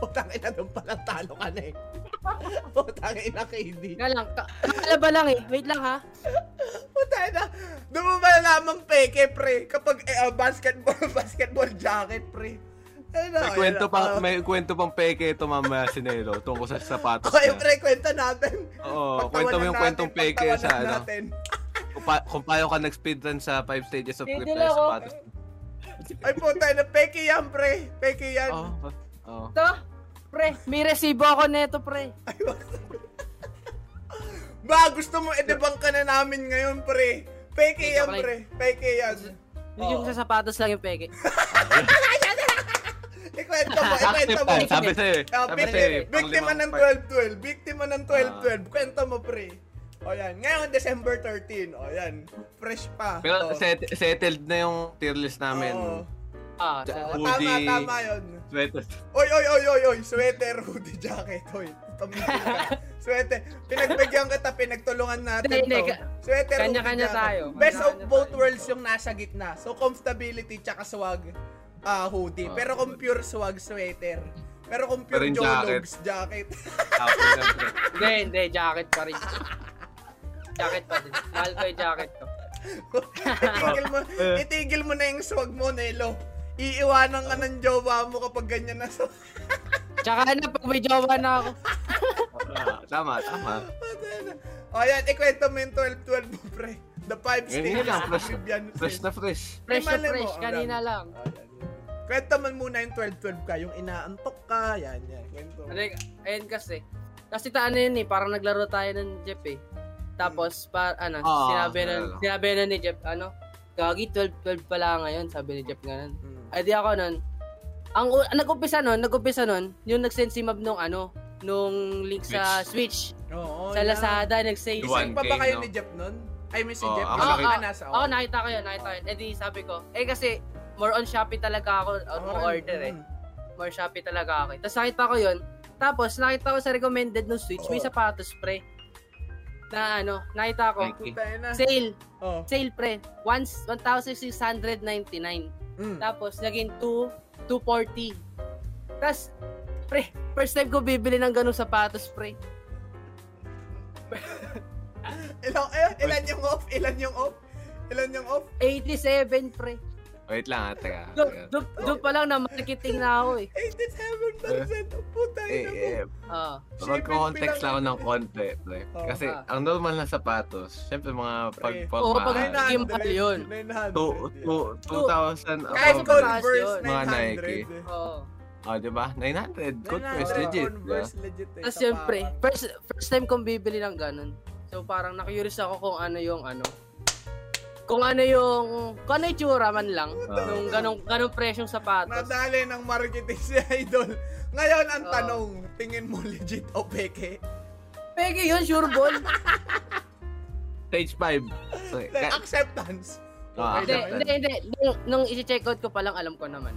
[SPEAKER 1] Putang ina, doon pala talo ka na eh. Putang ina, KD.
[SPEAKER 4] Nga lang, ka- kakalaba lang eh. Wait lang ha.
[SPEAKER 1] Putang ina, doon mo malalaman peke, pre. Kapag eh, ah, basketball, basketball jacket, pre. Ano,
[SPEAKER 2] May kwento
[SPEAKER 1] ano,
[SPEAKER 2] pang
[SPEAKER 1] ah.
[SPEAKER 2] may kwento pang peke ito mamaya si Nelo tungkol sa sapatos.
[SPEAKER 1] Okay,
[SPEAKER 2] niya.
[SPEAKER 1] eh, pre, kwento natin. Pagtawanan
[SPEAKER 2] Oo, Oh, kwento mo yung
[SPEAKER 1] natin,
[SPEAKER 2] kwentong peke
[SPEAKER 1] pagtawanan
[SPEAKER 2] sa ano.
[SPEAKER 1] natin.
[SPEAKER 2] Kung, pa, kung paano ka nag-speed run sa 5 stages of
[SPEAKER 4] Hindi
[SPEAKER 2] grip na
[SPEAKER 4] na ako.
[SPEAKER 2] sapatos.
[SPEAKER 1] Ay, puta na, peke yan, pre. Peke yan.
[SPEAKER 2] Oo. Oo.
[SPEAKER 4] Ito, pre, may resibo ako neto, pre.
[SPEAKER 1] Ba, gusto mo edebang ka na namin ngayon, pre. Peke
[SPEAKER 4] Hindi,
[SPEAKER 1] yan,
[SPEAKER 4] okay.
[SPEAKER 1] pre. Peke yan. Oh.
[SPEAKER 4] Yun Yung
[SPEAKER 1] Oo.
[SPEAKER 4] sa sapatos lang yung peke.
[SPEAKER 1] Ikwento mo, ikwento
[SPEAKER 2] Active
[SPEAKER 1] mo.
[SPEAKER 2] tayo, sabi sa'yo eh.
[SPEAKER 1] Ah,
[SPEAKER 2] Sabi
[SPEAKER 1] bik-
[SPEAKER 2] sa'yo eh.
[SPEAKER 1] biktima
[SPEAKER 2] panglimang
[SPEAKER 1] ng
[SPEAKER 2] part. Ah.
[SPEAKER 1] 12-12. Biktima ng 12-12. Kwento mo, pre. O yan. Ngayon, December 13. O yan. Fresh pa.
[SPEAKER 2] Pero
[SPEAKER 1] O.
[SPEAKER 2] set- settled na yung tier list namin.
[SPEAKER 1] Oo. Oo,
[SPEAKER 4] Ah, sa-
[SPEAKER 1] Tama,
[SPEAKER 2] Hoodie.
[SPEAKER 1] tama yun.
[SPEAKER 2] Sweater.
[SPEAKER 1] Oy, oy, oy, oy, oy. Sweater, hoodie, jacket. Oy, tumigil ka. Sweater. Pinagbigyan kita, pinagtulungan natin
[SPEAKER 4] Hindi,
[SPEAKER 1] to.
[SPEAKER 4] hindi, ka-
[SPEAKER 1] Sweater, hoodie,
[SPEAKER 4] kanya-kanya
[SPEAKER 1] jacket.
[SPEAKER 4] tayo.
[SPEAKER 1] Best of
[SPEAKER 4] Kanya-kanya
[SPEAKER 1] both
[SPEAKER 4] tayo.
[SPEAKER 1] worlds yung nasa gitna. So, comfortability tsaka swag ah, hoodie.
[SPEAKER 2] Ah,
[SPEAKER 1] Pero kung
[SPEAKER 2] hoodie.
[SPEAKER 1] pure swag, sweater. Pero kung
[SPEAKER 2] Pero
[SPEAKER 1] pure
[SPEAKER 2] yung
[SPEAKER 1] jologs, jacket.
[SPEAKER 2] Tapos ng pre.
[SPEAKER 4] Hindi, hindi, jacket pa rin. jacket pa din. Mahal ko yung jacket ko.
[SPEAKER 1] itigil mo,
[SPEAKER 2] Eh.
[SPEAKER 1] itigil mo na yung swag mo, Nelo. Iiwanan ka ng jowa mo kapag ganyan na swag.
[SPEAKER 4] Tsaka na, pag may jowa na ako.
[SPEAKER 2] Ah, Tama, tama.
[SPEAKER 1] o yan, ikwento mo yung 12-12 mo, pre. The five
[SPEAKER 2] Ganyan
[SPEAKER 1] stages
[SPEAKER 2] Eh, lang,
[SPEAKER 1] of
[SPEAKER 2] fresh na-
[SPEAKER 1] Caribbean
[SPEAKER 2] Fresh na fresh.
[SPEAKER 1] Ay,
[SPEAKER 4] Fresh na
[SPEAKER 1] malay mo,
[SPEAKER 4] fresh,
[SPEAKER 1] ang
[SPEAKER 4] kanina
[SPEAKER 1] dami.
[SPEAKER 4] lang.
[SPEAKER 1] Kwento mo muna yung 12-12 ka, yung inaantok ka, yan, yan. Kwento mo.
[SPEAKER 4] Ano yun- Ayun kasi. Kasi ta ano yun eh, parang naglaro tayo ng Jeff eh. Tapos, pa, ano,
[SPEAKER 2] Ah,
[SPEAKER 4] sinabi, na,
[SPEAKER 2] nalala ko.
[SPEAKER 4] sinabi na ni Jeff, ano, Gagi, 12-12 pala ngayon, sabi ni Jeff ganun.
[SPEAKER 1] Mm.
[SPEAKER 4] Ay di ako nun. Ang u- nag-umpisa nun, nag-umpisa nun, yung nag-send si Mab nung ano, nung link sa Switch,
[SPEAKER 1] Oo,
[SPEAKER 4] sa
[SPEAKER 1] yan.
[SPEAKER 4] Lazada, nag-save.
[SPEAKER 2] Diba?
[SPEAKER 1] Gising pa ba
[SPEAKER 2] 1K,
[SPEAKER 1] kayo
[SPEAKER 2] no?
[SPEAKER 1] ni Jeff nun? I mean si
[SPEAKER 2] Oo,
[SPEAKER 1] Jeff.
[SPEAKER 2] ako
[SPEAKER 1] Ah,
[SPEAKER 2] nakita-
[SPEAKER 1] ah, nasa,
[SPEAKER 4] Oo, nakita ko yun, nakita ko yun. Eh di sabi ko, eh kasi more on Shopee talaga ako
[SPEAKER 1] Oo,
[SPEAKER 4] mo order eh.
[SPEAKER 1] mm.
[SPEAKER 4] More Shopee talaga ako. eh. Tapos nakita ko yun. Tapos nakita ko sa recommended ng Switch, may
[SPEAKER 1] Oo.
[SPEAKER 4] sapatos pre. Na ano, nakita ko.
[SPEAKER 2] Nike.
[SPEAKER 1] Puta yun na.
[SPEAKER 4] Sale,
[SPEAKER 1] Oh.
[SPEAKER 4] sale pre. Once, 1,699.
[SPEAKER 1] Mm.
[SPEAKER 4] Tapos, naging 2, 240. Tapos, pre, first time ko bibili ng ganong sapatos, pre.
[SPEAKER 1] Ilan, eh, ilan yung off? Ilan yung off? Ilan yung off?
[SPEAKER 4] 87, pre.
[SPEAKER 2] Wait lang, ah, teka.
[SPEAKER 4] Do,
[SPEAKER 2] teka.
[SPEAKER 4] do, do pa lang na marketing na ako eh.
[SPEAKER 1] 87% oh, puta ina mo.
[SPEAKER 2] Eh, eh,
[SPEAKER 4] Ah,
[SPEAKER 2] Magko-context lang ako ng konti, pre.
[SPEAKER 1] Oo.
[SPEAKER 2] Kasi
[SPEAKER 4] Ah. Eh.
[SPEAKER 2] ang normal na sapatos, syempre mga
[SPEAKER 1] Pre.
[SPEAKER 4] Oo, pag
[SPEAKER 2] pagporma,
[SPEAKER 4] hindi mahal yun.
[SPEAKER 1] 900.
[SPEAKER 2] two- two- 2,000
[SPEAKER 1] Kahit
[SPEAKER 2] above.
[SPEAKER 4] Converse,
[SPEAKER 1] Converse,
[SPEAKER 4] yun.
[SPEAKER 2] Mga
[SPEAKER 1] 900. eh.
[SPEAKER 4] oo.
[SPEAKER 2] Ah, di ba? 900. Converse,
[SPEAKER 1] 900,
[SPEAKER 2] legit. di ba?
[SPEAKER 1] Converse, legit. eh,
[SPEAKER 4] Tapos
[SPEAKER 1] sa
[SPEAKER 4] yun, pre,
[SPEAKER 1] baba.
[SPEAKER 4] first, first time kong bibili ng ganon. So, parang na-curious ako kung ano yung ano. Kung ano yung, kung ano yung tsura man lang.
[SPEAKER 2] Ah.
[SPEAKER 4] Nung ganong, ganong presyong sapatos.
[SPEAKER 1] Nadali ng marketing si Idol. Ngayon, ang
[SPEAKER 4] Oo.
[SPEAKER 1] tanong, tingin mo legit o peke?
[SPEAKER 4] Peke yun, sure ball.
[SPEAKER 2] Stage 5.
[SPEAKER 1] Like, Acceptance.
[SPEAKER 2] Ah,
[SPEAKER 4] Hindi,
[SPEAKER 1] acceptance.
[SPEAKER 4] hindi, hindi. Nung, nung isi-check out ko pa lang, alam ko naman.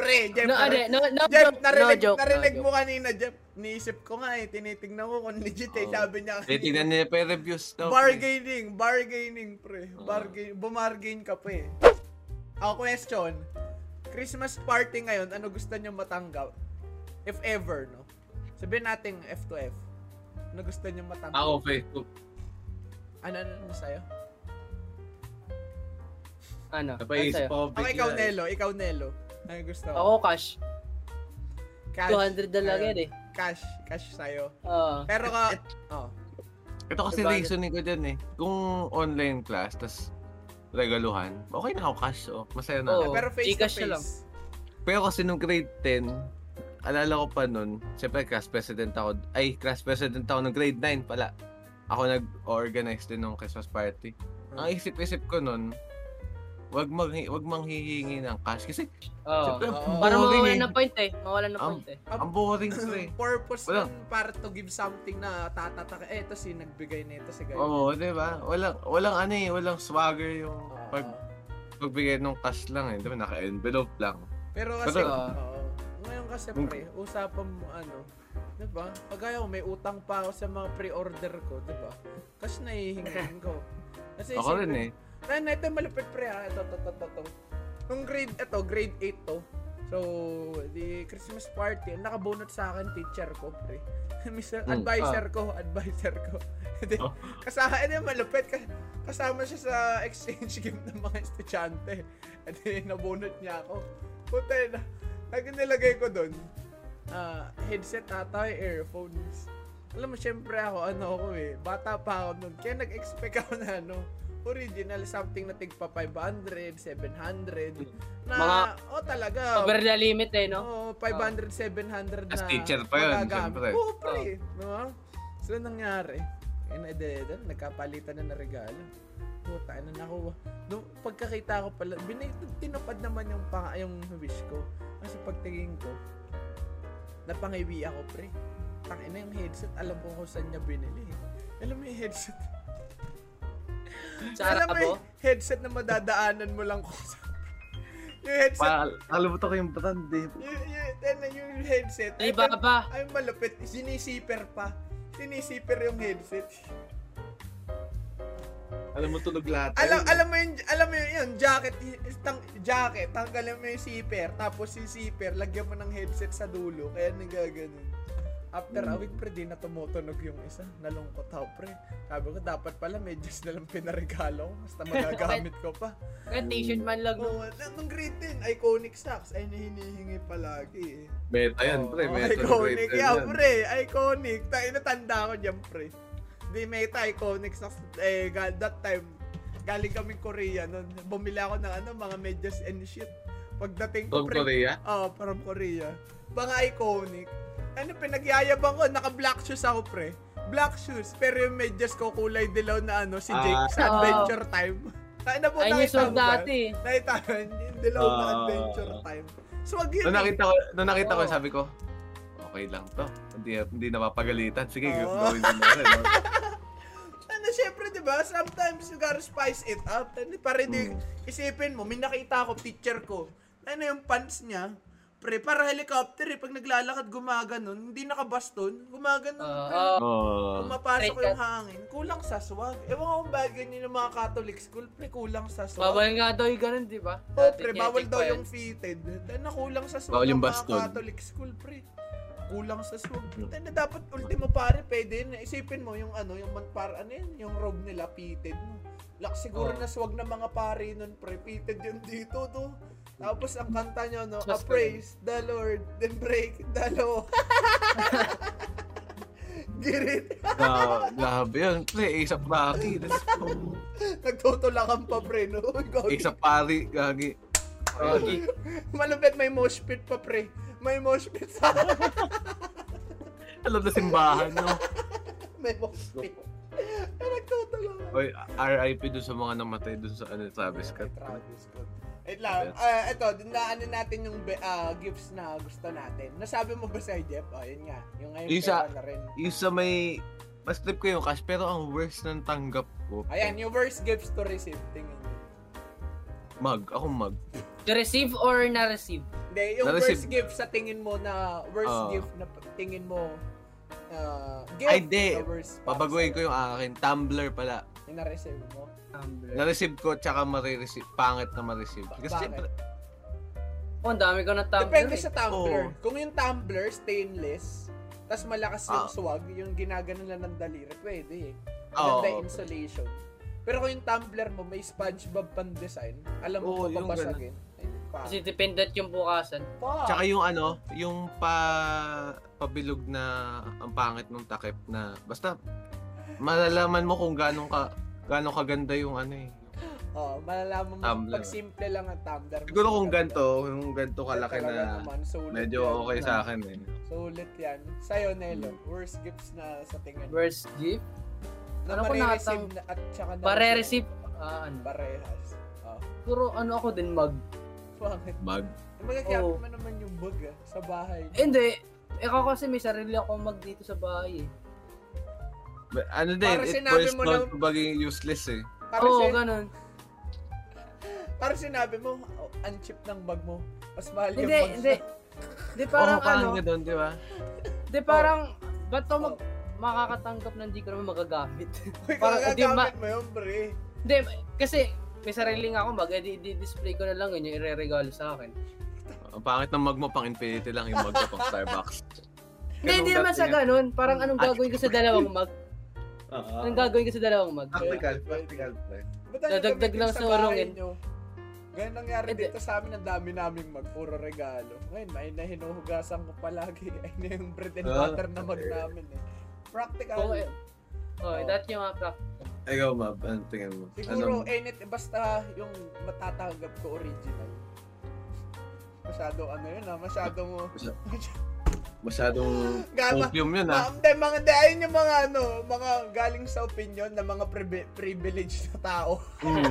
[SPEAKER 1] Pre, Jeff.
[SPEAKER 4] No, ano, no, no,
[SPEAKER 1] Jeff,
[SPEAKER 4] joke,
[SPEAKER 1] narinig,
[SPEAKER 4] no joke.
[SPEAKER 1] narinig
[SPEAKER 4] no
[SPEAKER 1] mo
[SPEAKER 4] joke.
[SPEAKER 1] kanina, Jeff. Niisip ko nga eh, tinitignan ko kung legit eh.
[SPEAKER 2] Oo.
[SPEAKER 1] Sabi niya
[SPEAKER 2] Eh, tignan niya pa yung reviews daw. pre.
[SPEAKER 1] Bargaining, bargaining, pre.
[SPEAKER 2] Oh.
[SPEAKER 1] Bargain, bumargain ka, pre. Ako question, Christmas party ngayon, ano gusto niyo matanggap? If ever, no? Sabihin natin F to F. Ano gusto niyo matanggap?
[SPEAKER 2] Ako, Ah, oh, Facebook.
[SPEAKER 1] Ano, ano, ano sa'yo?
[SPEAKER 4] Ano? ano
[SPEAKER 2] Napaisip
[SPEAKER 4] sa'yo?
[SPEAKER 2] ako.
[SPEAKER 1] Ako, ikaw, Nelo. Ikaw, Nelo. Ano gusto mo?
[SPEAKER 4] Ako, cash.
[SPEAKER 1] Cash.
[SPEAKER 4] 200 na lang
[SPEAKER 1] ayun.
[SPEAKER 4] yan eh.
[SPEAKER 1] Cash. Cash sa'yo.
[SPEAKER 4] Oo.
[SPEAKER 1] Pero ka... Oh.
[SPEAKER 2] Ito kasi
[SPEAKER 3] Diba?
[SPEAKER 2] reasoning ko dyan eh. Kung online class, tas regaluhan, okay na ako cash, oh. Masaya na ako.
[SPEAKER 3] Oo.
[SPEAKER 1] Pero face to
[SPEAKER 3] Gcash
[SPEAKER 1] face.
[SPEAKER 3] na lang.
[SPEAKER 2] Pero kasi nung grade 10, alala ko pa nun, siyempre class president ako, ay class president ako nung grade 9 pala. Ako nag-organize din ng Christmas party. Ang isip-isip ko nun, wag mag wag manghihingi ng cash kasi
[SPEAKER 3] Oo.
[SPEAKER 2] siyempre,
[SPEAKER 1] Oo.
[SPEAKER 2] ang
[SPEAKER 3] Para
[SPEAKER 2] boring
[SPEAKER 3] mawawalan
[SPEAKER 2] eh.
[SPEAKER 3] ng point eh. Mawalan ng
[SPEAKER 2] Ah.
[SPEAKER 3] point eh.
[SPEAKER 2] Ang boring eh. pre.
[SPEAKER 1] purpose
[SPEAKER 2] Wala.
[SPEAKER 1] nun para to give something na tatataka. Eh, ito si nagbigay nito si Oh. ganyan.
[SPEAKER 2] Oo, di ba? Walang, walang ano eh, walang swagger yung
[SPEAKER 1] Oo.
[SPEAKER 2] pag, pagbigay ng cash lang eh. Di ba, naka-envelope lang.
[SPEAKER 1] Pero kasi,
[SPEAKER 2] Pero,
[SPEAKER 1] oo. ngayon kasi
[SPEAKER 2] Kung-
[SPEAKER 1] pre, usapan mo ano, di ba? Kagaya ko, may utang pa ako sa mga pre-order ko, di ba? Kasi nahihingin ko. Kasi
[SPEAKER 2] Ako rin eh.
[SPEAKER 1] Na, na, ito malupit pre ha. Ito, ito, ito, ito, ito. Nung grade, ito, grade 8 to. So, the Christmas party, ang nakabunot sa akin, teacher ko, pre. Mr.
[SPEAKER 2] Hmm.
[SPEAKER 1] Advisor ko, advisor ko. Hindi,
[SPEAKER 2] Oh.
[SPEAKER 1] kasama, ano yung malupit, ka- kasama siya sa exchange game ng mga estudyante. At eh, nabunot niya ako. Puta na, ang nilagay ko doon, ah, headset ata, earphones. Alam mo, syempre ako, ano ako eh, bata pa ako nun. Kaya nag-expect ako na ano, original something na tigpa 500, 700. Na,
[SPEAKER 3] Mga-
[SPEAKER 1] oh talaga.
[SPEAKER 3] Over the limit eh, no?
[SPEAKER 1] Oo, 500, 700 na.
[SPEAKER 2] Ah. As teacher pa yun,
[SPEAKER 1] magagamit.
[SPEAKER 2] syempre.
[SPEAKER 1] Oo, pre. Di ba? So, anong nangyari? And I did, it. nagkapalitan na ng regalo. Puta, ano na ako. Nung pagkakita ko pala, binay, tinupad naman yung, pang, yung wish ko. Kasi pagtingin ko, napangiwi ako, pre. Tangina yung headset, alam ko kung saan niya binili. Alam mo yung headset?
[SPEAKER 3] Sa
[SPEAKER 1] alam
[SPEAKER 3] harap
[SPEAKER 1] mo
[SPEAKER 3] mo.
[SPEAKER 1] yung headset na madadaanan mo lang kung saan. yung headset,
[SPEAKER 2] Pa, nakalimutan ko yung brand eh.
[SPEAKER 1] yung, yung, then, yung headset. ay,
[SPEAKER 3] Alibaba.
[SPEAKER 1] ay, malupit. Sinisiper pa. Sinisiper yung headset.
[SPEAKER 2] Alam mo tunog lahat. eh.
[SPEAKER 1] Alam, alam mo yung, alam mo yung, yung jacket, y- tang, jacket, tanggalin mo yung zipper, tapos yung zipper, lagyan mo ng headset sa dulo, kaya nagaganon. After a week, pre, di na tumutunog yung isa. Nalungkot ako, pre. Sabi ko, dapat pala, medyas na lang pinarigalo ko. Basta magagamit ko pa.
[SPEAKER 3] Kaya t-shirt man lang. no?
[SPEAKER 1] Oo, na- nung grade 10, iconic socks, ay hinihingi palagi eh.
[SPEAKER 2] Meta yan, pre.
[SPEAKER 1] Oo,
[SPEAKER 2] Meta ng grade
[SPEAKER 1] Oh, iconic.
[SPEAKER 2] 10
[SPEAKER 1] Yeah,
[SPEAKER 2] yan.
[SPEAKER 1] pre. Iconic. Tayo natanda ko dyan, pre. Di meta, iconic. Sa, eh, ga- that time, galing kami Korea nun. Bumili ako ng ano, mga medyas and shit. Pagdating ko,
[SPEAKER 2] From
[SPEAKER 1] pre.
[SPEAKER 2] Korea?
[SPEAKER 1] Oo, from Korea. Mga iconic. Ano, pinagyayabang ko, naka-black shoes ako, pre. Black shoes, pero yung medyas ko kulay dilaw na ano, si Jake sa
[SPEAKER 3] Ah.
[SPEAKER 1] Adventure Time. Ay, na po,
[SPEAKER 3] Ay, yung
[SPEAKER 1] nakita
[SPEAKER 3] sold
[SPEAKER 1] mo ba?
[SPEAKER 3] dati. eh.
[SPEAKER 1] Nakita mo, yun, yung dilaw na
[SPEAKER 2] Ah.
[SPEAKER 1] Adventure Time. Swag yun.
[SPEAKER 2] Nung
[SPEAKER 1] eh.
[SPEAKER 2] nakita ko, nung nakita ko,
[SPEAKER 3] Oo.
[SPEAKER 2] sabi ko, okay lang to. Hindi, hindi napapagalitan. Sige,
[SPEAKER 1] Oo.
[SPEAKER 2] gawin din natin. no?
[SPEAKER 1] Ano, syempre, di ba? Sometimes you gotta spice it up. Ano, para
[SPEAKER 2] Hmm.
[SPEAKER 1] di,
[SPEAKER 2] Mm.
[SPEAKER 1] isipin mo, may nakita ako, picture ko. Ano yung pants niya? Pre, para helicopter eh. Pag naglalakad, gumaganon. Hindi nakabaston, gumaganon. pre.
[SPEAKER 2] ah.
[SPEAKER 3] Oo.
[SPEAKER 2] Oo.
[SPEAKER 1] Pumapasok
[SPEAKER 3] Straight
[SPEAKER 1] yung hangin. Kulang sa swag. Ewan ko kung bagay niyo ng mga Catholic school, pre, kulang sa swag.
[SPEAKER 3] Bawal nga daw yung ganun, di ba?
[SPEAKER 1] Oo, pre,
[SPEAKER 3] Dati,
[SPEAKER 1] bawal
[SPEAKER 3] check
[SPEAKER 1] daw
[SPEAKER 3] ko yun.
[SPEAKER 1] yung fitted. Dahil na kulang sa swag
[SPEAKER 2] Bawal
[SPEAKER 1] ng
[SPEAKER 2] yung
[SPEAKER 1] mga
[SPEAKER 2] baston.
[SPEAKER 1] Catholic school, pre. Kulang sa swag.
[SPEAKER 2] Hmm.
[SPEAKER 1] Dahil na dapat ultimo pare, pwede yun. Isipin mo yung ano, yung man par, ano yun, yung robe nila, fitted mo. Lak,
[SPEAKER 2] Oh.
[SPEAKER 1] siguro
[SPEAKER 3] Oo.
[SPEAKER 1] na swag ng mga pare nun, pre. Fitted yun dito, to. Tapos ang kanta nyo, no?
[SPEAKER 3] Mas
[SPEAKER 1] Praise the Lord, then break the law. Get it?
[SPEAKER 2] Gra- Grabe yun. Pre, ASAP Rocky. Let's go.
[SPEAKER 1] Nagtutulakan pa, pre, no? Ikaw,
[SPEAKER 2] ASAP Pari. Gagi.
[SPEAKER 3] Gagi.
[SPEAKER 1] Malupit, may mosh pit pa, pre. May mosh pit sa
[SPEAKER 2] Alam na simbahan, no?
[SPEAKER 1] May mosh pit. Nagtutulungan.
[SPEAKER 2] Oy, RIP dun sa mga namatay dun sa ano, Travis Scott.
[SPEAKER 1] Travis Scott. Wait lang. Ah, ito, dinaanan natin yung be- ah, gifts na gusto natin. Nasabi mo ba sa Jeff? Oh, yun nga. Yung ngayon
[SPEAKER 2] Yung sa-
[SPEAKER 1] pera na rin.
[SPEAKER 2] Yung sa may... Mas trip ko yung cash, pero ang worst ng tanggap ko.
[SPEAKER 1] Ayan, yung worst gifts to receive. Tingin nyo.
[SPEAKER 2] Mug. Ako mug.
[SPEAKER 3] To receive or na-receive?
[SPEAKER 1] Hindi, yung
[SPEAKER 2] Na-receive.
[SPEAKER 1] worst gift sa tingin mo na, worst
[SPEAKER 2] Ah.
[SPEAKER 1] gift na p- tingin mo, ah, gift
[SPEAKER 2] Ay, di.
[SPEAKER 1] na worst para
[SPEAKER 2] Babaguhin
[SPEAKER 1] sa'yo.
[SPEAKER 2] ko yung akin. Tumblr pala.
[SPEAKER 1] Yung na-receive mo.
[SPEAKER 2] Na-receive ko, tsaka marireceive. Pangit na ma-receive.
[SPEAKER 1] Ba-
[SPEAKER 2] Kasi
[SPEAKER 1] bakit?
[SPEAKER 2] syempre,
[SPEAKER 3] Oh, ang dami ko na tumbler.
[SPEAKER 1] Depende
[SPEAKER 3] eh.
[SPEAKER 1] sa tumbler.
[SPEAKER 2] Oo.
[SPEAKER 1] Kung yung tumbler, stainless, tas malakas yung
[SPEAKER 2] Ah.
[SPEAKER 1] swag, yung ginagano lang ng daliri, pwede eh.
[SPEAKER 2] Oo.
[SPEAKER 1] Maganda yung insulation. Pero kung yung tumbler mo, may SpongeBob pang design, alam
[SPEAKER 2] Oo,
[SPEAKER 1] mo kung
[SPEAKER 2] yung
[SPEAKER 1] papasagin. Ay, pa.
[SPEAKER 3] Kasi dependent yung bukasan.
[SPEAKER 1] pa.
[SPEAKER 2] Tsaka yung ano, yung pa pabilog na ang pangit ng takip na basta malalaman mo kung gano'ng ka, gano'ng kaganda yung ano eh.
[SPEAKER 1] Oo, malalaman mo
[SPEAKER 2] Tumblr.
[SPEAKER 1] pag simple lang ang Tumblr.
[SPEAKER 2] Siguro kung ganito, yung ganito kalaki na medyo okay sa Hmm. akin eh.
[SPEAKER 1] Sulit yan. Sa'yo, Nelo, worst gifts na sa tingin. mo?
[SPEAKER 4] Worst gift?
[SPEAKER 1] Na
[SPEAKER 4] Ano ko
[SPEAKER 1] marireceive
[SPEAKER 4] natang-
[SPEAKER 1] na at saka na...
[SPEAKER 4] Mare-receive? Ah, ano?
[SPEAKER 1] Parehas. Oh.
[SPEAKER 4] Puro ano ako din mag.
[SPEAKER 1] Bakit?
[SPEAKER 2] Mag.
[SPEAKER 1] Eh, Magkakapit
[SPEAKER 4] Oo.
[SPEAKER 1] mo naman yung bug ah, sa bahay.
[SPEAKER 4] Eh, Hindi. Ikaw kasi may sarili akong mag dito sa bahay eh.
[SPEAKER 2] But Ano din,
[SPEAKER 1] Para
[SPEAKER 2] it
[SPEAKER 1] sinabi
[SPEAKER 2] boils
[SPEAKER 1] mo
[SPEAKER 2] down
[SPEAKER 1] na-
[SPEAKER 2] to baging useless eh.
[SPEAKER 1] Para,
[SPEAKER 4] Oo,
[SPEAKER 1] sin-
[SPEAKER 4] ganun.
[SPEAKER 1] para sinabi mo, oh, ang cheap ng bag mo. Mas mahal yung
[SPEAKER 4] Hindi,
[SPEAKER 1] bag
[SPEAKER 4] hindi.
[SPEAKER 1] sa-
[SPEAKER 4] Hindi
[SPEAKER 1] Oh,
[SPEAKER 4] parang
[SPEAKER 2] Oo, parang
[SPEAKER 4] ano.
[SPEAKER 2] ganun, di ba?
[SPEAKER 4] Hindi parang, ba't to mag, makakatanggap ng di ko naman magagamit?
[SPEAKER 1] Oh. Uy,
[SPEAKER 4] Parang,
[SPEAKER 1] kung
[SPEAKER 4] hindi,
[SPEAKER 1] gagamit mo yun, pre.
[SPEAKER 4] Hindi, kasi may sarili nga akong bag, eh, di, di display ko na lang yun, yung ireregalo sa akin.
[SPEAKER 2] Ang pangit ng mag mo, pang infinity lang yung mag ko pang Starbucks.
[SPEAKER 4] Hindi, hindi naman sa ganun. Parang
[SPEAKER 1] Ah,
[SPEAKER 4] anong gagawin ko sa dalawang mag? Anong gagawin ko sa dalawang mag?
[SPEAKER 1] Practical, practical, Ba't ang
[SPEAKER 4] Dadagdag
[SPEAKER 1] gagamitin
[SPEAKER 4] lang
[SPEAKER 1] sa
[SPEAKER 4] sa
[SPEAKER 1] bahay
[SPEAKER 4] urongin.
[SPEAKER 1] nyo? Ganyan nangyari
[SPEAKER 4] Hindi.
[SPEAKER 1] dito sa amin, ang dami namin magpuro regalo. Ngayon, may na hinuhugasan ko palagi. Ay na yung bread and
[SPEAKER 2] Ah,
[SPEAKER 1] butter na mag
[SPEAKER 2] okay.
[SPEAKER 1] namin eh. Practical.
[SPEAKER 4] Oo, eh.
[SPEAKER 1] Oo.
[SPEAKER 4] Oh, that yung mga practice.
[SPEAKER 2] Ikaw, Mab, ano tingin mo?
[SPEAKER 1] Siguro,
[SPEAKER 2] Anong-
[SPEAKER 1] any, basta yung matatanggap ko original. Masyado ano yun ah, masyado mo.
[SPEAKER 2] Masyadong
[SPEAKER 1] Gama.
[SPEAKER 2] opium yun ah.
[SPEAKER 1] Ma- Hindi, mga dahil yung mga ano, mga galing sa opinion ng mga privi- privileged na tao.
[SPEAKER 2] Mm.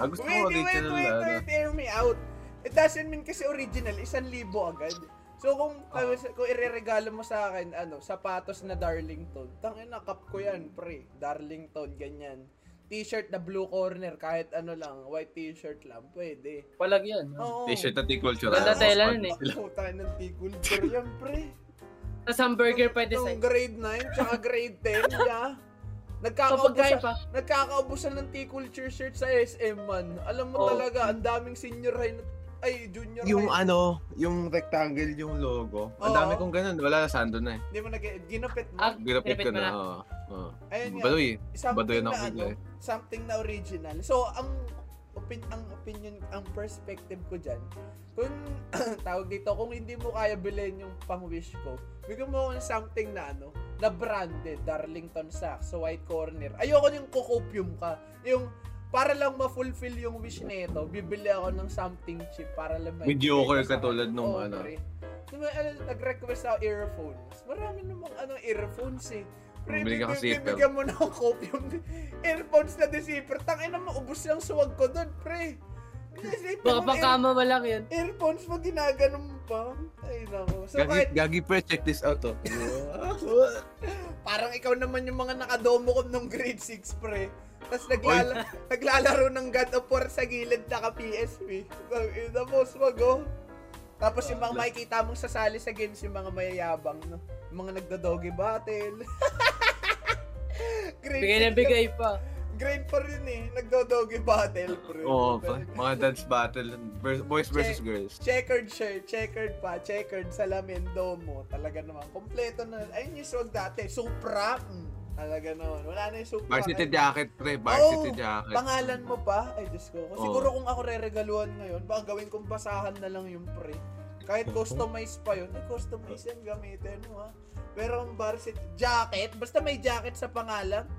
[SPEAKER 2] Ah, gusto
[SPEAKER 1] Wait,
[SPEAKER 2] ko
[SPEAKER 1] wait, wait,
[SPEAKER 2] original na
[SPEAKER 1] wait,
[SPEAKER 2] ano.
[SPEAKER 1] wait, hear me out. It doesn't mean kasi original, isang libo agad. So kung
[SPEAKER 2] Ah.
[SPEAKER 1] kung, kung ireregalo mo sa akin ano, sapatos na Darlington. Tangina cup ko 'yan, pre. Darlington ganyan. T-shirt na blue corner kahit ano lang, white t-shirt lang, pwede.
[SPEAKER 4] Palag yun. Oh.
[SPEAKER 1] Oo.
[SPEAKER 2] Hmm, ano? T-shirt at culture.
[SPEAKER 1] Ganda
[SPEAKER 4] tela nun eh.
[SPEAKER 1] Puta ng T-culture yan, pre.
[SPEAKER 4] Tapos hamburger pa
[SPEAKER 1] Nung
[SPEAKER 4] design.
[SPEAKER 1] grade 9 tsaka grade 10, ya.
[SPEAKER 4] Kapagkain
[SPEAKER 1] Nagkakaubusan,
[SPEAKER 4] pa.
[SPEAKER 1] nagkakaubusan ng T-culture shirt sa SM, man. Alam mo
[SPEAKER 4] Oh.
[SPEAKER 1] talaga, ang daming senior high na, ay, junior
[SPEAKER 2] Yung
[SPEAKER 1] high.
[SPEAKER 2] ano, yung rectangle yung logo. Ang
[SPEAKER 1] Oo.
[SPEAKER 2] dami kong ganun. Wala, sando na eh.
[SPEAKER 1] Hindi mo nag ginapit mo.
[SPEAKER 4] Ah,
[SPEAKER 2] Ginapit ko
[SPEAKER 4] Ginapit mo
[SPEAKER 2] na.
[SPEAKER 4] na.
[SPEAKER 2] oo. Oo.
[SPEAKER 1] Ayun nga,
[SPEAKER 2] Baduy. baduy
[SPEAKER 1] something
[SPEAKER 2] na
[SPEAKER 1] na,
[SPEAKER 2] ako
[SPEAKER 1] ano,
[SPEAKER 2] bigla eh.
[SPEAKER 1] something na original. So, ang opin ang opinion, ang perspective ko dyan, kung tawag dito, kung hindi mo kaya bilhin yung pang-wish ko, bigyan mo ako ng something na ano, na branded, Darlington Sacks, so white corner. Ayoko yung kukopium ka. Yung, para lang ma-fulfill yung wish na ito, bibili ako ng something cheap para lang ma-
[SPEAKER 2] Mediocre
[SPEAKER 1] sa-
[SPEAKER 2] katulad nung
[SPEAKER 1] Oo,
[SPEAKER 2] ano.
[SPEAKER 1] pre. Diba, ano, nag-request ako earphones. Marami namang ano, earphones eh. Pre,
[SPEAKER 2] Bumili
[SPEAKER 1] bibi-
[SPEAKER 2] ka kasi, pero-
[SPEAKER 1] bibigyan mo na ako copium. Earphones na deceiver. Tangin na maubos yung suwag ko doon, pre. Isipin
[SPEAKER 4] Baka
[SPEAKER 1] mo,
[SPEAKER 4] pangkama mo lang yun.
[SPEAKER 1] ear- Earphones mo ginaganon mo pa. Ay, nako. So,
[SPEAKER 2] Gagi,
[SPEAKER 1] kahit
[SPEAKER 2] gagi pre, check this out oh.
[SPEAKER 1] parang ikaw naman yung mga nakadomo ko nung grade 6, pre. Tapos naglala- naglalaro ng God of War sa gilid naka PSP. Ina mo, swag oh. Tapos yung mga makikita mong sasali sa games, yung mga mayayabang, no? Yung mga nagda-doggy battle. grade
[SPEAKER 4] Bigay na
[SPEAKER 1] six
[SPEAKER 4] bigay pa.
[SPEAKER 1] Grade pa rin eh. Nagdo-doggy battle, pre.
[SPEAKER 2] Oo, pre. mga dance battle. vers- Boys versus
[SPEAKER 1] Check.
[SPEAKER 2] girls.
[SPEAKER 1] Checkered shirt, checkered pa, checkered salamin, domo. Talaga naman, kompleto na. Ayun yung swag dati. Supra. Mm, talaga naman. Wala na yung Supra.
[SPEAKER 2] Varsity
[SPEAKER 1] Ay,
[SPEAKER 2] jacket pre, varsity
[SPEAKER 1] Oo,
[SPEAKER 2] jacket.
[SPEAKER 1] Pangalan mo pa? Ay, Diyos ko.
[SPEAKER 2] Oo.
[SPEAKER 1] Siguro kung ako re-regaluhan ngayon, baka gawin kong basahan na lang yung pre. Kahit customize pa yun, ay customize yan, gamitin mo ha. Pero ang varsity jacket, basta may jacket sa pangalan,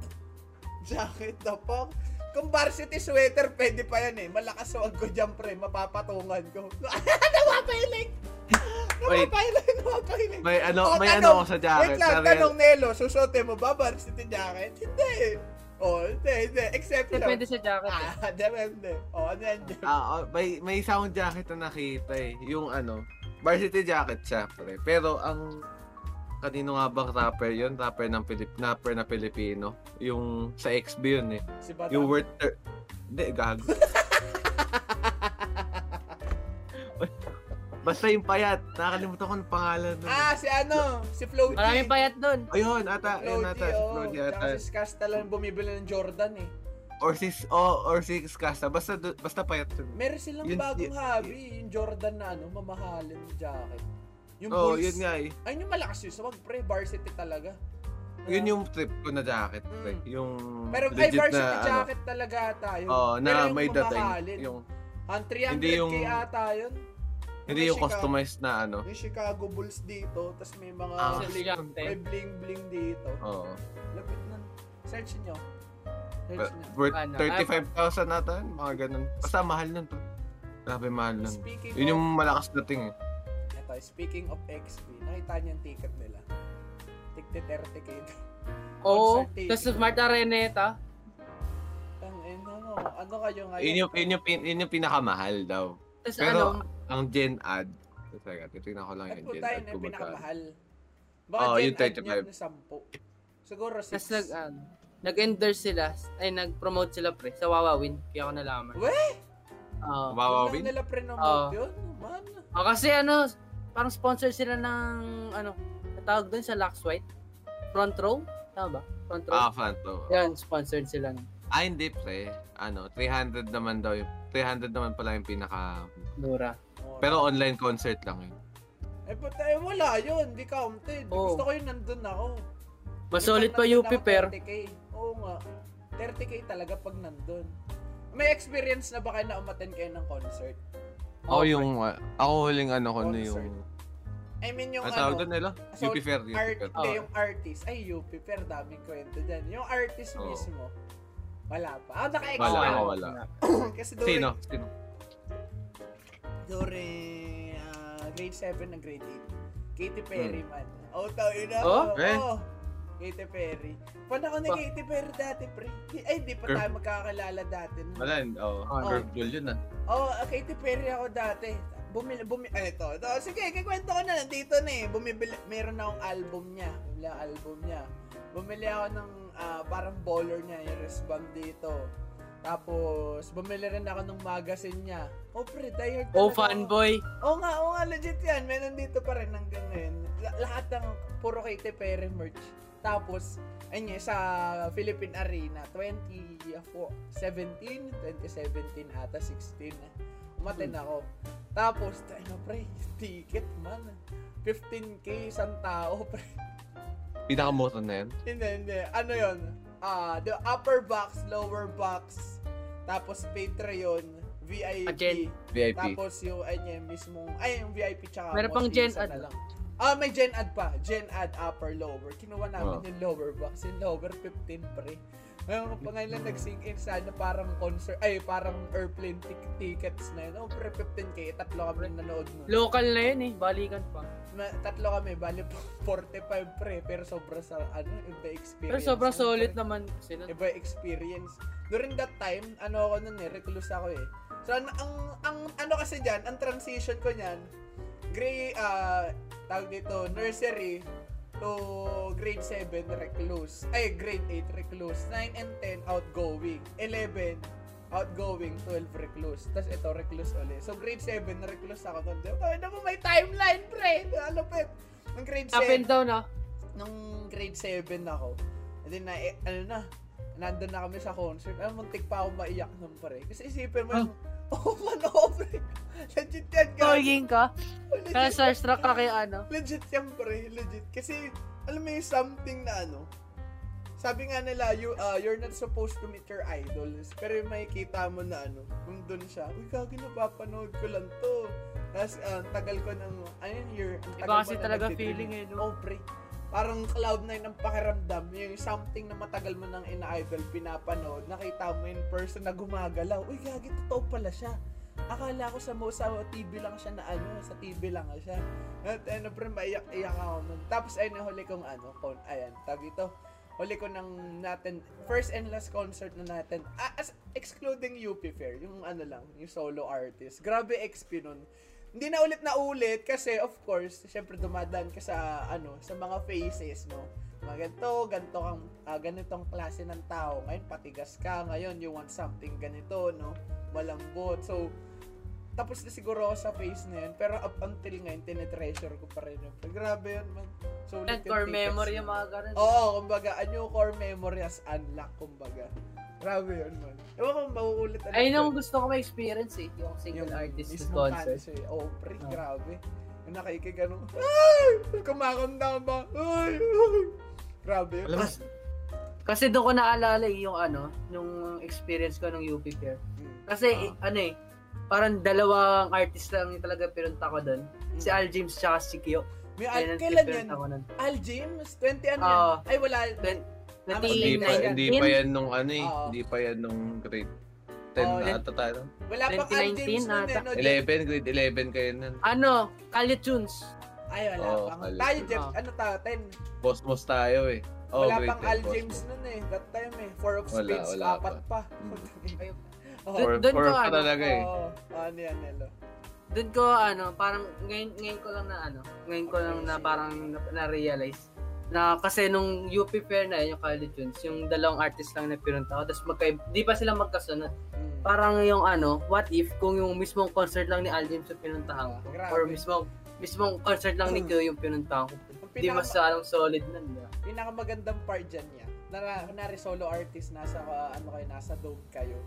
[SPEAKER 1] jacket na po. Kung varsity sweater, pwede pa yan eh. Malakas wag ko dyan, pre. Mapapatungan ko. Napapahilig!
[SPEAKER 2] Wait.
[SPEAKER 1] Napapahilig! Napapahilig!
[SPEAKER 2] May
[SPEAKER 1] Oh,
[SPEAKER 2] ano, may
[SPEAKER 1] tanong.
[SPEAKER 2] ano ako sa jacket.
[SPEAKER 1] Wait lang,
[SPEAKER 2] Sorry,
[SPEAKER 1] tanong Nelo, susuote mo ba varsity jacket? Hindi. Oh, hindi, hindi. Exception.
[SPEAKER 4] Depende sa jacket eh.
[SPEAKER 1] Ah, depende. Oh, ano yan? Jeff?
[SPEAKER 2] Ah, oh, may may isa akong jacket na nakita eh. Yung ano, varsity jacket siya, pre. Pero ang kanino nga bang rapper yun? Rapper ng Pilip, rapper na Pilipino. Yung sa XB yun eh.
[SPEAKER 1] Si Bata.
[SPEAKER 2] Yung worth thir- Hindi, gago. Basta yung payat. Nakakalimutan ko ng pangalan nun.
[SPEAKER 1] Ah, si ano? Si Flo G.
[SPEAKER 4] Maraming payat nun.
[SPEAKER 2] Ayun, ata,
[SPEAKER 1] Flo G,
[SPEAKER 2] ayun ata, si
[SPEAKER 1] oh.
[SPEAKER 2] Floyd
[SPEAKER 1] Tsaka
[SPEAKER 2] ata.
[SPEAKER 1] si Skasta lang bumibili ng Jordan eh.
[SPEAKER 2] Or si, oh, or si Skasta. Basta, do- basta payat yun.
[SPEAKER 1] Meron silang
[SPEAKER 2] Yun-
[SPEAKER 1] bagong
[SPEAKER 2] yun-
[SPEAKER 1] hobby. Yung Jordan na ano, mamahalin yung jacket. Yung
[SPEAKER 2] Oo, oh,
[SPEAKER 1] Bulls.
[SPEAKER 2] yun nga eh.
[SPEAKER 1] Ayun yung malakas yun. So, wag pre, varsity talaga.
[SPEAKER 2] Yun yung trip ko na jacket, pre.
[SPEAKER 1] Mm.
[SPEAKER 2] Yung
[SPEAKER 1] Pero ay, varsity jacket talaga tayo.
[SPEAKER 2] Ano, oh, na
[SPEAKER 1] yung
[SPEAKER 2] may dating.
[SPEAKER 1] mamahalin.
[SPEAKER 2] Yung,
[SPEAKER 1] Ang 300k
[SPEAKER 2] Hindi yung-
[SPEAKER 1] ata yun.
[SPEAKER 2] Hindi yung
[SPEAKER 1] Chicago-
[SPEAKER 2] customized na ano.
[SPEAKER 1] Yung Chicago Bulls dito, tapos may mga
[SPEAKER 2] Ah,
[SPEAKER 3] Sa
[SPEAKER 1] bling,
[SPEAKER 3] siyang
[SPEAKER 1] may bling-bling dito.
[SPEAKER 2] Oo.
[SPEAKER 1] Lapit na. Search nyo. Search
[SPEAKER 2] But
[SPEAKER 1] nyo.
[SPEAKER 2] Worth
[SPEAKER 3] Ano,
[SPEAKER 2] 35,000 nata yun, mga ganun. Basta mahal nun to. Grabe mahal nun.
[SPEAKER 1] Speaking
[SPEAKER 2] Yun
[SPEAKER 1] of,
[SPEAKER 2] yung malakas na ting eh.
[SPEAKER 1] Ito, speaking of XP, nakita niyo yung ticket nila. Tigti 30k.
[SPEAKER 3] Oo.
[SPEAKER 1] Concert
[SPEAKER 3] Tapos
[SPEAKER 1] ticket.
[SPEAKER 3] Smart Areneta.
[SPEAKER 1] Ang ino mo, ano kayo ngayon?
[SPEAKER 2] Yun yung, yun yung, pin- yun yung pinakamahal daw.
[SPEAKER 3] Tapos
[SPEAKER 2] Pero-
[SPEAKER 3] ano,
[SPEAKER 2] Ang gen ad. Teka, titignan ko lang
[SPEAKER 1] Ay,
[SPEAKER 2] yung gen
[SPEAKER 1] puta
[SPEAKER 2] ad.
[SPEAKER 1] yun, yung
[SPEAKER 2] kung magkano.
[SPEAKER 1] pinakamahal. Baka
[SPEAKER 2] Oo,
[SPEAKER 1] oh,
[SPEAKER 2] yung
[SPEAKER 1] yung
[SPEAKER 2] 35.
[SPEAKER 1] 35. Na 10. Siguro 6.
[SPEAKER 3] tapos nag, ano, nag-endorse sila, ay nag-promote sila pre, sa Wawawin, kaya ko nalaman.
[SPEAKER 1] We?
[SPEAKER 3] Oo.
[SPEAKER 2] Wawawin?
[SPEAKER 1] nila pre-nomote
[SPEAKER 3] Oo.
[SPEAKER 1] yun? Man.
[SPEAKER 3] Oh, kasi ano, parang sponsor sila ng, ano, ang tawag doon sa Lux White. Front row? Tama ba? Front row?
[SPEAKER 2] Ah, Fanto.
[SPEAKER 3] Yan, sponsored sila. nun.
[SPEAKER 2] Ah, hindi pre. Ano, 300 naman daw yung 300 naman pala yung pinaka...
[SPEAKER 3] Mura.
[SPEAKER 1] Mura.
[SPEAKER 2] Pero online concert lang yun.
[SPEAKER 1] eh, puta, eh, wala yun. Hindi counted.
[SPEAKER 3] Oo.
[SPEAKER 1] Gusto ko yun nandun ako.
[SPEAKER 3] Mas
[SPEAKER 1] Yung
[SPEAKER 3] solid
[SPEAKER 1] pag
[SPEAKER 3] pa
[SPEAKER 1] nandun
[SPEAKER 3] UP
[SPEAKER 1] ako,
[SPEAKER 3] per.
[SPEAKER 1] 30K. Oo nga. 30k talaga pag nandun. May experience na ba kayo na umaten kayo ng concert?
[SPEAKER 2] Ako yung... uh, ako huling ano ko ano
[SPEAKER 1] Concert.
[SPEAKER 2] yung...
[SPEAKER 1] I mean yung
[SPEAKER 2] Ang tawag
[SPEAKER 1] ano,
[SPEAKER 2] doon nila?
[SPEAKER 1] so,
[SPEAKER 2] UP Fair. UP
[SPEAKER 1] art,
[SPEAKER 2] Fair.
[SPEAKER 1] hindi,
[SPEAKER 3] Oo.
[SPEAKER 1] yung artist. Ay, UP, pero daming kwento dyan. Yung artist
[SPEAKER 2] Oo.
[SPEAKER 1] mismo, wala pa. Ah, naka-ex
[SPEAKER 2] Wala,
[SPEAKER 1] pa.
[SPEAKER 2] ako wala.
[SPEAKER 1] Kasi during,
[SPEAKER 2] Sino? Sino?
[SPEAKER 1] during ah, grade 7 and grade 8, Katy Perry man. Oh, tayo na.
[SPEAKER 3] Oh,
[SPEAKER 1] Oh,
[SPEAKER 2] Hmm. eh.
[SPEAKER 1] Katy Perry. Panahon ni
[SPEAKER 3] Pa-
[SPEAKER 1] Katy Perry dati, pre. Di- Ay, di pa
[SPEAKER 2] Girl.
[SPEAKER 1] tayo magkakilala dati. nun.
[SPEAKER 2] Wala yun. Oo.
[SPEAKER 1] Oh.
[SPEAKER 3] Ano?
[SPEAKER 2] Curveball yun ah.
[SPEAKER 1] Oo, oh, Katy Perry ako dati. Bumili, bumi, ay, ito, ito. Sige, kikwento ko na, nandito na eh. Bumibili, meron akong album niya. Bumili akong album niya. Bumili ako ng ah, parang bowler niya, yung wristband dito. Tapos, bumili rin ako ng magazine niya. Oh, pre, tired talaga
[SPEAKER 3] Oh,
[SPEAKER 1] ako.
[SPEAKER 3] fanboy.
[SPEAKER 1] Oo nga, oo nga, legit yan. May nandito pa rin hanggang ngayon. La- lahat ng puro Katy Perry merch. Tapos, ayun yun, sa Philippine Arena, 20, ako, 17, 2017 ata, 16 na. Umaten ako. Tapos, tayo na pre, ticket man. 15k isang tao, pre.
[SPEAKER 2] Pinakamoto na yun.
[SPEAKER 1] Hindi, hindi. Ano yun? Ah, the upper box, lower box, tapos Patreon, VIP.
[SPEAKER 3] Agent.
[SPEAKER 2] VIP.
[SPEAKER 1] Tapos yung, ayun yung mismong, ay yung VIP tsaka
[SPEAKER 3] Meron pang
[SPEAKER 1] mostly
[SPEAKER 3] gen
[SPEAKER 1] isa
[SPEAKER 3] ad.
[SPEAKER 1] na lang. Ah, may gen ad pa. Gen ad, upper, lower. Kinuha namin
[SPEAKER 2] Oh.
[SPEAKER 1] yung lower box. Yung lower, 15 pre. Ngayon, pa ngayon lang nag-sync in sana parang concert, ay parang airplane tic- tickets na yun. Oh, pre, 15k. Tatlo kami nanood nun.
[SPEAKER 3] Local na yun eh, balikan pa.
[SPEAKER 1] Ma- tatlo kami, bali 45 pre. Pero sobra sa, ano, iba experience.
[SPEAKER 3] Pero sobrang
[SPEAKER 1] Ano,
[SPEAKER 3] solid
[SPEAKER 1] pre?
[SPEAKER 3] naman sila.
[SPEAKER 1] Iba yung experience. During that time, ano ako nun eh, recluse ako eh. So, ang, ang, ang ano kasi dyan, ang transition ko niyan, grade, ah, tawag dito, nursery to grade 7, recluse. Ay, grade 8, recluse. 9 and 10, outgoing. 11, outgoing. 12, recluse. Tapos ito, recluse ulit. So, grade 7, recluse ako nun. Ay, naku, may timeline, pre! Ano, pe? Ng grade 7
[SPEAKER 3] Up and down ah.
[SPEAKER 1] nung grade 7 ako, and then, na, eh, ano na, nandun na kami sa concert, ano, muntik pa ako maiyak nun pare. Kasi isipin mo
[SPEAKER 3] Ah.
[SPEAKER 1] yung, oh man, oh pre, legit yan, guys.
[SPEAKER 3] Toying ka. Oh, Kaya
[SPEAKER 1] Legit,
[SPEAKER 3] starstruck ka kay ano.
[SPEAKER 1] legit yan, pare, legit. Kasi, alam mo yung something na ano, sabi nga nila, you, uh, you're not supposed to meet your idols. Pero yung makikita mo na ano, nandun siya, uy, kagi napapanood ko lang to. Tapos, ah, ang tagal ko ng, ayun, year, ang tagal
[SPEAKER 3] Iba kasi
[SPEAKER 1] mo na
[SPEAKER 3] talaga
[SPEAKER 1] nagtitraining.
[SPEAKER 3] feeling eh. No?
[SPEAKER 1] Oh, pre. Parang cloud na yun ang pakiramdam. Yung something na matagal mo nang ina-idol, pinapanood, nakita mo in person na gumagalaw. Uy, gagi, totoo pala siya. Akala ko sa mo sa TV lang siya na ano, sa TV lang siya. At ano, pre, maiyak-iyak ako nun. Tapos, ayun, yung huli kong ano, kon, ayan, tag ito. Huli ko ng natin, first and last concert na natin, ah, as, excluding UP Fair, yung ano lang, yung solo artist. Grabe XP nun hindi na ulit na ulit kasi of course, syempre dumadaan ka sa ano, sa mga phases, no. Mga ganito, ganito kang ah, ganitong klase ng tao. Ngayon patigas ka, ngayon you want something ganito, no. Malambot. So tapos na siguro ako sa phase na yun. Pero up until ngayon, tinetreasure ko pa rin yun. Pero Grabe yun, man. So, ulit yung
[SPEAKER 3] Core
[SPEAKER 1] tickets
[SPEAKER 3] memory
[SPEAKER 1] na.
[SPEAKER 3] yung mga ganun.
[SPEAKER 1] Oo, kumbaga, a new core memory as unlock, kumbaga. Grabe yun, man. Ewan ko, mauulit ulit
[SPEAKER 3] Ayun ang
[SPEAKER 1] yun.
[SPEAKER 3] gusto ko ma-experience eh, yung single artist
[SPEAKER 1] mismong
[SPEAKER 3] concert.
[SPEAKER 1] fans eh. Oh, pre,
[SPEAKER 3] Ah.
[SPEAKER 1] grabe. Yung nakikinig ano, ay! Kumakanda ba? Ay! ay." Grabe yun.
[SPEAKER 2] Labas.
[SPEAKER 3] Kasi doon ko naalala eh, yung ano, yung experience ko ng UP Fair.
[SPEAKER 1] Mm.
[SPEAKER 3] Kasi
[SPEAKER 2] Ah.
[SPEAKER 3] eh, ano eh,
[SPEAKER 4] parang dalawang artist lang yung talaga pinunta ko doon. Si Al James tsaka si Kyo.
[SPEAKER 1] May
[SPEAKER 4] Yan
[SPEAKER 1] Al,
[SPEAKER 4] ang
[SPEAKER 1] Mm. kailan yan?
[SPEAKER 4] pinunta ko nun.
[SPEAKER 1] Al James? 20 ano yan?
[SPEAKER 4] Oo.
[SPEAKER 1] Ay, wala.
[SPEAKER 4] Then,
[SPEAKER 1] Ah,
[SPEAKER 4] nati-
[SPEAKER 2] Hindi pa,
[SPEAKER 1] Nineteen.
[SPEAKER 2] hindi pa yan nung ano eh.
[SPEAKER 1] Oo.
[SPEAKER 2] Hindi pa yan nung grade
[SPEAKER 1] Oo,
[SPEAKER 2] 10 na
[SPEAKER 1] yan.
[SPEAKER 2] ata tayo.
[SPEAKER 1] Wala pang Al James
[SPEAKER 4] 2019
[SPEAKER 1] nun eh.
[SPEAKER 4] nata.
[SPEAKER 1] No?
[SPEAKER 2] 11, grade 11 kayo nun.
[SPEAKER 4] ano, Kali Tunes.
[SPEAKER 1] Ay, wala
[SPEAKER 2] Oo,
[SPEAKER 1] pang.
[SPEAKER 2] Al
[SPEAKER 1] Tayo,
[SPEAKER 2] James.
[SPEAKER 1] Jeff,
[SPEAKER 4] Oo.
[SPEAKER 1] ano tayo? 10.
[SPEAKER 2] Cosmos tayo eh. Oo,
[SPEAKER 1] wala
[SPEAKER 2] grade
[SPEAKER 1] pang Al
[SPEAKER 2] 10, Cosmos.
[SPEAKER 1] James nun eh. That time eh. Four of
[SPEAKER 2] Wala,
[SPEAKER 1] Spades,
[SPEAKER 2] wala Hmm.
[SPEAKER 1] apat pa.
[SPEAKER 4] Ayun.
[SPEAKER 1] Oo.
[SPEAKER 2] Four,
[SPEAKER 4] Doon
[SPEAKER 2] four
[SPEAKER 4] ko,
[SPEAKER 2] pa
[SPEAKER 4] ano,
[SPEAKER 2] Mm. talaga eh.
[SPEAKER 1] Oo. Ano yan, Nelo?
[SPEAKER 4] Doon ko, ano, parang ngayon, ngayon ko lang na, ano, ngayon ko lang na parang na- na-realize na kasi nung UP Fair na yun, yung Kali Tunes, yung dalawang artist lang na pinunta ko, tapos magka, di pa sila magkasunod.
[SPEAKER 1] Mm.
[SPEAKER 4] parang yung ano, what if kung yung mismong concert lang ni Al James yung pinuntahan
[SPEAKER 1] Grabe.
[SPEAKER 4] ko
[SPEAKER 1] Hmm.
[SPEAKER 4] or mismong mismong concert lang ni Kyo yung pinuntahan ko.
[SPEAKER 1] Ang
[SPEAKER 4] Di
[SPEAKER 1] pinaka-
[SPEAKER 4] mas anong solid nun. di ba?
[SPEAKER 1] pinakamagandang part dyan niya, na kunwari solo artist, nasa, uh, ano kayo, nasa dome kayo,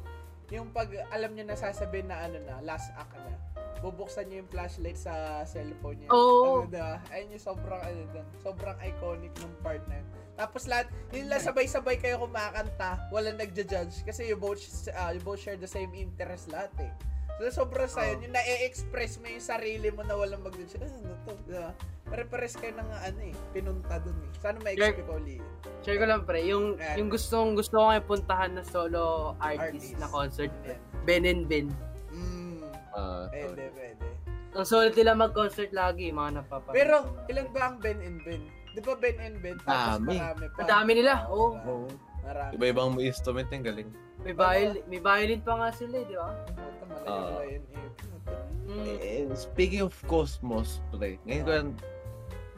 [SPEAKER 1] yung pag alam niyo na sasabihin na ano na, last act na, bubuksan niyo yung flashlight sa cellphone niya.
[SPEAKER 4] Oo.
[SPEAKER 1] Ano na, ayun yung sobrang, ano dun, sobrang iconic ng part na yun. Tapos lahat, yun lang sabay-sabay kayo kumakanta, walang nagja-judge, kasi you both, ah, you both share the same interest lahat eh. So, sobrang sayo,
[SPEAKER 4] Oo.
[SPEAKER 1] yung na-express mo yung sarili mo na walang mag-judge, ah, ano to, diba? Pare-pares kayo ng ano eh, pinunta dun eh. Sana ma-explain ko ulit. yun.
[SPEAKER 4] Share ko lang pre, yung
[SPEAKER 1] Ayan.
[SPEAKER 4] yung gustong gusto ko kayo puntahan na solo artist,
[SPEAKER 1] Artist.
[SPEAKER 4] na concert,
[SPEAKER 1] Ayan.
[SPEAKER 4] Ben and Ben.
[SPEAKER 1] Mm,
[SPEAKER 2] Ah,
[SPEAKER 1] pwede, pwede.
[SPEAKER 4] Ang solid nila mag-concert lagi, mga napapanood.
[SPEAKER 1] Pero, ilan ba ang Ben and Ben? Di ba Ben and Ben? Tapos
[SPEAKER 2] Dami.
[SPEAKER 1] marami pa.
[SPEAKER 4] Ang dami nila, oo.
[SPEAKER 1] Marami.
[SPEAKER 2] oo.
[SPEAKER 1] Marami.
[SPEAKER 2] Iba-ibang may instrument yung galing.
[SPEAKER 4] May violin, may violin pa nga sila, eh, di ba?
[SPEAKER 1] Puta, malaki
[SPEAKER 2] Ah.
[SPEAKER 1] pala yun eh. Puta.
[SPEAKER 4] Mm.
[SPEAKER 2] Eh, speaking of Cosmos, pre, ngayon ko yan,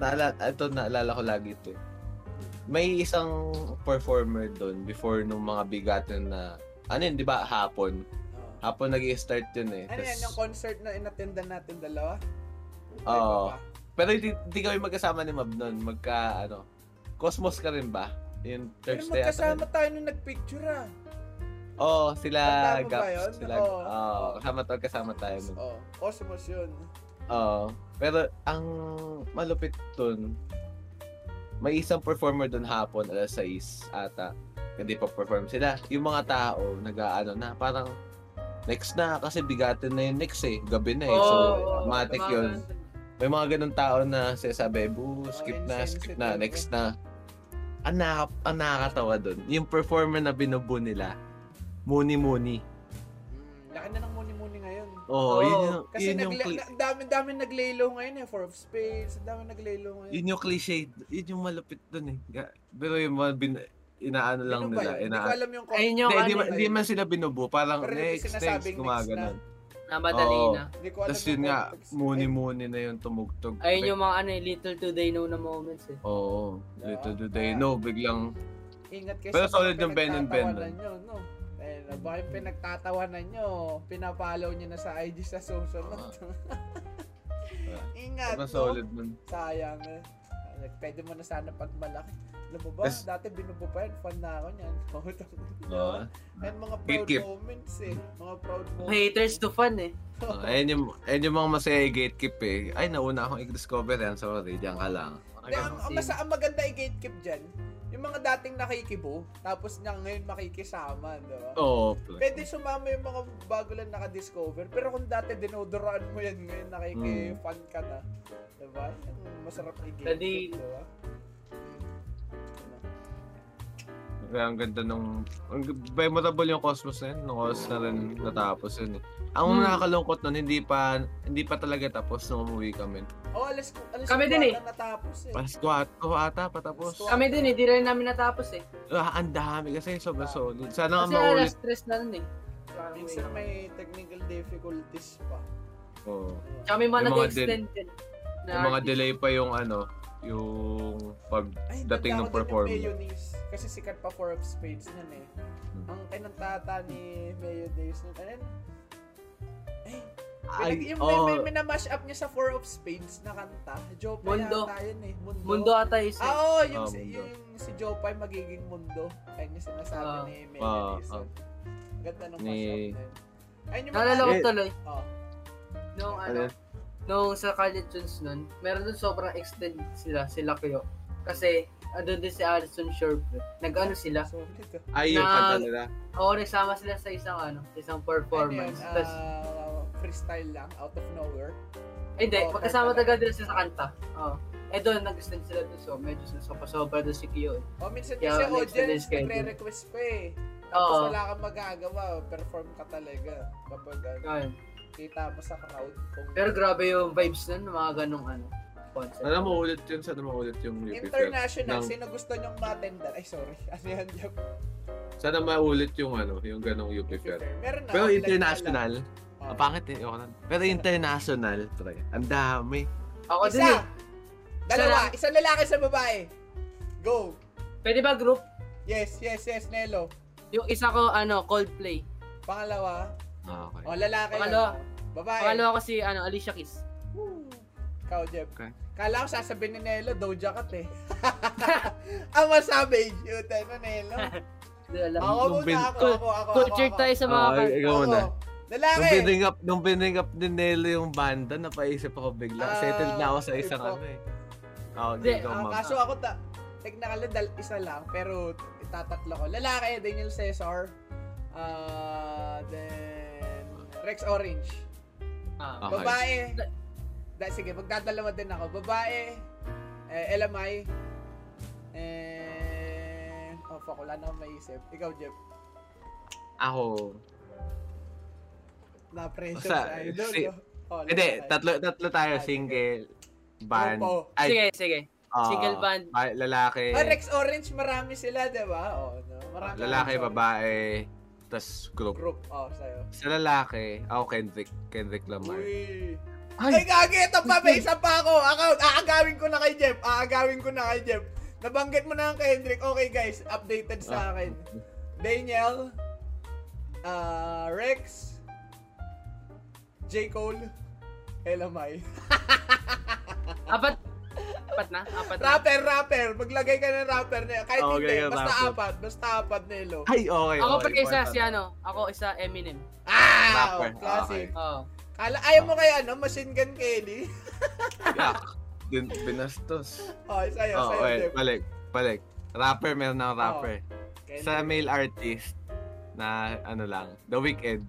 [SPEAKER 2] naala, ito naalala ko lagi ito eh. May isang performer doon before nung mga bigatan na, ano yun, di ba, hapon?
[SPEAKER 1] Oo.
[SPEAKER 2] Hapon nag start yun eh.
[SPEAKER 1] Ano
[SPEAKER 2] Tas-
[SPEAKER 1] yan, yung concert na inattendan natin dalawa?
[SPEAKER 2] Oo.
[SPEAKER 1] Ay, baka.
[SPEAKER 2] pero hindi, hindi kami magkasama ni Mab noon, magka, ano, Cosmos ka rin ba? Yung
[SPEAKER 1] Pero
[SPEAKER 2] Thursday
[SPEAKER 1] magkasama tayo nung nagpicture ah.
[SPEAKER 2] Oo, oh, sila
[SPEAKER 1] Kasama ba
[SPEAKER 2] Gaps.
[SPEAKER 1] yun?
[SPEAKER 2] Sila,
[SPEAKER 1] Oo.
[SPEAKER 2] oh. kasama to, kasama tayo nun.
[SPEAKER 1] Oo. Cosmos yun.
[SPEAKER 2] Oo. pero ang malupit dun, may isang performer dun hapon, alas 6 ata. Hindi pa perform sila. Yung mga tao, nag-ano na, parang next na kasi bigatin na yung next eh. Gabi na eh. so,
[SPEAKER 4] Oo,
[SPEAKER 2] automatic
[SPEAKER 4] tama
[SPEAKER 2] yun.
[SPEAKER 4] ka.
[SPEAKER 2] May mga ganun tao na sinasabi, boo, skip
[SPEAKER 1] Oo,
[SPEAKER 2] na,
[SPEAKER 1] insensitive
[SPEAKER 2] skip
[SPEAKER 1] yun,
[SPEAKER 2] na, next na. Ang, nakaka- ang nakakatawa dun, yung performer na binubo nila, Muni Muni.
[SPEAKER 1] Mm, laki na ng muni-muni ngayon.
[SPEAKER 2] Oo,
[SPEAKER 4] Oo,
[SPEAKER 2] yun yung,
[SPEAKER 1] Kasi
[SPEAKER 2] yun yung,
[SPEAKER 1] nagle-
[SPEAKER 2] cli-
[SPEAKER 1] na- dami-dami naglaylo ngayon eh. Four of Spades, dami naglaylo ngayon.
[SPEAKER 2] yun yung cliche, yun yung malupit dun eh. Ga- Pero yung mga bin, inaano
[SPEAKER 1] Sino
[SPEAKER 2] lang
[SPEAKER 1] ba
[SPEAKER 2] nila,
[SPEAKER 1] yun? Hindi ko
[SPEAKER 2] inaano.
[SPEAKER 1] alam yung
[SPEAKER 4] Ayun
[SPEAKER 1] concert.
[SPEAKER 4] yung
[SPEAKER 2] Hindi,
[SPEAKER 4] ano,
[SPEAKER 2] di,
[SPEAKER 1] ba-
[SPEAKER 2] man-
[SPEAKER 1] eh.
[SPEAKER 2] di man sila binubo, parang
[SPEAKER 1] Pero yung
[SPEAKER 2] next, next,
[SPEAKER 1] sinasabing next
[SPEAKER 2] gumaganon.
[SPEAKER 4] na madali
[SPEAKER 2] Oo.
[SPEAKER 4] na.
[SPEAKER 1] Hindi ko alam
[SPEAKER 2] Tapos yun nga,
[SPEAKER 1] context.
[SPEAKER 2] muni-muni na yung tumugtog.
[SPEAKER 4] Ayun yung mga ano, eh, little do they know na moments eh.
[SPEAKER 2] Oo, little do
[SPEAKER 1] Ah.
[SPEAKER 2] they know, biglang,
[SPEAKER 1] Ay, Ingat kayo
[SPEAKER 2] Pero
[SPEAKER 1] sa
[SPEAKER 2] solid
[SPEAKER 1] mga
[SPEAKER 2] yung Ben and Ben
[SPEAKER 1] pinagtatawanan nyo, no? Eh, na baka yung pinagtatawanan nyo, pinapalaw nyo na sa IG sa social.
[SPEAKER 2] Ah.
[SPEAKER 1] Ingat, no?
[SPEAKER 2] sobrang solid nun.
[SPEAKER 1] Sayang eh. Like, Pwede mo na sana pag malaki. Alam mo ba?
[SPEAKER 2] Tas-
[SPEAKER 1] Dati binubo pa yan. Fan na ako niyan.
[SPEAKER 2] Oo.
[SPEAKER 1] Yan mga proud
[SPEAKER 2] Gatekeep.
[SPEAKER 1] moments eh. Mga proud moments.
[SPEAKER 4] Haters to fan eh.
[SPEAKER 2] Oh, ayun yung, ayun yung mga masaya yung gatekeep eh. Ay, nauna akong i-discover yan. Sorry, diyan ka lang. Parang
[SPEAKER 1] Hindi, ang,
[SPEAKER 2] ganun.
[SPEAKER 1] ang, mas, ang maganda i-gatekeep dyan, yung mga dating nakikibo, tapos na ngayon makikisama, di ba?
[SPEAKER 2] Oo.
[SPEAKER 1] Pwede sumama yung mga bago lang nakadiscover, pero kung dati dinodoraan mo yan ngayon, nakikifan ka na, di ba? Yung Masarap i-gatekeep,
[SPEAKER 4] Pwede-
[SPEAKER 1] di ba?
[SPEAKER 2] Kaya ang ganda nung... Ang memorable yung Cosmos na yun. Nung Cosmos na rin natapos yun. eh. Ang
[SPEAKER 4] Hmm.
[SPEAKER 2] nakakalungkot nun, hindi pa hindi pa talaga tapos nung umuwi kami.
[SPEAKER 1] Oh, alas, alas
[SPEAKER 4] Kami
[SPEAKER 1] ko
[SPEAKER 4] din
[SPEAKER 1] ata natapos eh.
[SPEAKER 2] Pasko at ko ata patapos.
[SPEAKER 1] Pasko.
[SPEAKER 4] Kami din eh, di rin namin natapos eh.
[SPEAKER 2] Ah, ang dami kasi
[SPEAKER 1] Ah.
[SPEAKER 2] sobrang solid. Sana
[SPEAKER 4] Kasi
[SPEAKER 2] nga maulit.
[SPEAKER 4] alas stress na nun eh.
[SPEAKER 1] Minsan may technical difficulties pa.
[SPEAKER 2] Oo.
[SPEAKER 1] Diba?
[SPEAKER 4] Kami
[SPEAKER 2] Yung
[SPEAKER 4] mga
[SPEAKER 2] mga
[SPEAKER 4] nag-extend din. na
[SPEAKER 2] Yung mga
[SPEAKER 4] artist.
[SPEAKER 2] delay pa yung ano, yung pag...
[SPEAKER 1] Ay,
[SPEAKER 2] Dating
[SPEAKER 1] tanda
[SPEAKER 2] ng
[SPEAKER 1] ko din
[SPEAKER 2] performer.
[SPEAKER 1] Yung mayonnaise. Kasi sikat pa Four of Spades nun eh.
[SPEAKER 2] Hmm.
[SPEAKER 1] Ang kinantata ni Mayonnaise nun. Ano yun? Ay,
[SPEAKER 2] Ay,
[SPEAKER 1] yung may, may,
[SPEAKER 2] oh,
[SPEAKER 1] may na-mash up niya sa Four of Spades na kanta. Jopay
[SPEAKER 4] Mundo.
[SPEAKER 1] yata yun eh. Mundo.
[SPEAKER 4] Mundo ata is
[SPEAKER 1] Ah,
[SPEAKER 4] eh.
[SPEAKER 1] oo, yung,
[SPEAKER 2] Ah,
[SPEAKER 1] si,
[SPEAKER 2] Mundo.
[SPEAKER 1] yung si Jopay magiging mundo. Ayun yung sinasabi
[SPEAKER 4] Ah.
[SPEAKER 1] ni Mayonnaise.
[SPEAKER 2] Ah,
[SPEAKER 1] nun. Ang Ganda ng
[SPEAKER 2] Ni-
[SPEAKER 1] mash up na yun. Ayun yung
[SPEAKER 4] Naalala ko
[SPEAKER 2] Eh.
[SPEAKER 4] tuloy.
[SPEAKER 1] Oh.
[SPEAKER 4] Nung
[SPEAKER 2] Ano?
[SPEAKER 4] ano, nung sa college tunes nun, meron dun sobrang extend sila, sila kayo. Kasi, ah, doon din si Alison Sherb. Nag-ano sila?
[SPEAKER 1] So, ulit ah.
[SPEAKER 2] ay, yung
[SPEAKER 4] na-
[SPEAKER 2] kanta nila.
[SPEAKER 4] Oo, nagsama sila sa isang ano, sa isang
[SPEAKER 1] Ano yun?
[SPEAKER 4] performance. Tapos,
[SPEAKER 1] Ah, freestyle lang, out of nowhere.
[SPEAKER 4] Hindi,
[SPEAKER 1] Oo,
[SPEAKER 4] magkasama
[SPEAKER 1] kanta
[SPEAKER 4] talaga din sila sa kanta. Oo. Eh doon, nag-stand sila doon. So, medyo sinasopa-sobra doon si eh. Kiyo.
[SPEAKER 1] O Oh, minsan
[SPEAKER 4] Yeah,
[SPEAKER 1] kasi
[SPEAKER 4] next
[SPEAKER 1] audience,
[SPEAKER 4] to the schedule.
[SPEAKER 1] nagre-request pa eh. Tapos
[SPEAKER 4] Oo.
[SPEAKER 1] wala kang magagawa, perform ka talaga. Kapag ano,
[SPEAKER 4] Ayun.
[SPEAKER 1] kita mo sa crowd. Kung
[SPEAKER 4] Pero grabe yung vibes nun, ng mga ganong ano, concert.
[SPEAKER 2] Sana maulit yun, sana maulit yung UP Fest.
[SPEAKER 1] international,
[SPEAKER 2] Ng-
[SPEAKER 1] sino gusto nyong matendan? Ay, sorry. Ano yan? Yung,
[SPEAKER 2] Sana maulit yung ano, yung ganong UP Fest.
[SPEAKER 1] meron na. online na lang.
[SPEAKER 2] Pero
[SPEAKER 1] Oh.
[SPEAKER 2] international,
[SPEAKER 1] Oo.
[SPEAKER 2] ang pangit eh, ayoko na. Pero international, pre. Ang dami.
[SPEAKER 4] Ako din
[SPEAKER 1] Isa!
[SPEAKER 4] eh.
[SPEAKER 1] Dalawa!
[SPEAKER 4] lang.
[SPEAKER 1] Isang lalaki sa babae. Go!
[SPEAKER 4] Pwede ba group?
[SPEAKER 1] Yes, yes, yes, Nelo.
[SPEAKER 4] Yung isa ko, ano, Coldplay.
[SPEAKER 1] Pangalawa.
[SPEAKER 2] Okay.
[SPEAKER 1] O, lalaki. yun.
[SPEAKER 4] Pangalawa.
[SPEAKER 1] Babae.
[SPEAKER 4] Pangalawa ko si, ano, Alicia Keys.
[SPEAKER 1] Woo. Ikaw, Jeff.
[SPEAKER 2] Okay.
[SPEAKER 1] Kala ko sasabihin ni Nelo, Doja Cat eh. Ang masabi, yun na Nelo.
[SPEAKER 4] Hindi alam.
[SPEAKER 1] Ako
[SPEAKER 2] Nung
[SPEAKER 1] muna,
[SPEAKER 2] bin-
[SPEAKER 1] ako, ako, ako.
[SPEAKER 4] Culture tayo sa mga
[SPEAKER 2] Okay,
[SPEAKER 4] kanta.
[SPEAKER 2] ikaw muna.
[SPEAKER 1] na. Lalaki. Ah,
[SPEAKER 2] Nung binring up, nung binring up ni Nelly yung banda, napaisip ako bigla.
[SPEAKER 1] Ah,
[SPEAKER 2] Settled na ako sa isang
[SPEAKER 1] okay.
[SPEAKER 2] ano eh. Oo,
[SPEAKER 4] Hindi,
[SPEAKER 2] hindi ko
[SPEAKER 1] Ah,
[SPEAKER 2] ma'am.
[SPEAKER 1] kaso ako, ta- technical na dal- isa lang, pero itatatlo ko. Lalaki, Daniel Cesar. Ah, then, Rex Orange.
[SPEAKER 4] Ah,
[SPEAKER 2] Okay.
[SPEAKER 1] Babae. Da, sige, magdadalawa din ako. Babae, eh, Elamay. And, oh fuck, wala na akong maisip. Ikaw, Jeff.
[SPEAKER 2] Ako.
[SPEAKER 1] Na-pressure
[SPEAKER 2] Sa-
[SPEAKER 1] sa idol.
[SPEAKER 2] si-
[SPEAKER 1] no? Oh,
[SPEAKER 2] Hindi,
[SPEAKER 1] lalaki.
[SPEAKER 2] tatlo, tatlo tayo.
[SPEAKER 1] Ah, sige.
[SPEAKER 2] Single, band.
[SPEAKER 1] Opo.
[SPEAKER 2] Ay,
[SPEAKER 4] Sige, sige.
[SPEAKER 2] oo,
[SPEAKER 4] single band.
[SPEAKER 2] ba- lalaki.
[SPEAKER 1] Ah, Rex Orange, marami sila, di ba? Oh, no? marami
[SPEAKER 2] lalaki,
[SPEAKER 1] Rex Orange.
[SPEAKER 2] babae. Tapos group.
[SPEAKER 1] Group, oh, sa'yo.
[SPEAKER 2] Sa lalaki, ako Kendrick. Kendrick Lamar.
[SPEAKER 1] Uy. Ay, gagi, ito pa, may isa pa ako. Account, aagawin ko na kay Jeff. Aagawin ko na kay Jeff. Nabanggit mo na ang Kendrick. Okay, guys, updated
[SPEAKER 2] Ah.
[SPEAKER 1] sa akin. Daniel, ah, Rex, J. Cole, Elamay.
[SPEAKER 4] Apat. Apat na? Apat na?
[SPEAKER 1] Rapper, rapper. Maglagay ka ng rapper na Kahit
[SPEAKER 2] Oh,
[SPEAKER 1] hindi,
[SPEAKER 2] maglagay ng
[SPEAKER 1] basta
[SPEAKER 2] rapper.
[SPEAKER 1] apat. Basta apat, Nelo.
[SPEAKER 2] Ay, okay.
[SPEAKER 4] Ako
[SPEAKER 2] okay,
[SPEAKER 4] pa isa,
[SPEAKER 2] important.
[SPEAKER 4] si ano. Ako isa, Eminem.
[SPEAKER 1] Ah!
[SPEAKER 2] Rapper,
[SPEAKER 1] oh, classic.
[SPEAKER 4] Oo.
[SPEAKER 1] Kala, ayaw mo kay ano, Machine Gun Kelly?
[SPEAKER 2] Yak. Din, binastos.
[SPEAKER 1] oh, sa'yo,
[SPEAKER 2] Oh,
[SPEAKER 1] sa'yo,
[SPEAKER 2] wait.
[SPEAKER 1] Jeff.
[SPEAKER 2] Balik. Balik. Rapper, meron ng rapper.
[SPEAKER 1] Kendrick.
[SPEAKER 2] sa male artist na ano lang, The Weeknd.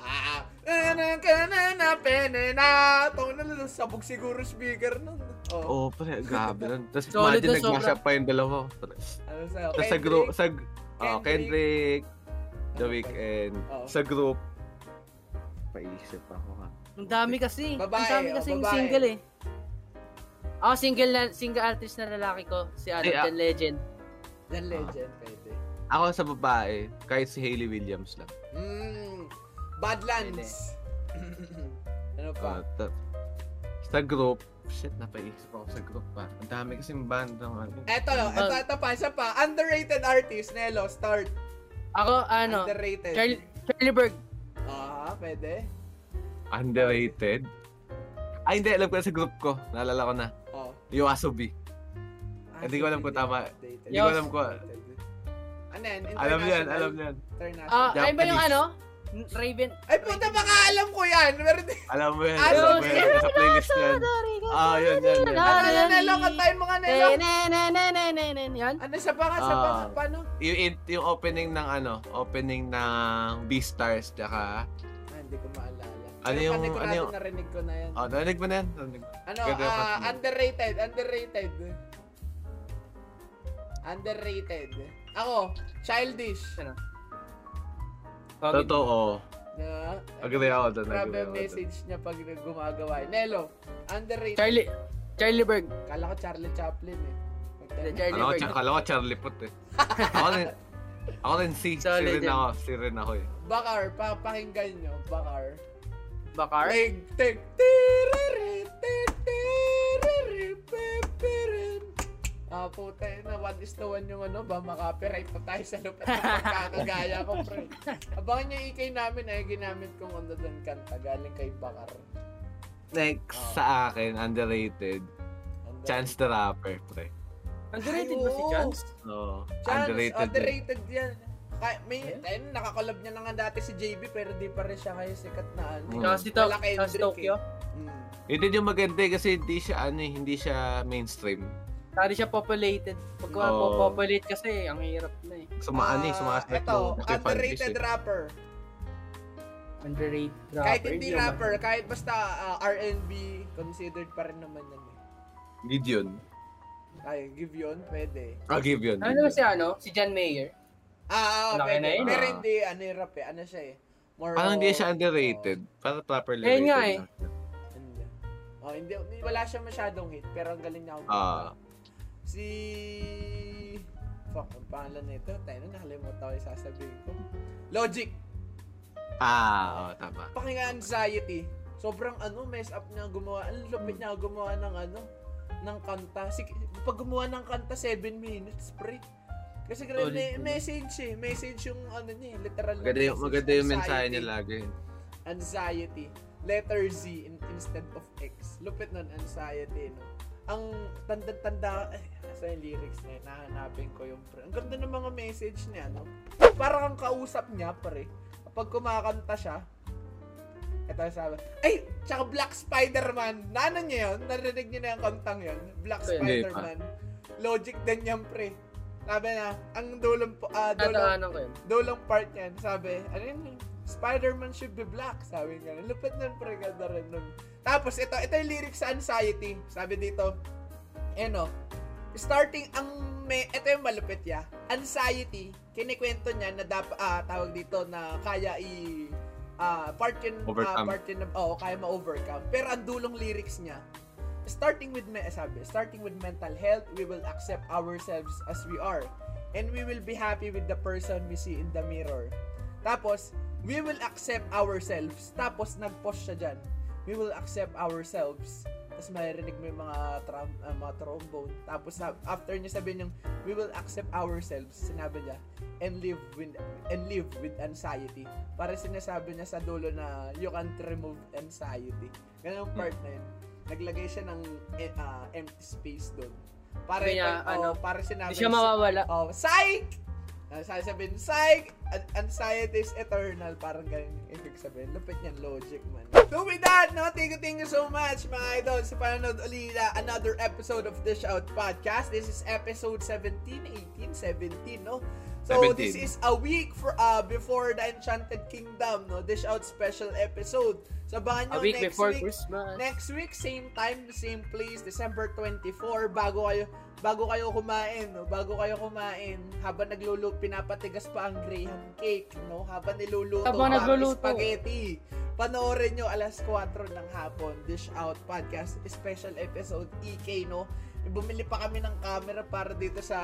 [SPEAKER 1] Ah, na na ka na na pene na Tawag na lang, sabog siguro speaker nun. Oh,
[SPEAKER 2] Oo, oh, pre, grabe nun. Tapos imagine
[SPEAKER 4] Solid na sobra.
[SPEAKER 2] nag-mashup pa yung dalawa.
[SPEAKER 1] ano sa'yo?
[SPEAKER 2] Tapos sa group, sa, oh,
[SPEAKER 1] Kendrick. Ano Oh.
[SPEAKER 2] Kendrick, The Weeknd,
[SPEAKER 1] Oo.
[SPEAKER 2] sa group, paisip ako ha.
[SPEAKER 4] Ang dami kasi.
[SPEAKER 1] Babae,
[SPEAKER 4] Ang dami
[SPEAKER 1] oh,
[SPEAKER 4] kasi yung
[SPEAKER 1] babae.
[SPEAKER 4] single eh. Ako single na, single artist na lalaki ko, si ano,
[SPEAKER 2] Ay, ah.
[SPEAKER 4] The Legend.
[SPEAKER 1] Yan legend, pwede.
[SPEAKER 2] Ako sa babae, kahit si Hailey Williams lang.
[SPEAKER 1] Mm, Badlands. ano
[SPEAKER 2] Uh,
[SPEAKER 1] pa?
[SPEAKER 2] ta- sa group, shit, napaisip ako sa group pa. Ang dami kasing bandang ano.
[SPEAKER 1] Eto, eto, eto pa, isa pa. Underrated artist, Nelo, start.
[SPEAKER 4] Ako, ano,
[SPEAKER 1] Underrated.
[SPEAKER 4] Charlie, Charlie Berg.
[SPEAKER 1] Ah, pwede.
[SPEAKER 2] Underrated. Ay, hindi, alam ko na sa group ko. Naalala ko na.
[SPEAKER 1] Oh.
[SPEAKER 2] Yoasobi. Ah, Hindi ko alam kung tama. Hindi ko alam ko.
[SPEAKER 1] Ano yan?
[SPEAKER 2] Alam niyan,
[SPEAKER 1] International.
[SPEAKER 2] alam niyan.
[SPEAKER 1] International.
[SPEAKER 4] Ah, ayun ba yung
[SPEAKER 2] Japanese.
[SPEAKER 4] ano? Raven.
[SPEAKER 1] Ay, puta, baka alam ko yan. Meron din.
[SPEAKER 2] Alam mo yan.
[SPEAKER 1] Ah,
[SPEAKER 2] alam mo
[SPEAKER 1] yun,
[SPEAKER 2] yan. Sa playlist yan. Ah, yun, yun, yun.
[SPEAKER 1] Ano na, Nelo? Kantayin mo nga, Nelo.
[SPEAKER 4] Na-na-na-na-na-na-na. Yan.
[SPEAKER 1] Ano sa baka, sa
[SPEAKER 2] Ah.
[SPEAKER 1] baka, paano?
[SPEAKER 2] Yung, in- yung opening ng ano, opening ng Beastars, tsaka,
[SPEAKER 1] Ah, hindi ko maalala.
[SPEAKER 2] Ano
[SPEAKER 1] Pero
[SPEAKER 2] yung-
[SPEAKER 1] panigurado
[SPEAKER 2] ano yung-
[SPEAKER 1] Narinig ko na yan.
[SPEAKER 2] oh, narinig mo na yan? Narinig mo.
[SPEAKER 1] ano,
[SPEAKER 2] ganda
[SPEAKER 1] ah,
[SPEAKER 2] yung cut mo.
[SPEAKER 1] underrated, underrated. Underrated. Ako, childish.
[SPEAKER 4] Ano?
[SPEAKER 2] Totoo.
[SPEAKER 1] Na,
[SPEAKER 2] Agree ako doon.
[SPEAKER 1] Grabe
[SPEAKER 2] agree
[SPEAKER 1] ang
[SPEAKER 2] ako doon.
[SPEAKER 1] message niya pag gumagawa. Nelo, underrated.
[SPEAKER 4] Charlie. Charlie Berg.
[SPEAKER 1] Kala ko Charlie Chaplin eh.
[SPEAKER 4] The
[SPEAKER 1] Magtanong.
[SPEAKER 4] Charlie
[SPEAKER 2] Kala ko,
[SPEAKER 4] Berg.
[SPEAKER 2] Char- kala ko Charlie Puth eh. ako rin, ako rin si, si
[SPEAKER 4] Solid
[SPEAKER 2] rin
[SPEAKER 4] yan.
[SPEAKER 2] ako, si rin ako eh.
[SPEAKER 1] Bakar, pa pakinggan nyo. Bakar.
[SPEAKER 4] Bakar.
[SPEAKER 1] Tig, tig, tiriri, tig, tiriri, pipirin. Ah, puta na, one is to one yung ano ba, makapiright pa tayo sa lupa ng pagkakagaya ko, pre. Abangan nyo yung ikay namin ay ginamit kong on the Don kanta, galing kay Bakar.
[SPEAKER 2] Next
[SPEAKER 1] Oo.
[SPEAKER 2] sa akin, underrated,
[SPEAKER 1] Ang
[SPEAKER 2] Chance the Rapper, pre.
[SPEAKER 4] Underrated ba si Chance?
[SPEAKER 2] Hmm. Oo,
[SPEAKER 1] galing. Chance,
[SPEAKER 2] underrated. eh.
[SPEAKER 1] underrated,
[SPEAKER 2] yun. Eh?
[SPEAKER 1] yan. Kay, may, ayun, nakakolab niya na nga dati si JB, pero di pa rin siya kayo sikat na ano.
[SPEAKER 2] Mm.
[SPEAKER 4] Tsaka si Tok-
[SPEAKER 1] Wala kay
[SPEAKER 4] tsaka si
[SPEAKER 1] Drake,
[SPEAKER 4] Tokyo.
[SPEAKER 1] Mm.
[SPEAKER 2] Yun din yung maganda eh, kasi hindi siya ano eh, hindi siya mainstream.
[SPEAKER 4] Tari siya populated. Pag
[SPEAKER 2] Oo.
[SPEAKER 4] oh. populate kasi, ang hirap na eh.
[SPEAKER 2] Sumaan
[SPEAKER 1] Ah,
[SPEAKER 2] eh, sumasakit
[SPEAKER 1] eto,
[SPEAKER 2] mo.
[SPEAKER 1] underrated
[SPEAKER 2] Underrated
[SPEAKER 1] rapper.
[SPEAKER 4] Underrated rapper.
[SPEAKER 1] Kahit hindi
[SPEAKER 4] naman.
[SPEAKER 1] rapper, kahit basta ah, R&B, considered pa rin naman yan eh.
[SPEAKER 2] Gideon.
[SPEAKER 1] Ay, give yun, pwede.
[SPEAKER 2] Ah, Gideon.
[SPEAKER 4] Ano naman si ano? Si John Mayer.
[SPEAKER 1] Ah, oo,
[SPEAKER 4] Laki
[SPEAKER 1] pwede.
[SPEAKER 4] na yun,
[SPEAKER 1] Pero
[SPEAKER 2] ah.
[SPEAKER 1] hindi, ano yung rap eh, ano siya eh. More
[SPEAKER 2] Parang hindi siya
[SPEAKER 1] on-
[SPEAKER 2] underrated. Parang properly
[SPEAKER 4] Ayun nga eh.
[SPEAKER 2] rated lang.
[SPEAKER 1] Oh, hindi. Oh, hindi, wala siya masyadong hit, pero ang galing niya ako.
[SPEAKER 2] Ah.
[SPEAKER 1] Si... Fuck, ang pangalan nito. Tayo na, nakalimutan ko yung sasabihin ko. Logic.
[SPEAKER 2] Ah, oo, tama.
[SPEAKER 1] Pakinga anxiety. Sobrang ano, mess up niya gumawa. Ang lupit niya gumawa ng ano, ng kanta. Si, pag gumawa ng kanta, 7 minutes, pre. Kasi grabe,
[SPEAKER 2] Solid.
[SPEAKER 1] message eh. Message yung ano niya, eh, literal. na
[SPEAKER 2] Maganda yung,
[SPEAKER 1] message.
[SPEAKER 2] maganda yung mensahe
[SPEAKER 1] Anxiety.
[SPEAKER 2] niya lagi.
[SPEAKER 1] anxiety. Letter Z in, instead of X. Lupit nun, anxiety, no? Ang tanda-tanda, eh, sa yung lyrics na yun, nahanapin ko yung pre. Ang ganda ng mga message niya, no? Parang ang kausap niya, pre. Kapag kumakanta siya, ito yung sabi. Ay! Tsaka Black Spider-Man! Naano niya yun? Narinig niyo na yung kantang yun? Black
[SPEAKER 4] Hindi pa.
[SPEAKER 1] Spider-Man. Logic din yan, pre. Sabi na, ang dulong, po- ah, dulong,
[SPEAKER 4] Tataanan ko yun.
[SPEAKER 1] Dolang part niyan, sabi, ano yun, Spider-Man should be black, sabi nga. Lupit nun, pre, ganda rin nun. Tapos, ito, ito yung lyrics sa anxiety. Sabi dito, ano, starting ang may, ito yung malupit ya. Anxiety, kinikwento niya na dapat, ah, tawag dito na kaya i, ah, part yun, ah,
[SPEAKER 2] Overcome.
[SPEAKER 1] part yun, na- oo, kaya ma-overcome. Pero ang dulong lyrics niya, starting with, me, eh, sabi, starting with mental health, we will accept ourselves as we are and we will be happy with the person we see in the mirror. Tapos, we will accept ourselves. Tapos, nag-post siya dyan. We will accept ourselves. Tapos, maririnig mo yung mga, tram, ah, mga trombone. Tapos, na- after niya sabihin yung, we will accept ourselves, sinabi niya, and live with, and live with anxiety. Para sinasabi niya sa dulo na, you can't remove anxiety. Ganun ang part
[SPEAKER 4] Hmm.
[SPEAKER 1] na yun. Naglagay siya ng eh, ah, empty space doon. Para,
[SPEAKER 4] Sabi niya,
[SPEAKER 1] oh,
[SPEAKER 4] ano,
[SPEAKER 1] para sinabi
[SPEAKER 4] Hindi siya
[SPEAKER 1] niya-
[SPEAKER 4] mawawala.
[SPEAKER 1] Oh, psych! Uh, sasabihin, psych! An- anxiety is eternal. Parang ganyan yung ibig sabihin. Lupit niyan, logic man. So with that, no, thank you, thank you so much, mga idol, sa panonood ulit na another episode of Dish Out Podcast. This is episode 17, 18, 17, no? So this
[SPEAKER 2] 17.
[SPEAKER 1] is a week for uh before the Enchanted Kingdom, no? Dish Out special episode. So baka nyo
[SPEAKER 4] A week
[SPEAKER 1] next
[SPEAKER 4] before
[SPEAKER 1] week,
[SPEAKER 4] Christmas.
[SPEAKER 1] Next week, same time, same place, December 24, bago kayo, bago kayo kumain, no? bago kayo kumain, habang nagluluto, pinapatigas pa ang Graham cake, no? habang niluluto pa ang
[SPEAKER 4] Habang nagluluto.
[SPEAKER 1] spaghetti. Panoorin nyo alas 4 ng hapon, Dish Out Podcast, special episode EK, no? Bumili pa kami ng camera para dito sa,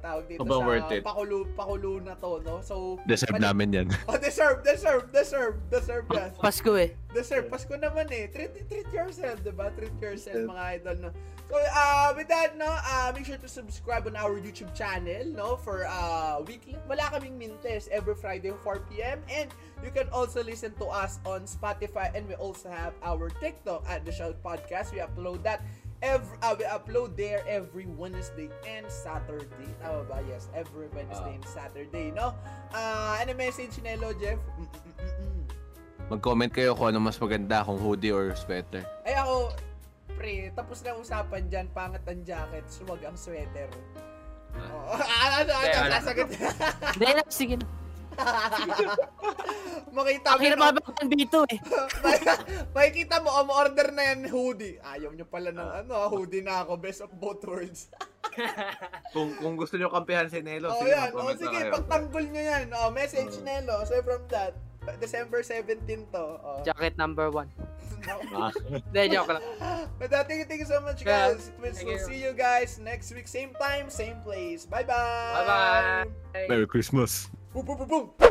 [SPEAKER 1] tawag dito
[SPEAKER 2] Sobrang
[SPEAKER 1] sa
[SPEAKER 2] worth it.
[SPEAKER 1] pakulo, pakulo na to, no? So,
[SPEAKER 2] Deserve
[SPEAKER 1] Ano-
[SPEAKER 2] namin yan.
[SPEAKER 1] oh, deserve, deserve, deserve, deserve yan.
[SPEAKER 4] Pasko eh.
[SPEAKER 1] Deserve, Pasko naman eh. Treat, treat yourself, diba? Treat yourself, mga idol, no? So, uh, with that, no, uh, make sure to subscribe on our YouTube channel, no, for uh, weekly. Wala kaming mintes every Friday, 4pm. And you can also listen to us on Spotify. And we also have our TikTok at The Shout Podcast. We upload that every, uh, we upload there every Wednesday and Saturday. Tama ba? Yes, every Wednesday and Saturday, no? Uh, and a message, Nelo, Jeff. Mm, mm, mm, mm.
[SPEAKER 2] Mag-comment kayo kung ano mas maganda, kung hoodie or sweater.
[SPEAKER 1] Ay ako, pre, tapos na usapan dyan, pangat ang jacket, swag ang sweater. Oo. ano, ano,
[SPEAKER 4] Kaya
[SPEAKER 1] ano,
[SPEAKER 4] wala.
[SPEAKER 1] sasagot.
[SPEAKER 4] Hindi na, sige na.
[SPEAKER 1] Makita mo,
[SPEAKER 4] Ang hirap
[SPEAKER 1] no?
[SPEAKER 4] mabakang dito eh.
[SPEAKER 1] makikita mo, umu-order na yan hoodie. Ayaw nyo pala ng ano, ah, hoodie na ako, best of both worlds.
[SPEAKER 2] Kung, kung gusto nyo kampihan si Nelo,
[SPEAKER 1] oh,
[SPEAKER 2] sige,
[SPEAKER 1] yan. Oh,
[SPEAKER 2] mag-comment na
[SPEAKER 1] sige,
[SPEAKER 2] kayo.
[SPEAKER 1] pagtanggol nyo yan. Oh, message
[SPEAKER 2] Oo.
[SPEAKER 1] Nelo. So from that, December 17 to. Oh.
[SPEAKER 4] Jacket number one.
[SPEAKER 2] Ah.
[SPEAKER 4] Hindi, joke lang.
[SPEAKER 1] But uh, thank you, thank you so much,
[SPEAKER 4] Yeah.
[SPEAKER 1] guys. We'll
[SPEAKER 4] Thank you.
[SPEAKER 1] see you guys next week. Same time, same place. Bye-bye.
[SPEAKER 4] Bye-bye.
[SPEAKER 2] Merry Christmas!
[SPEAKER 1] Boom, boom, boom, boom.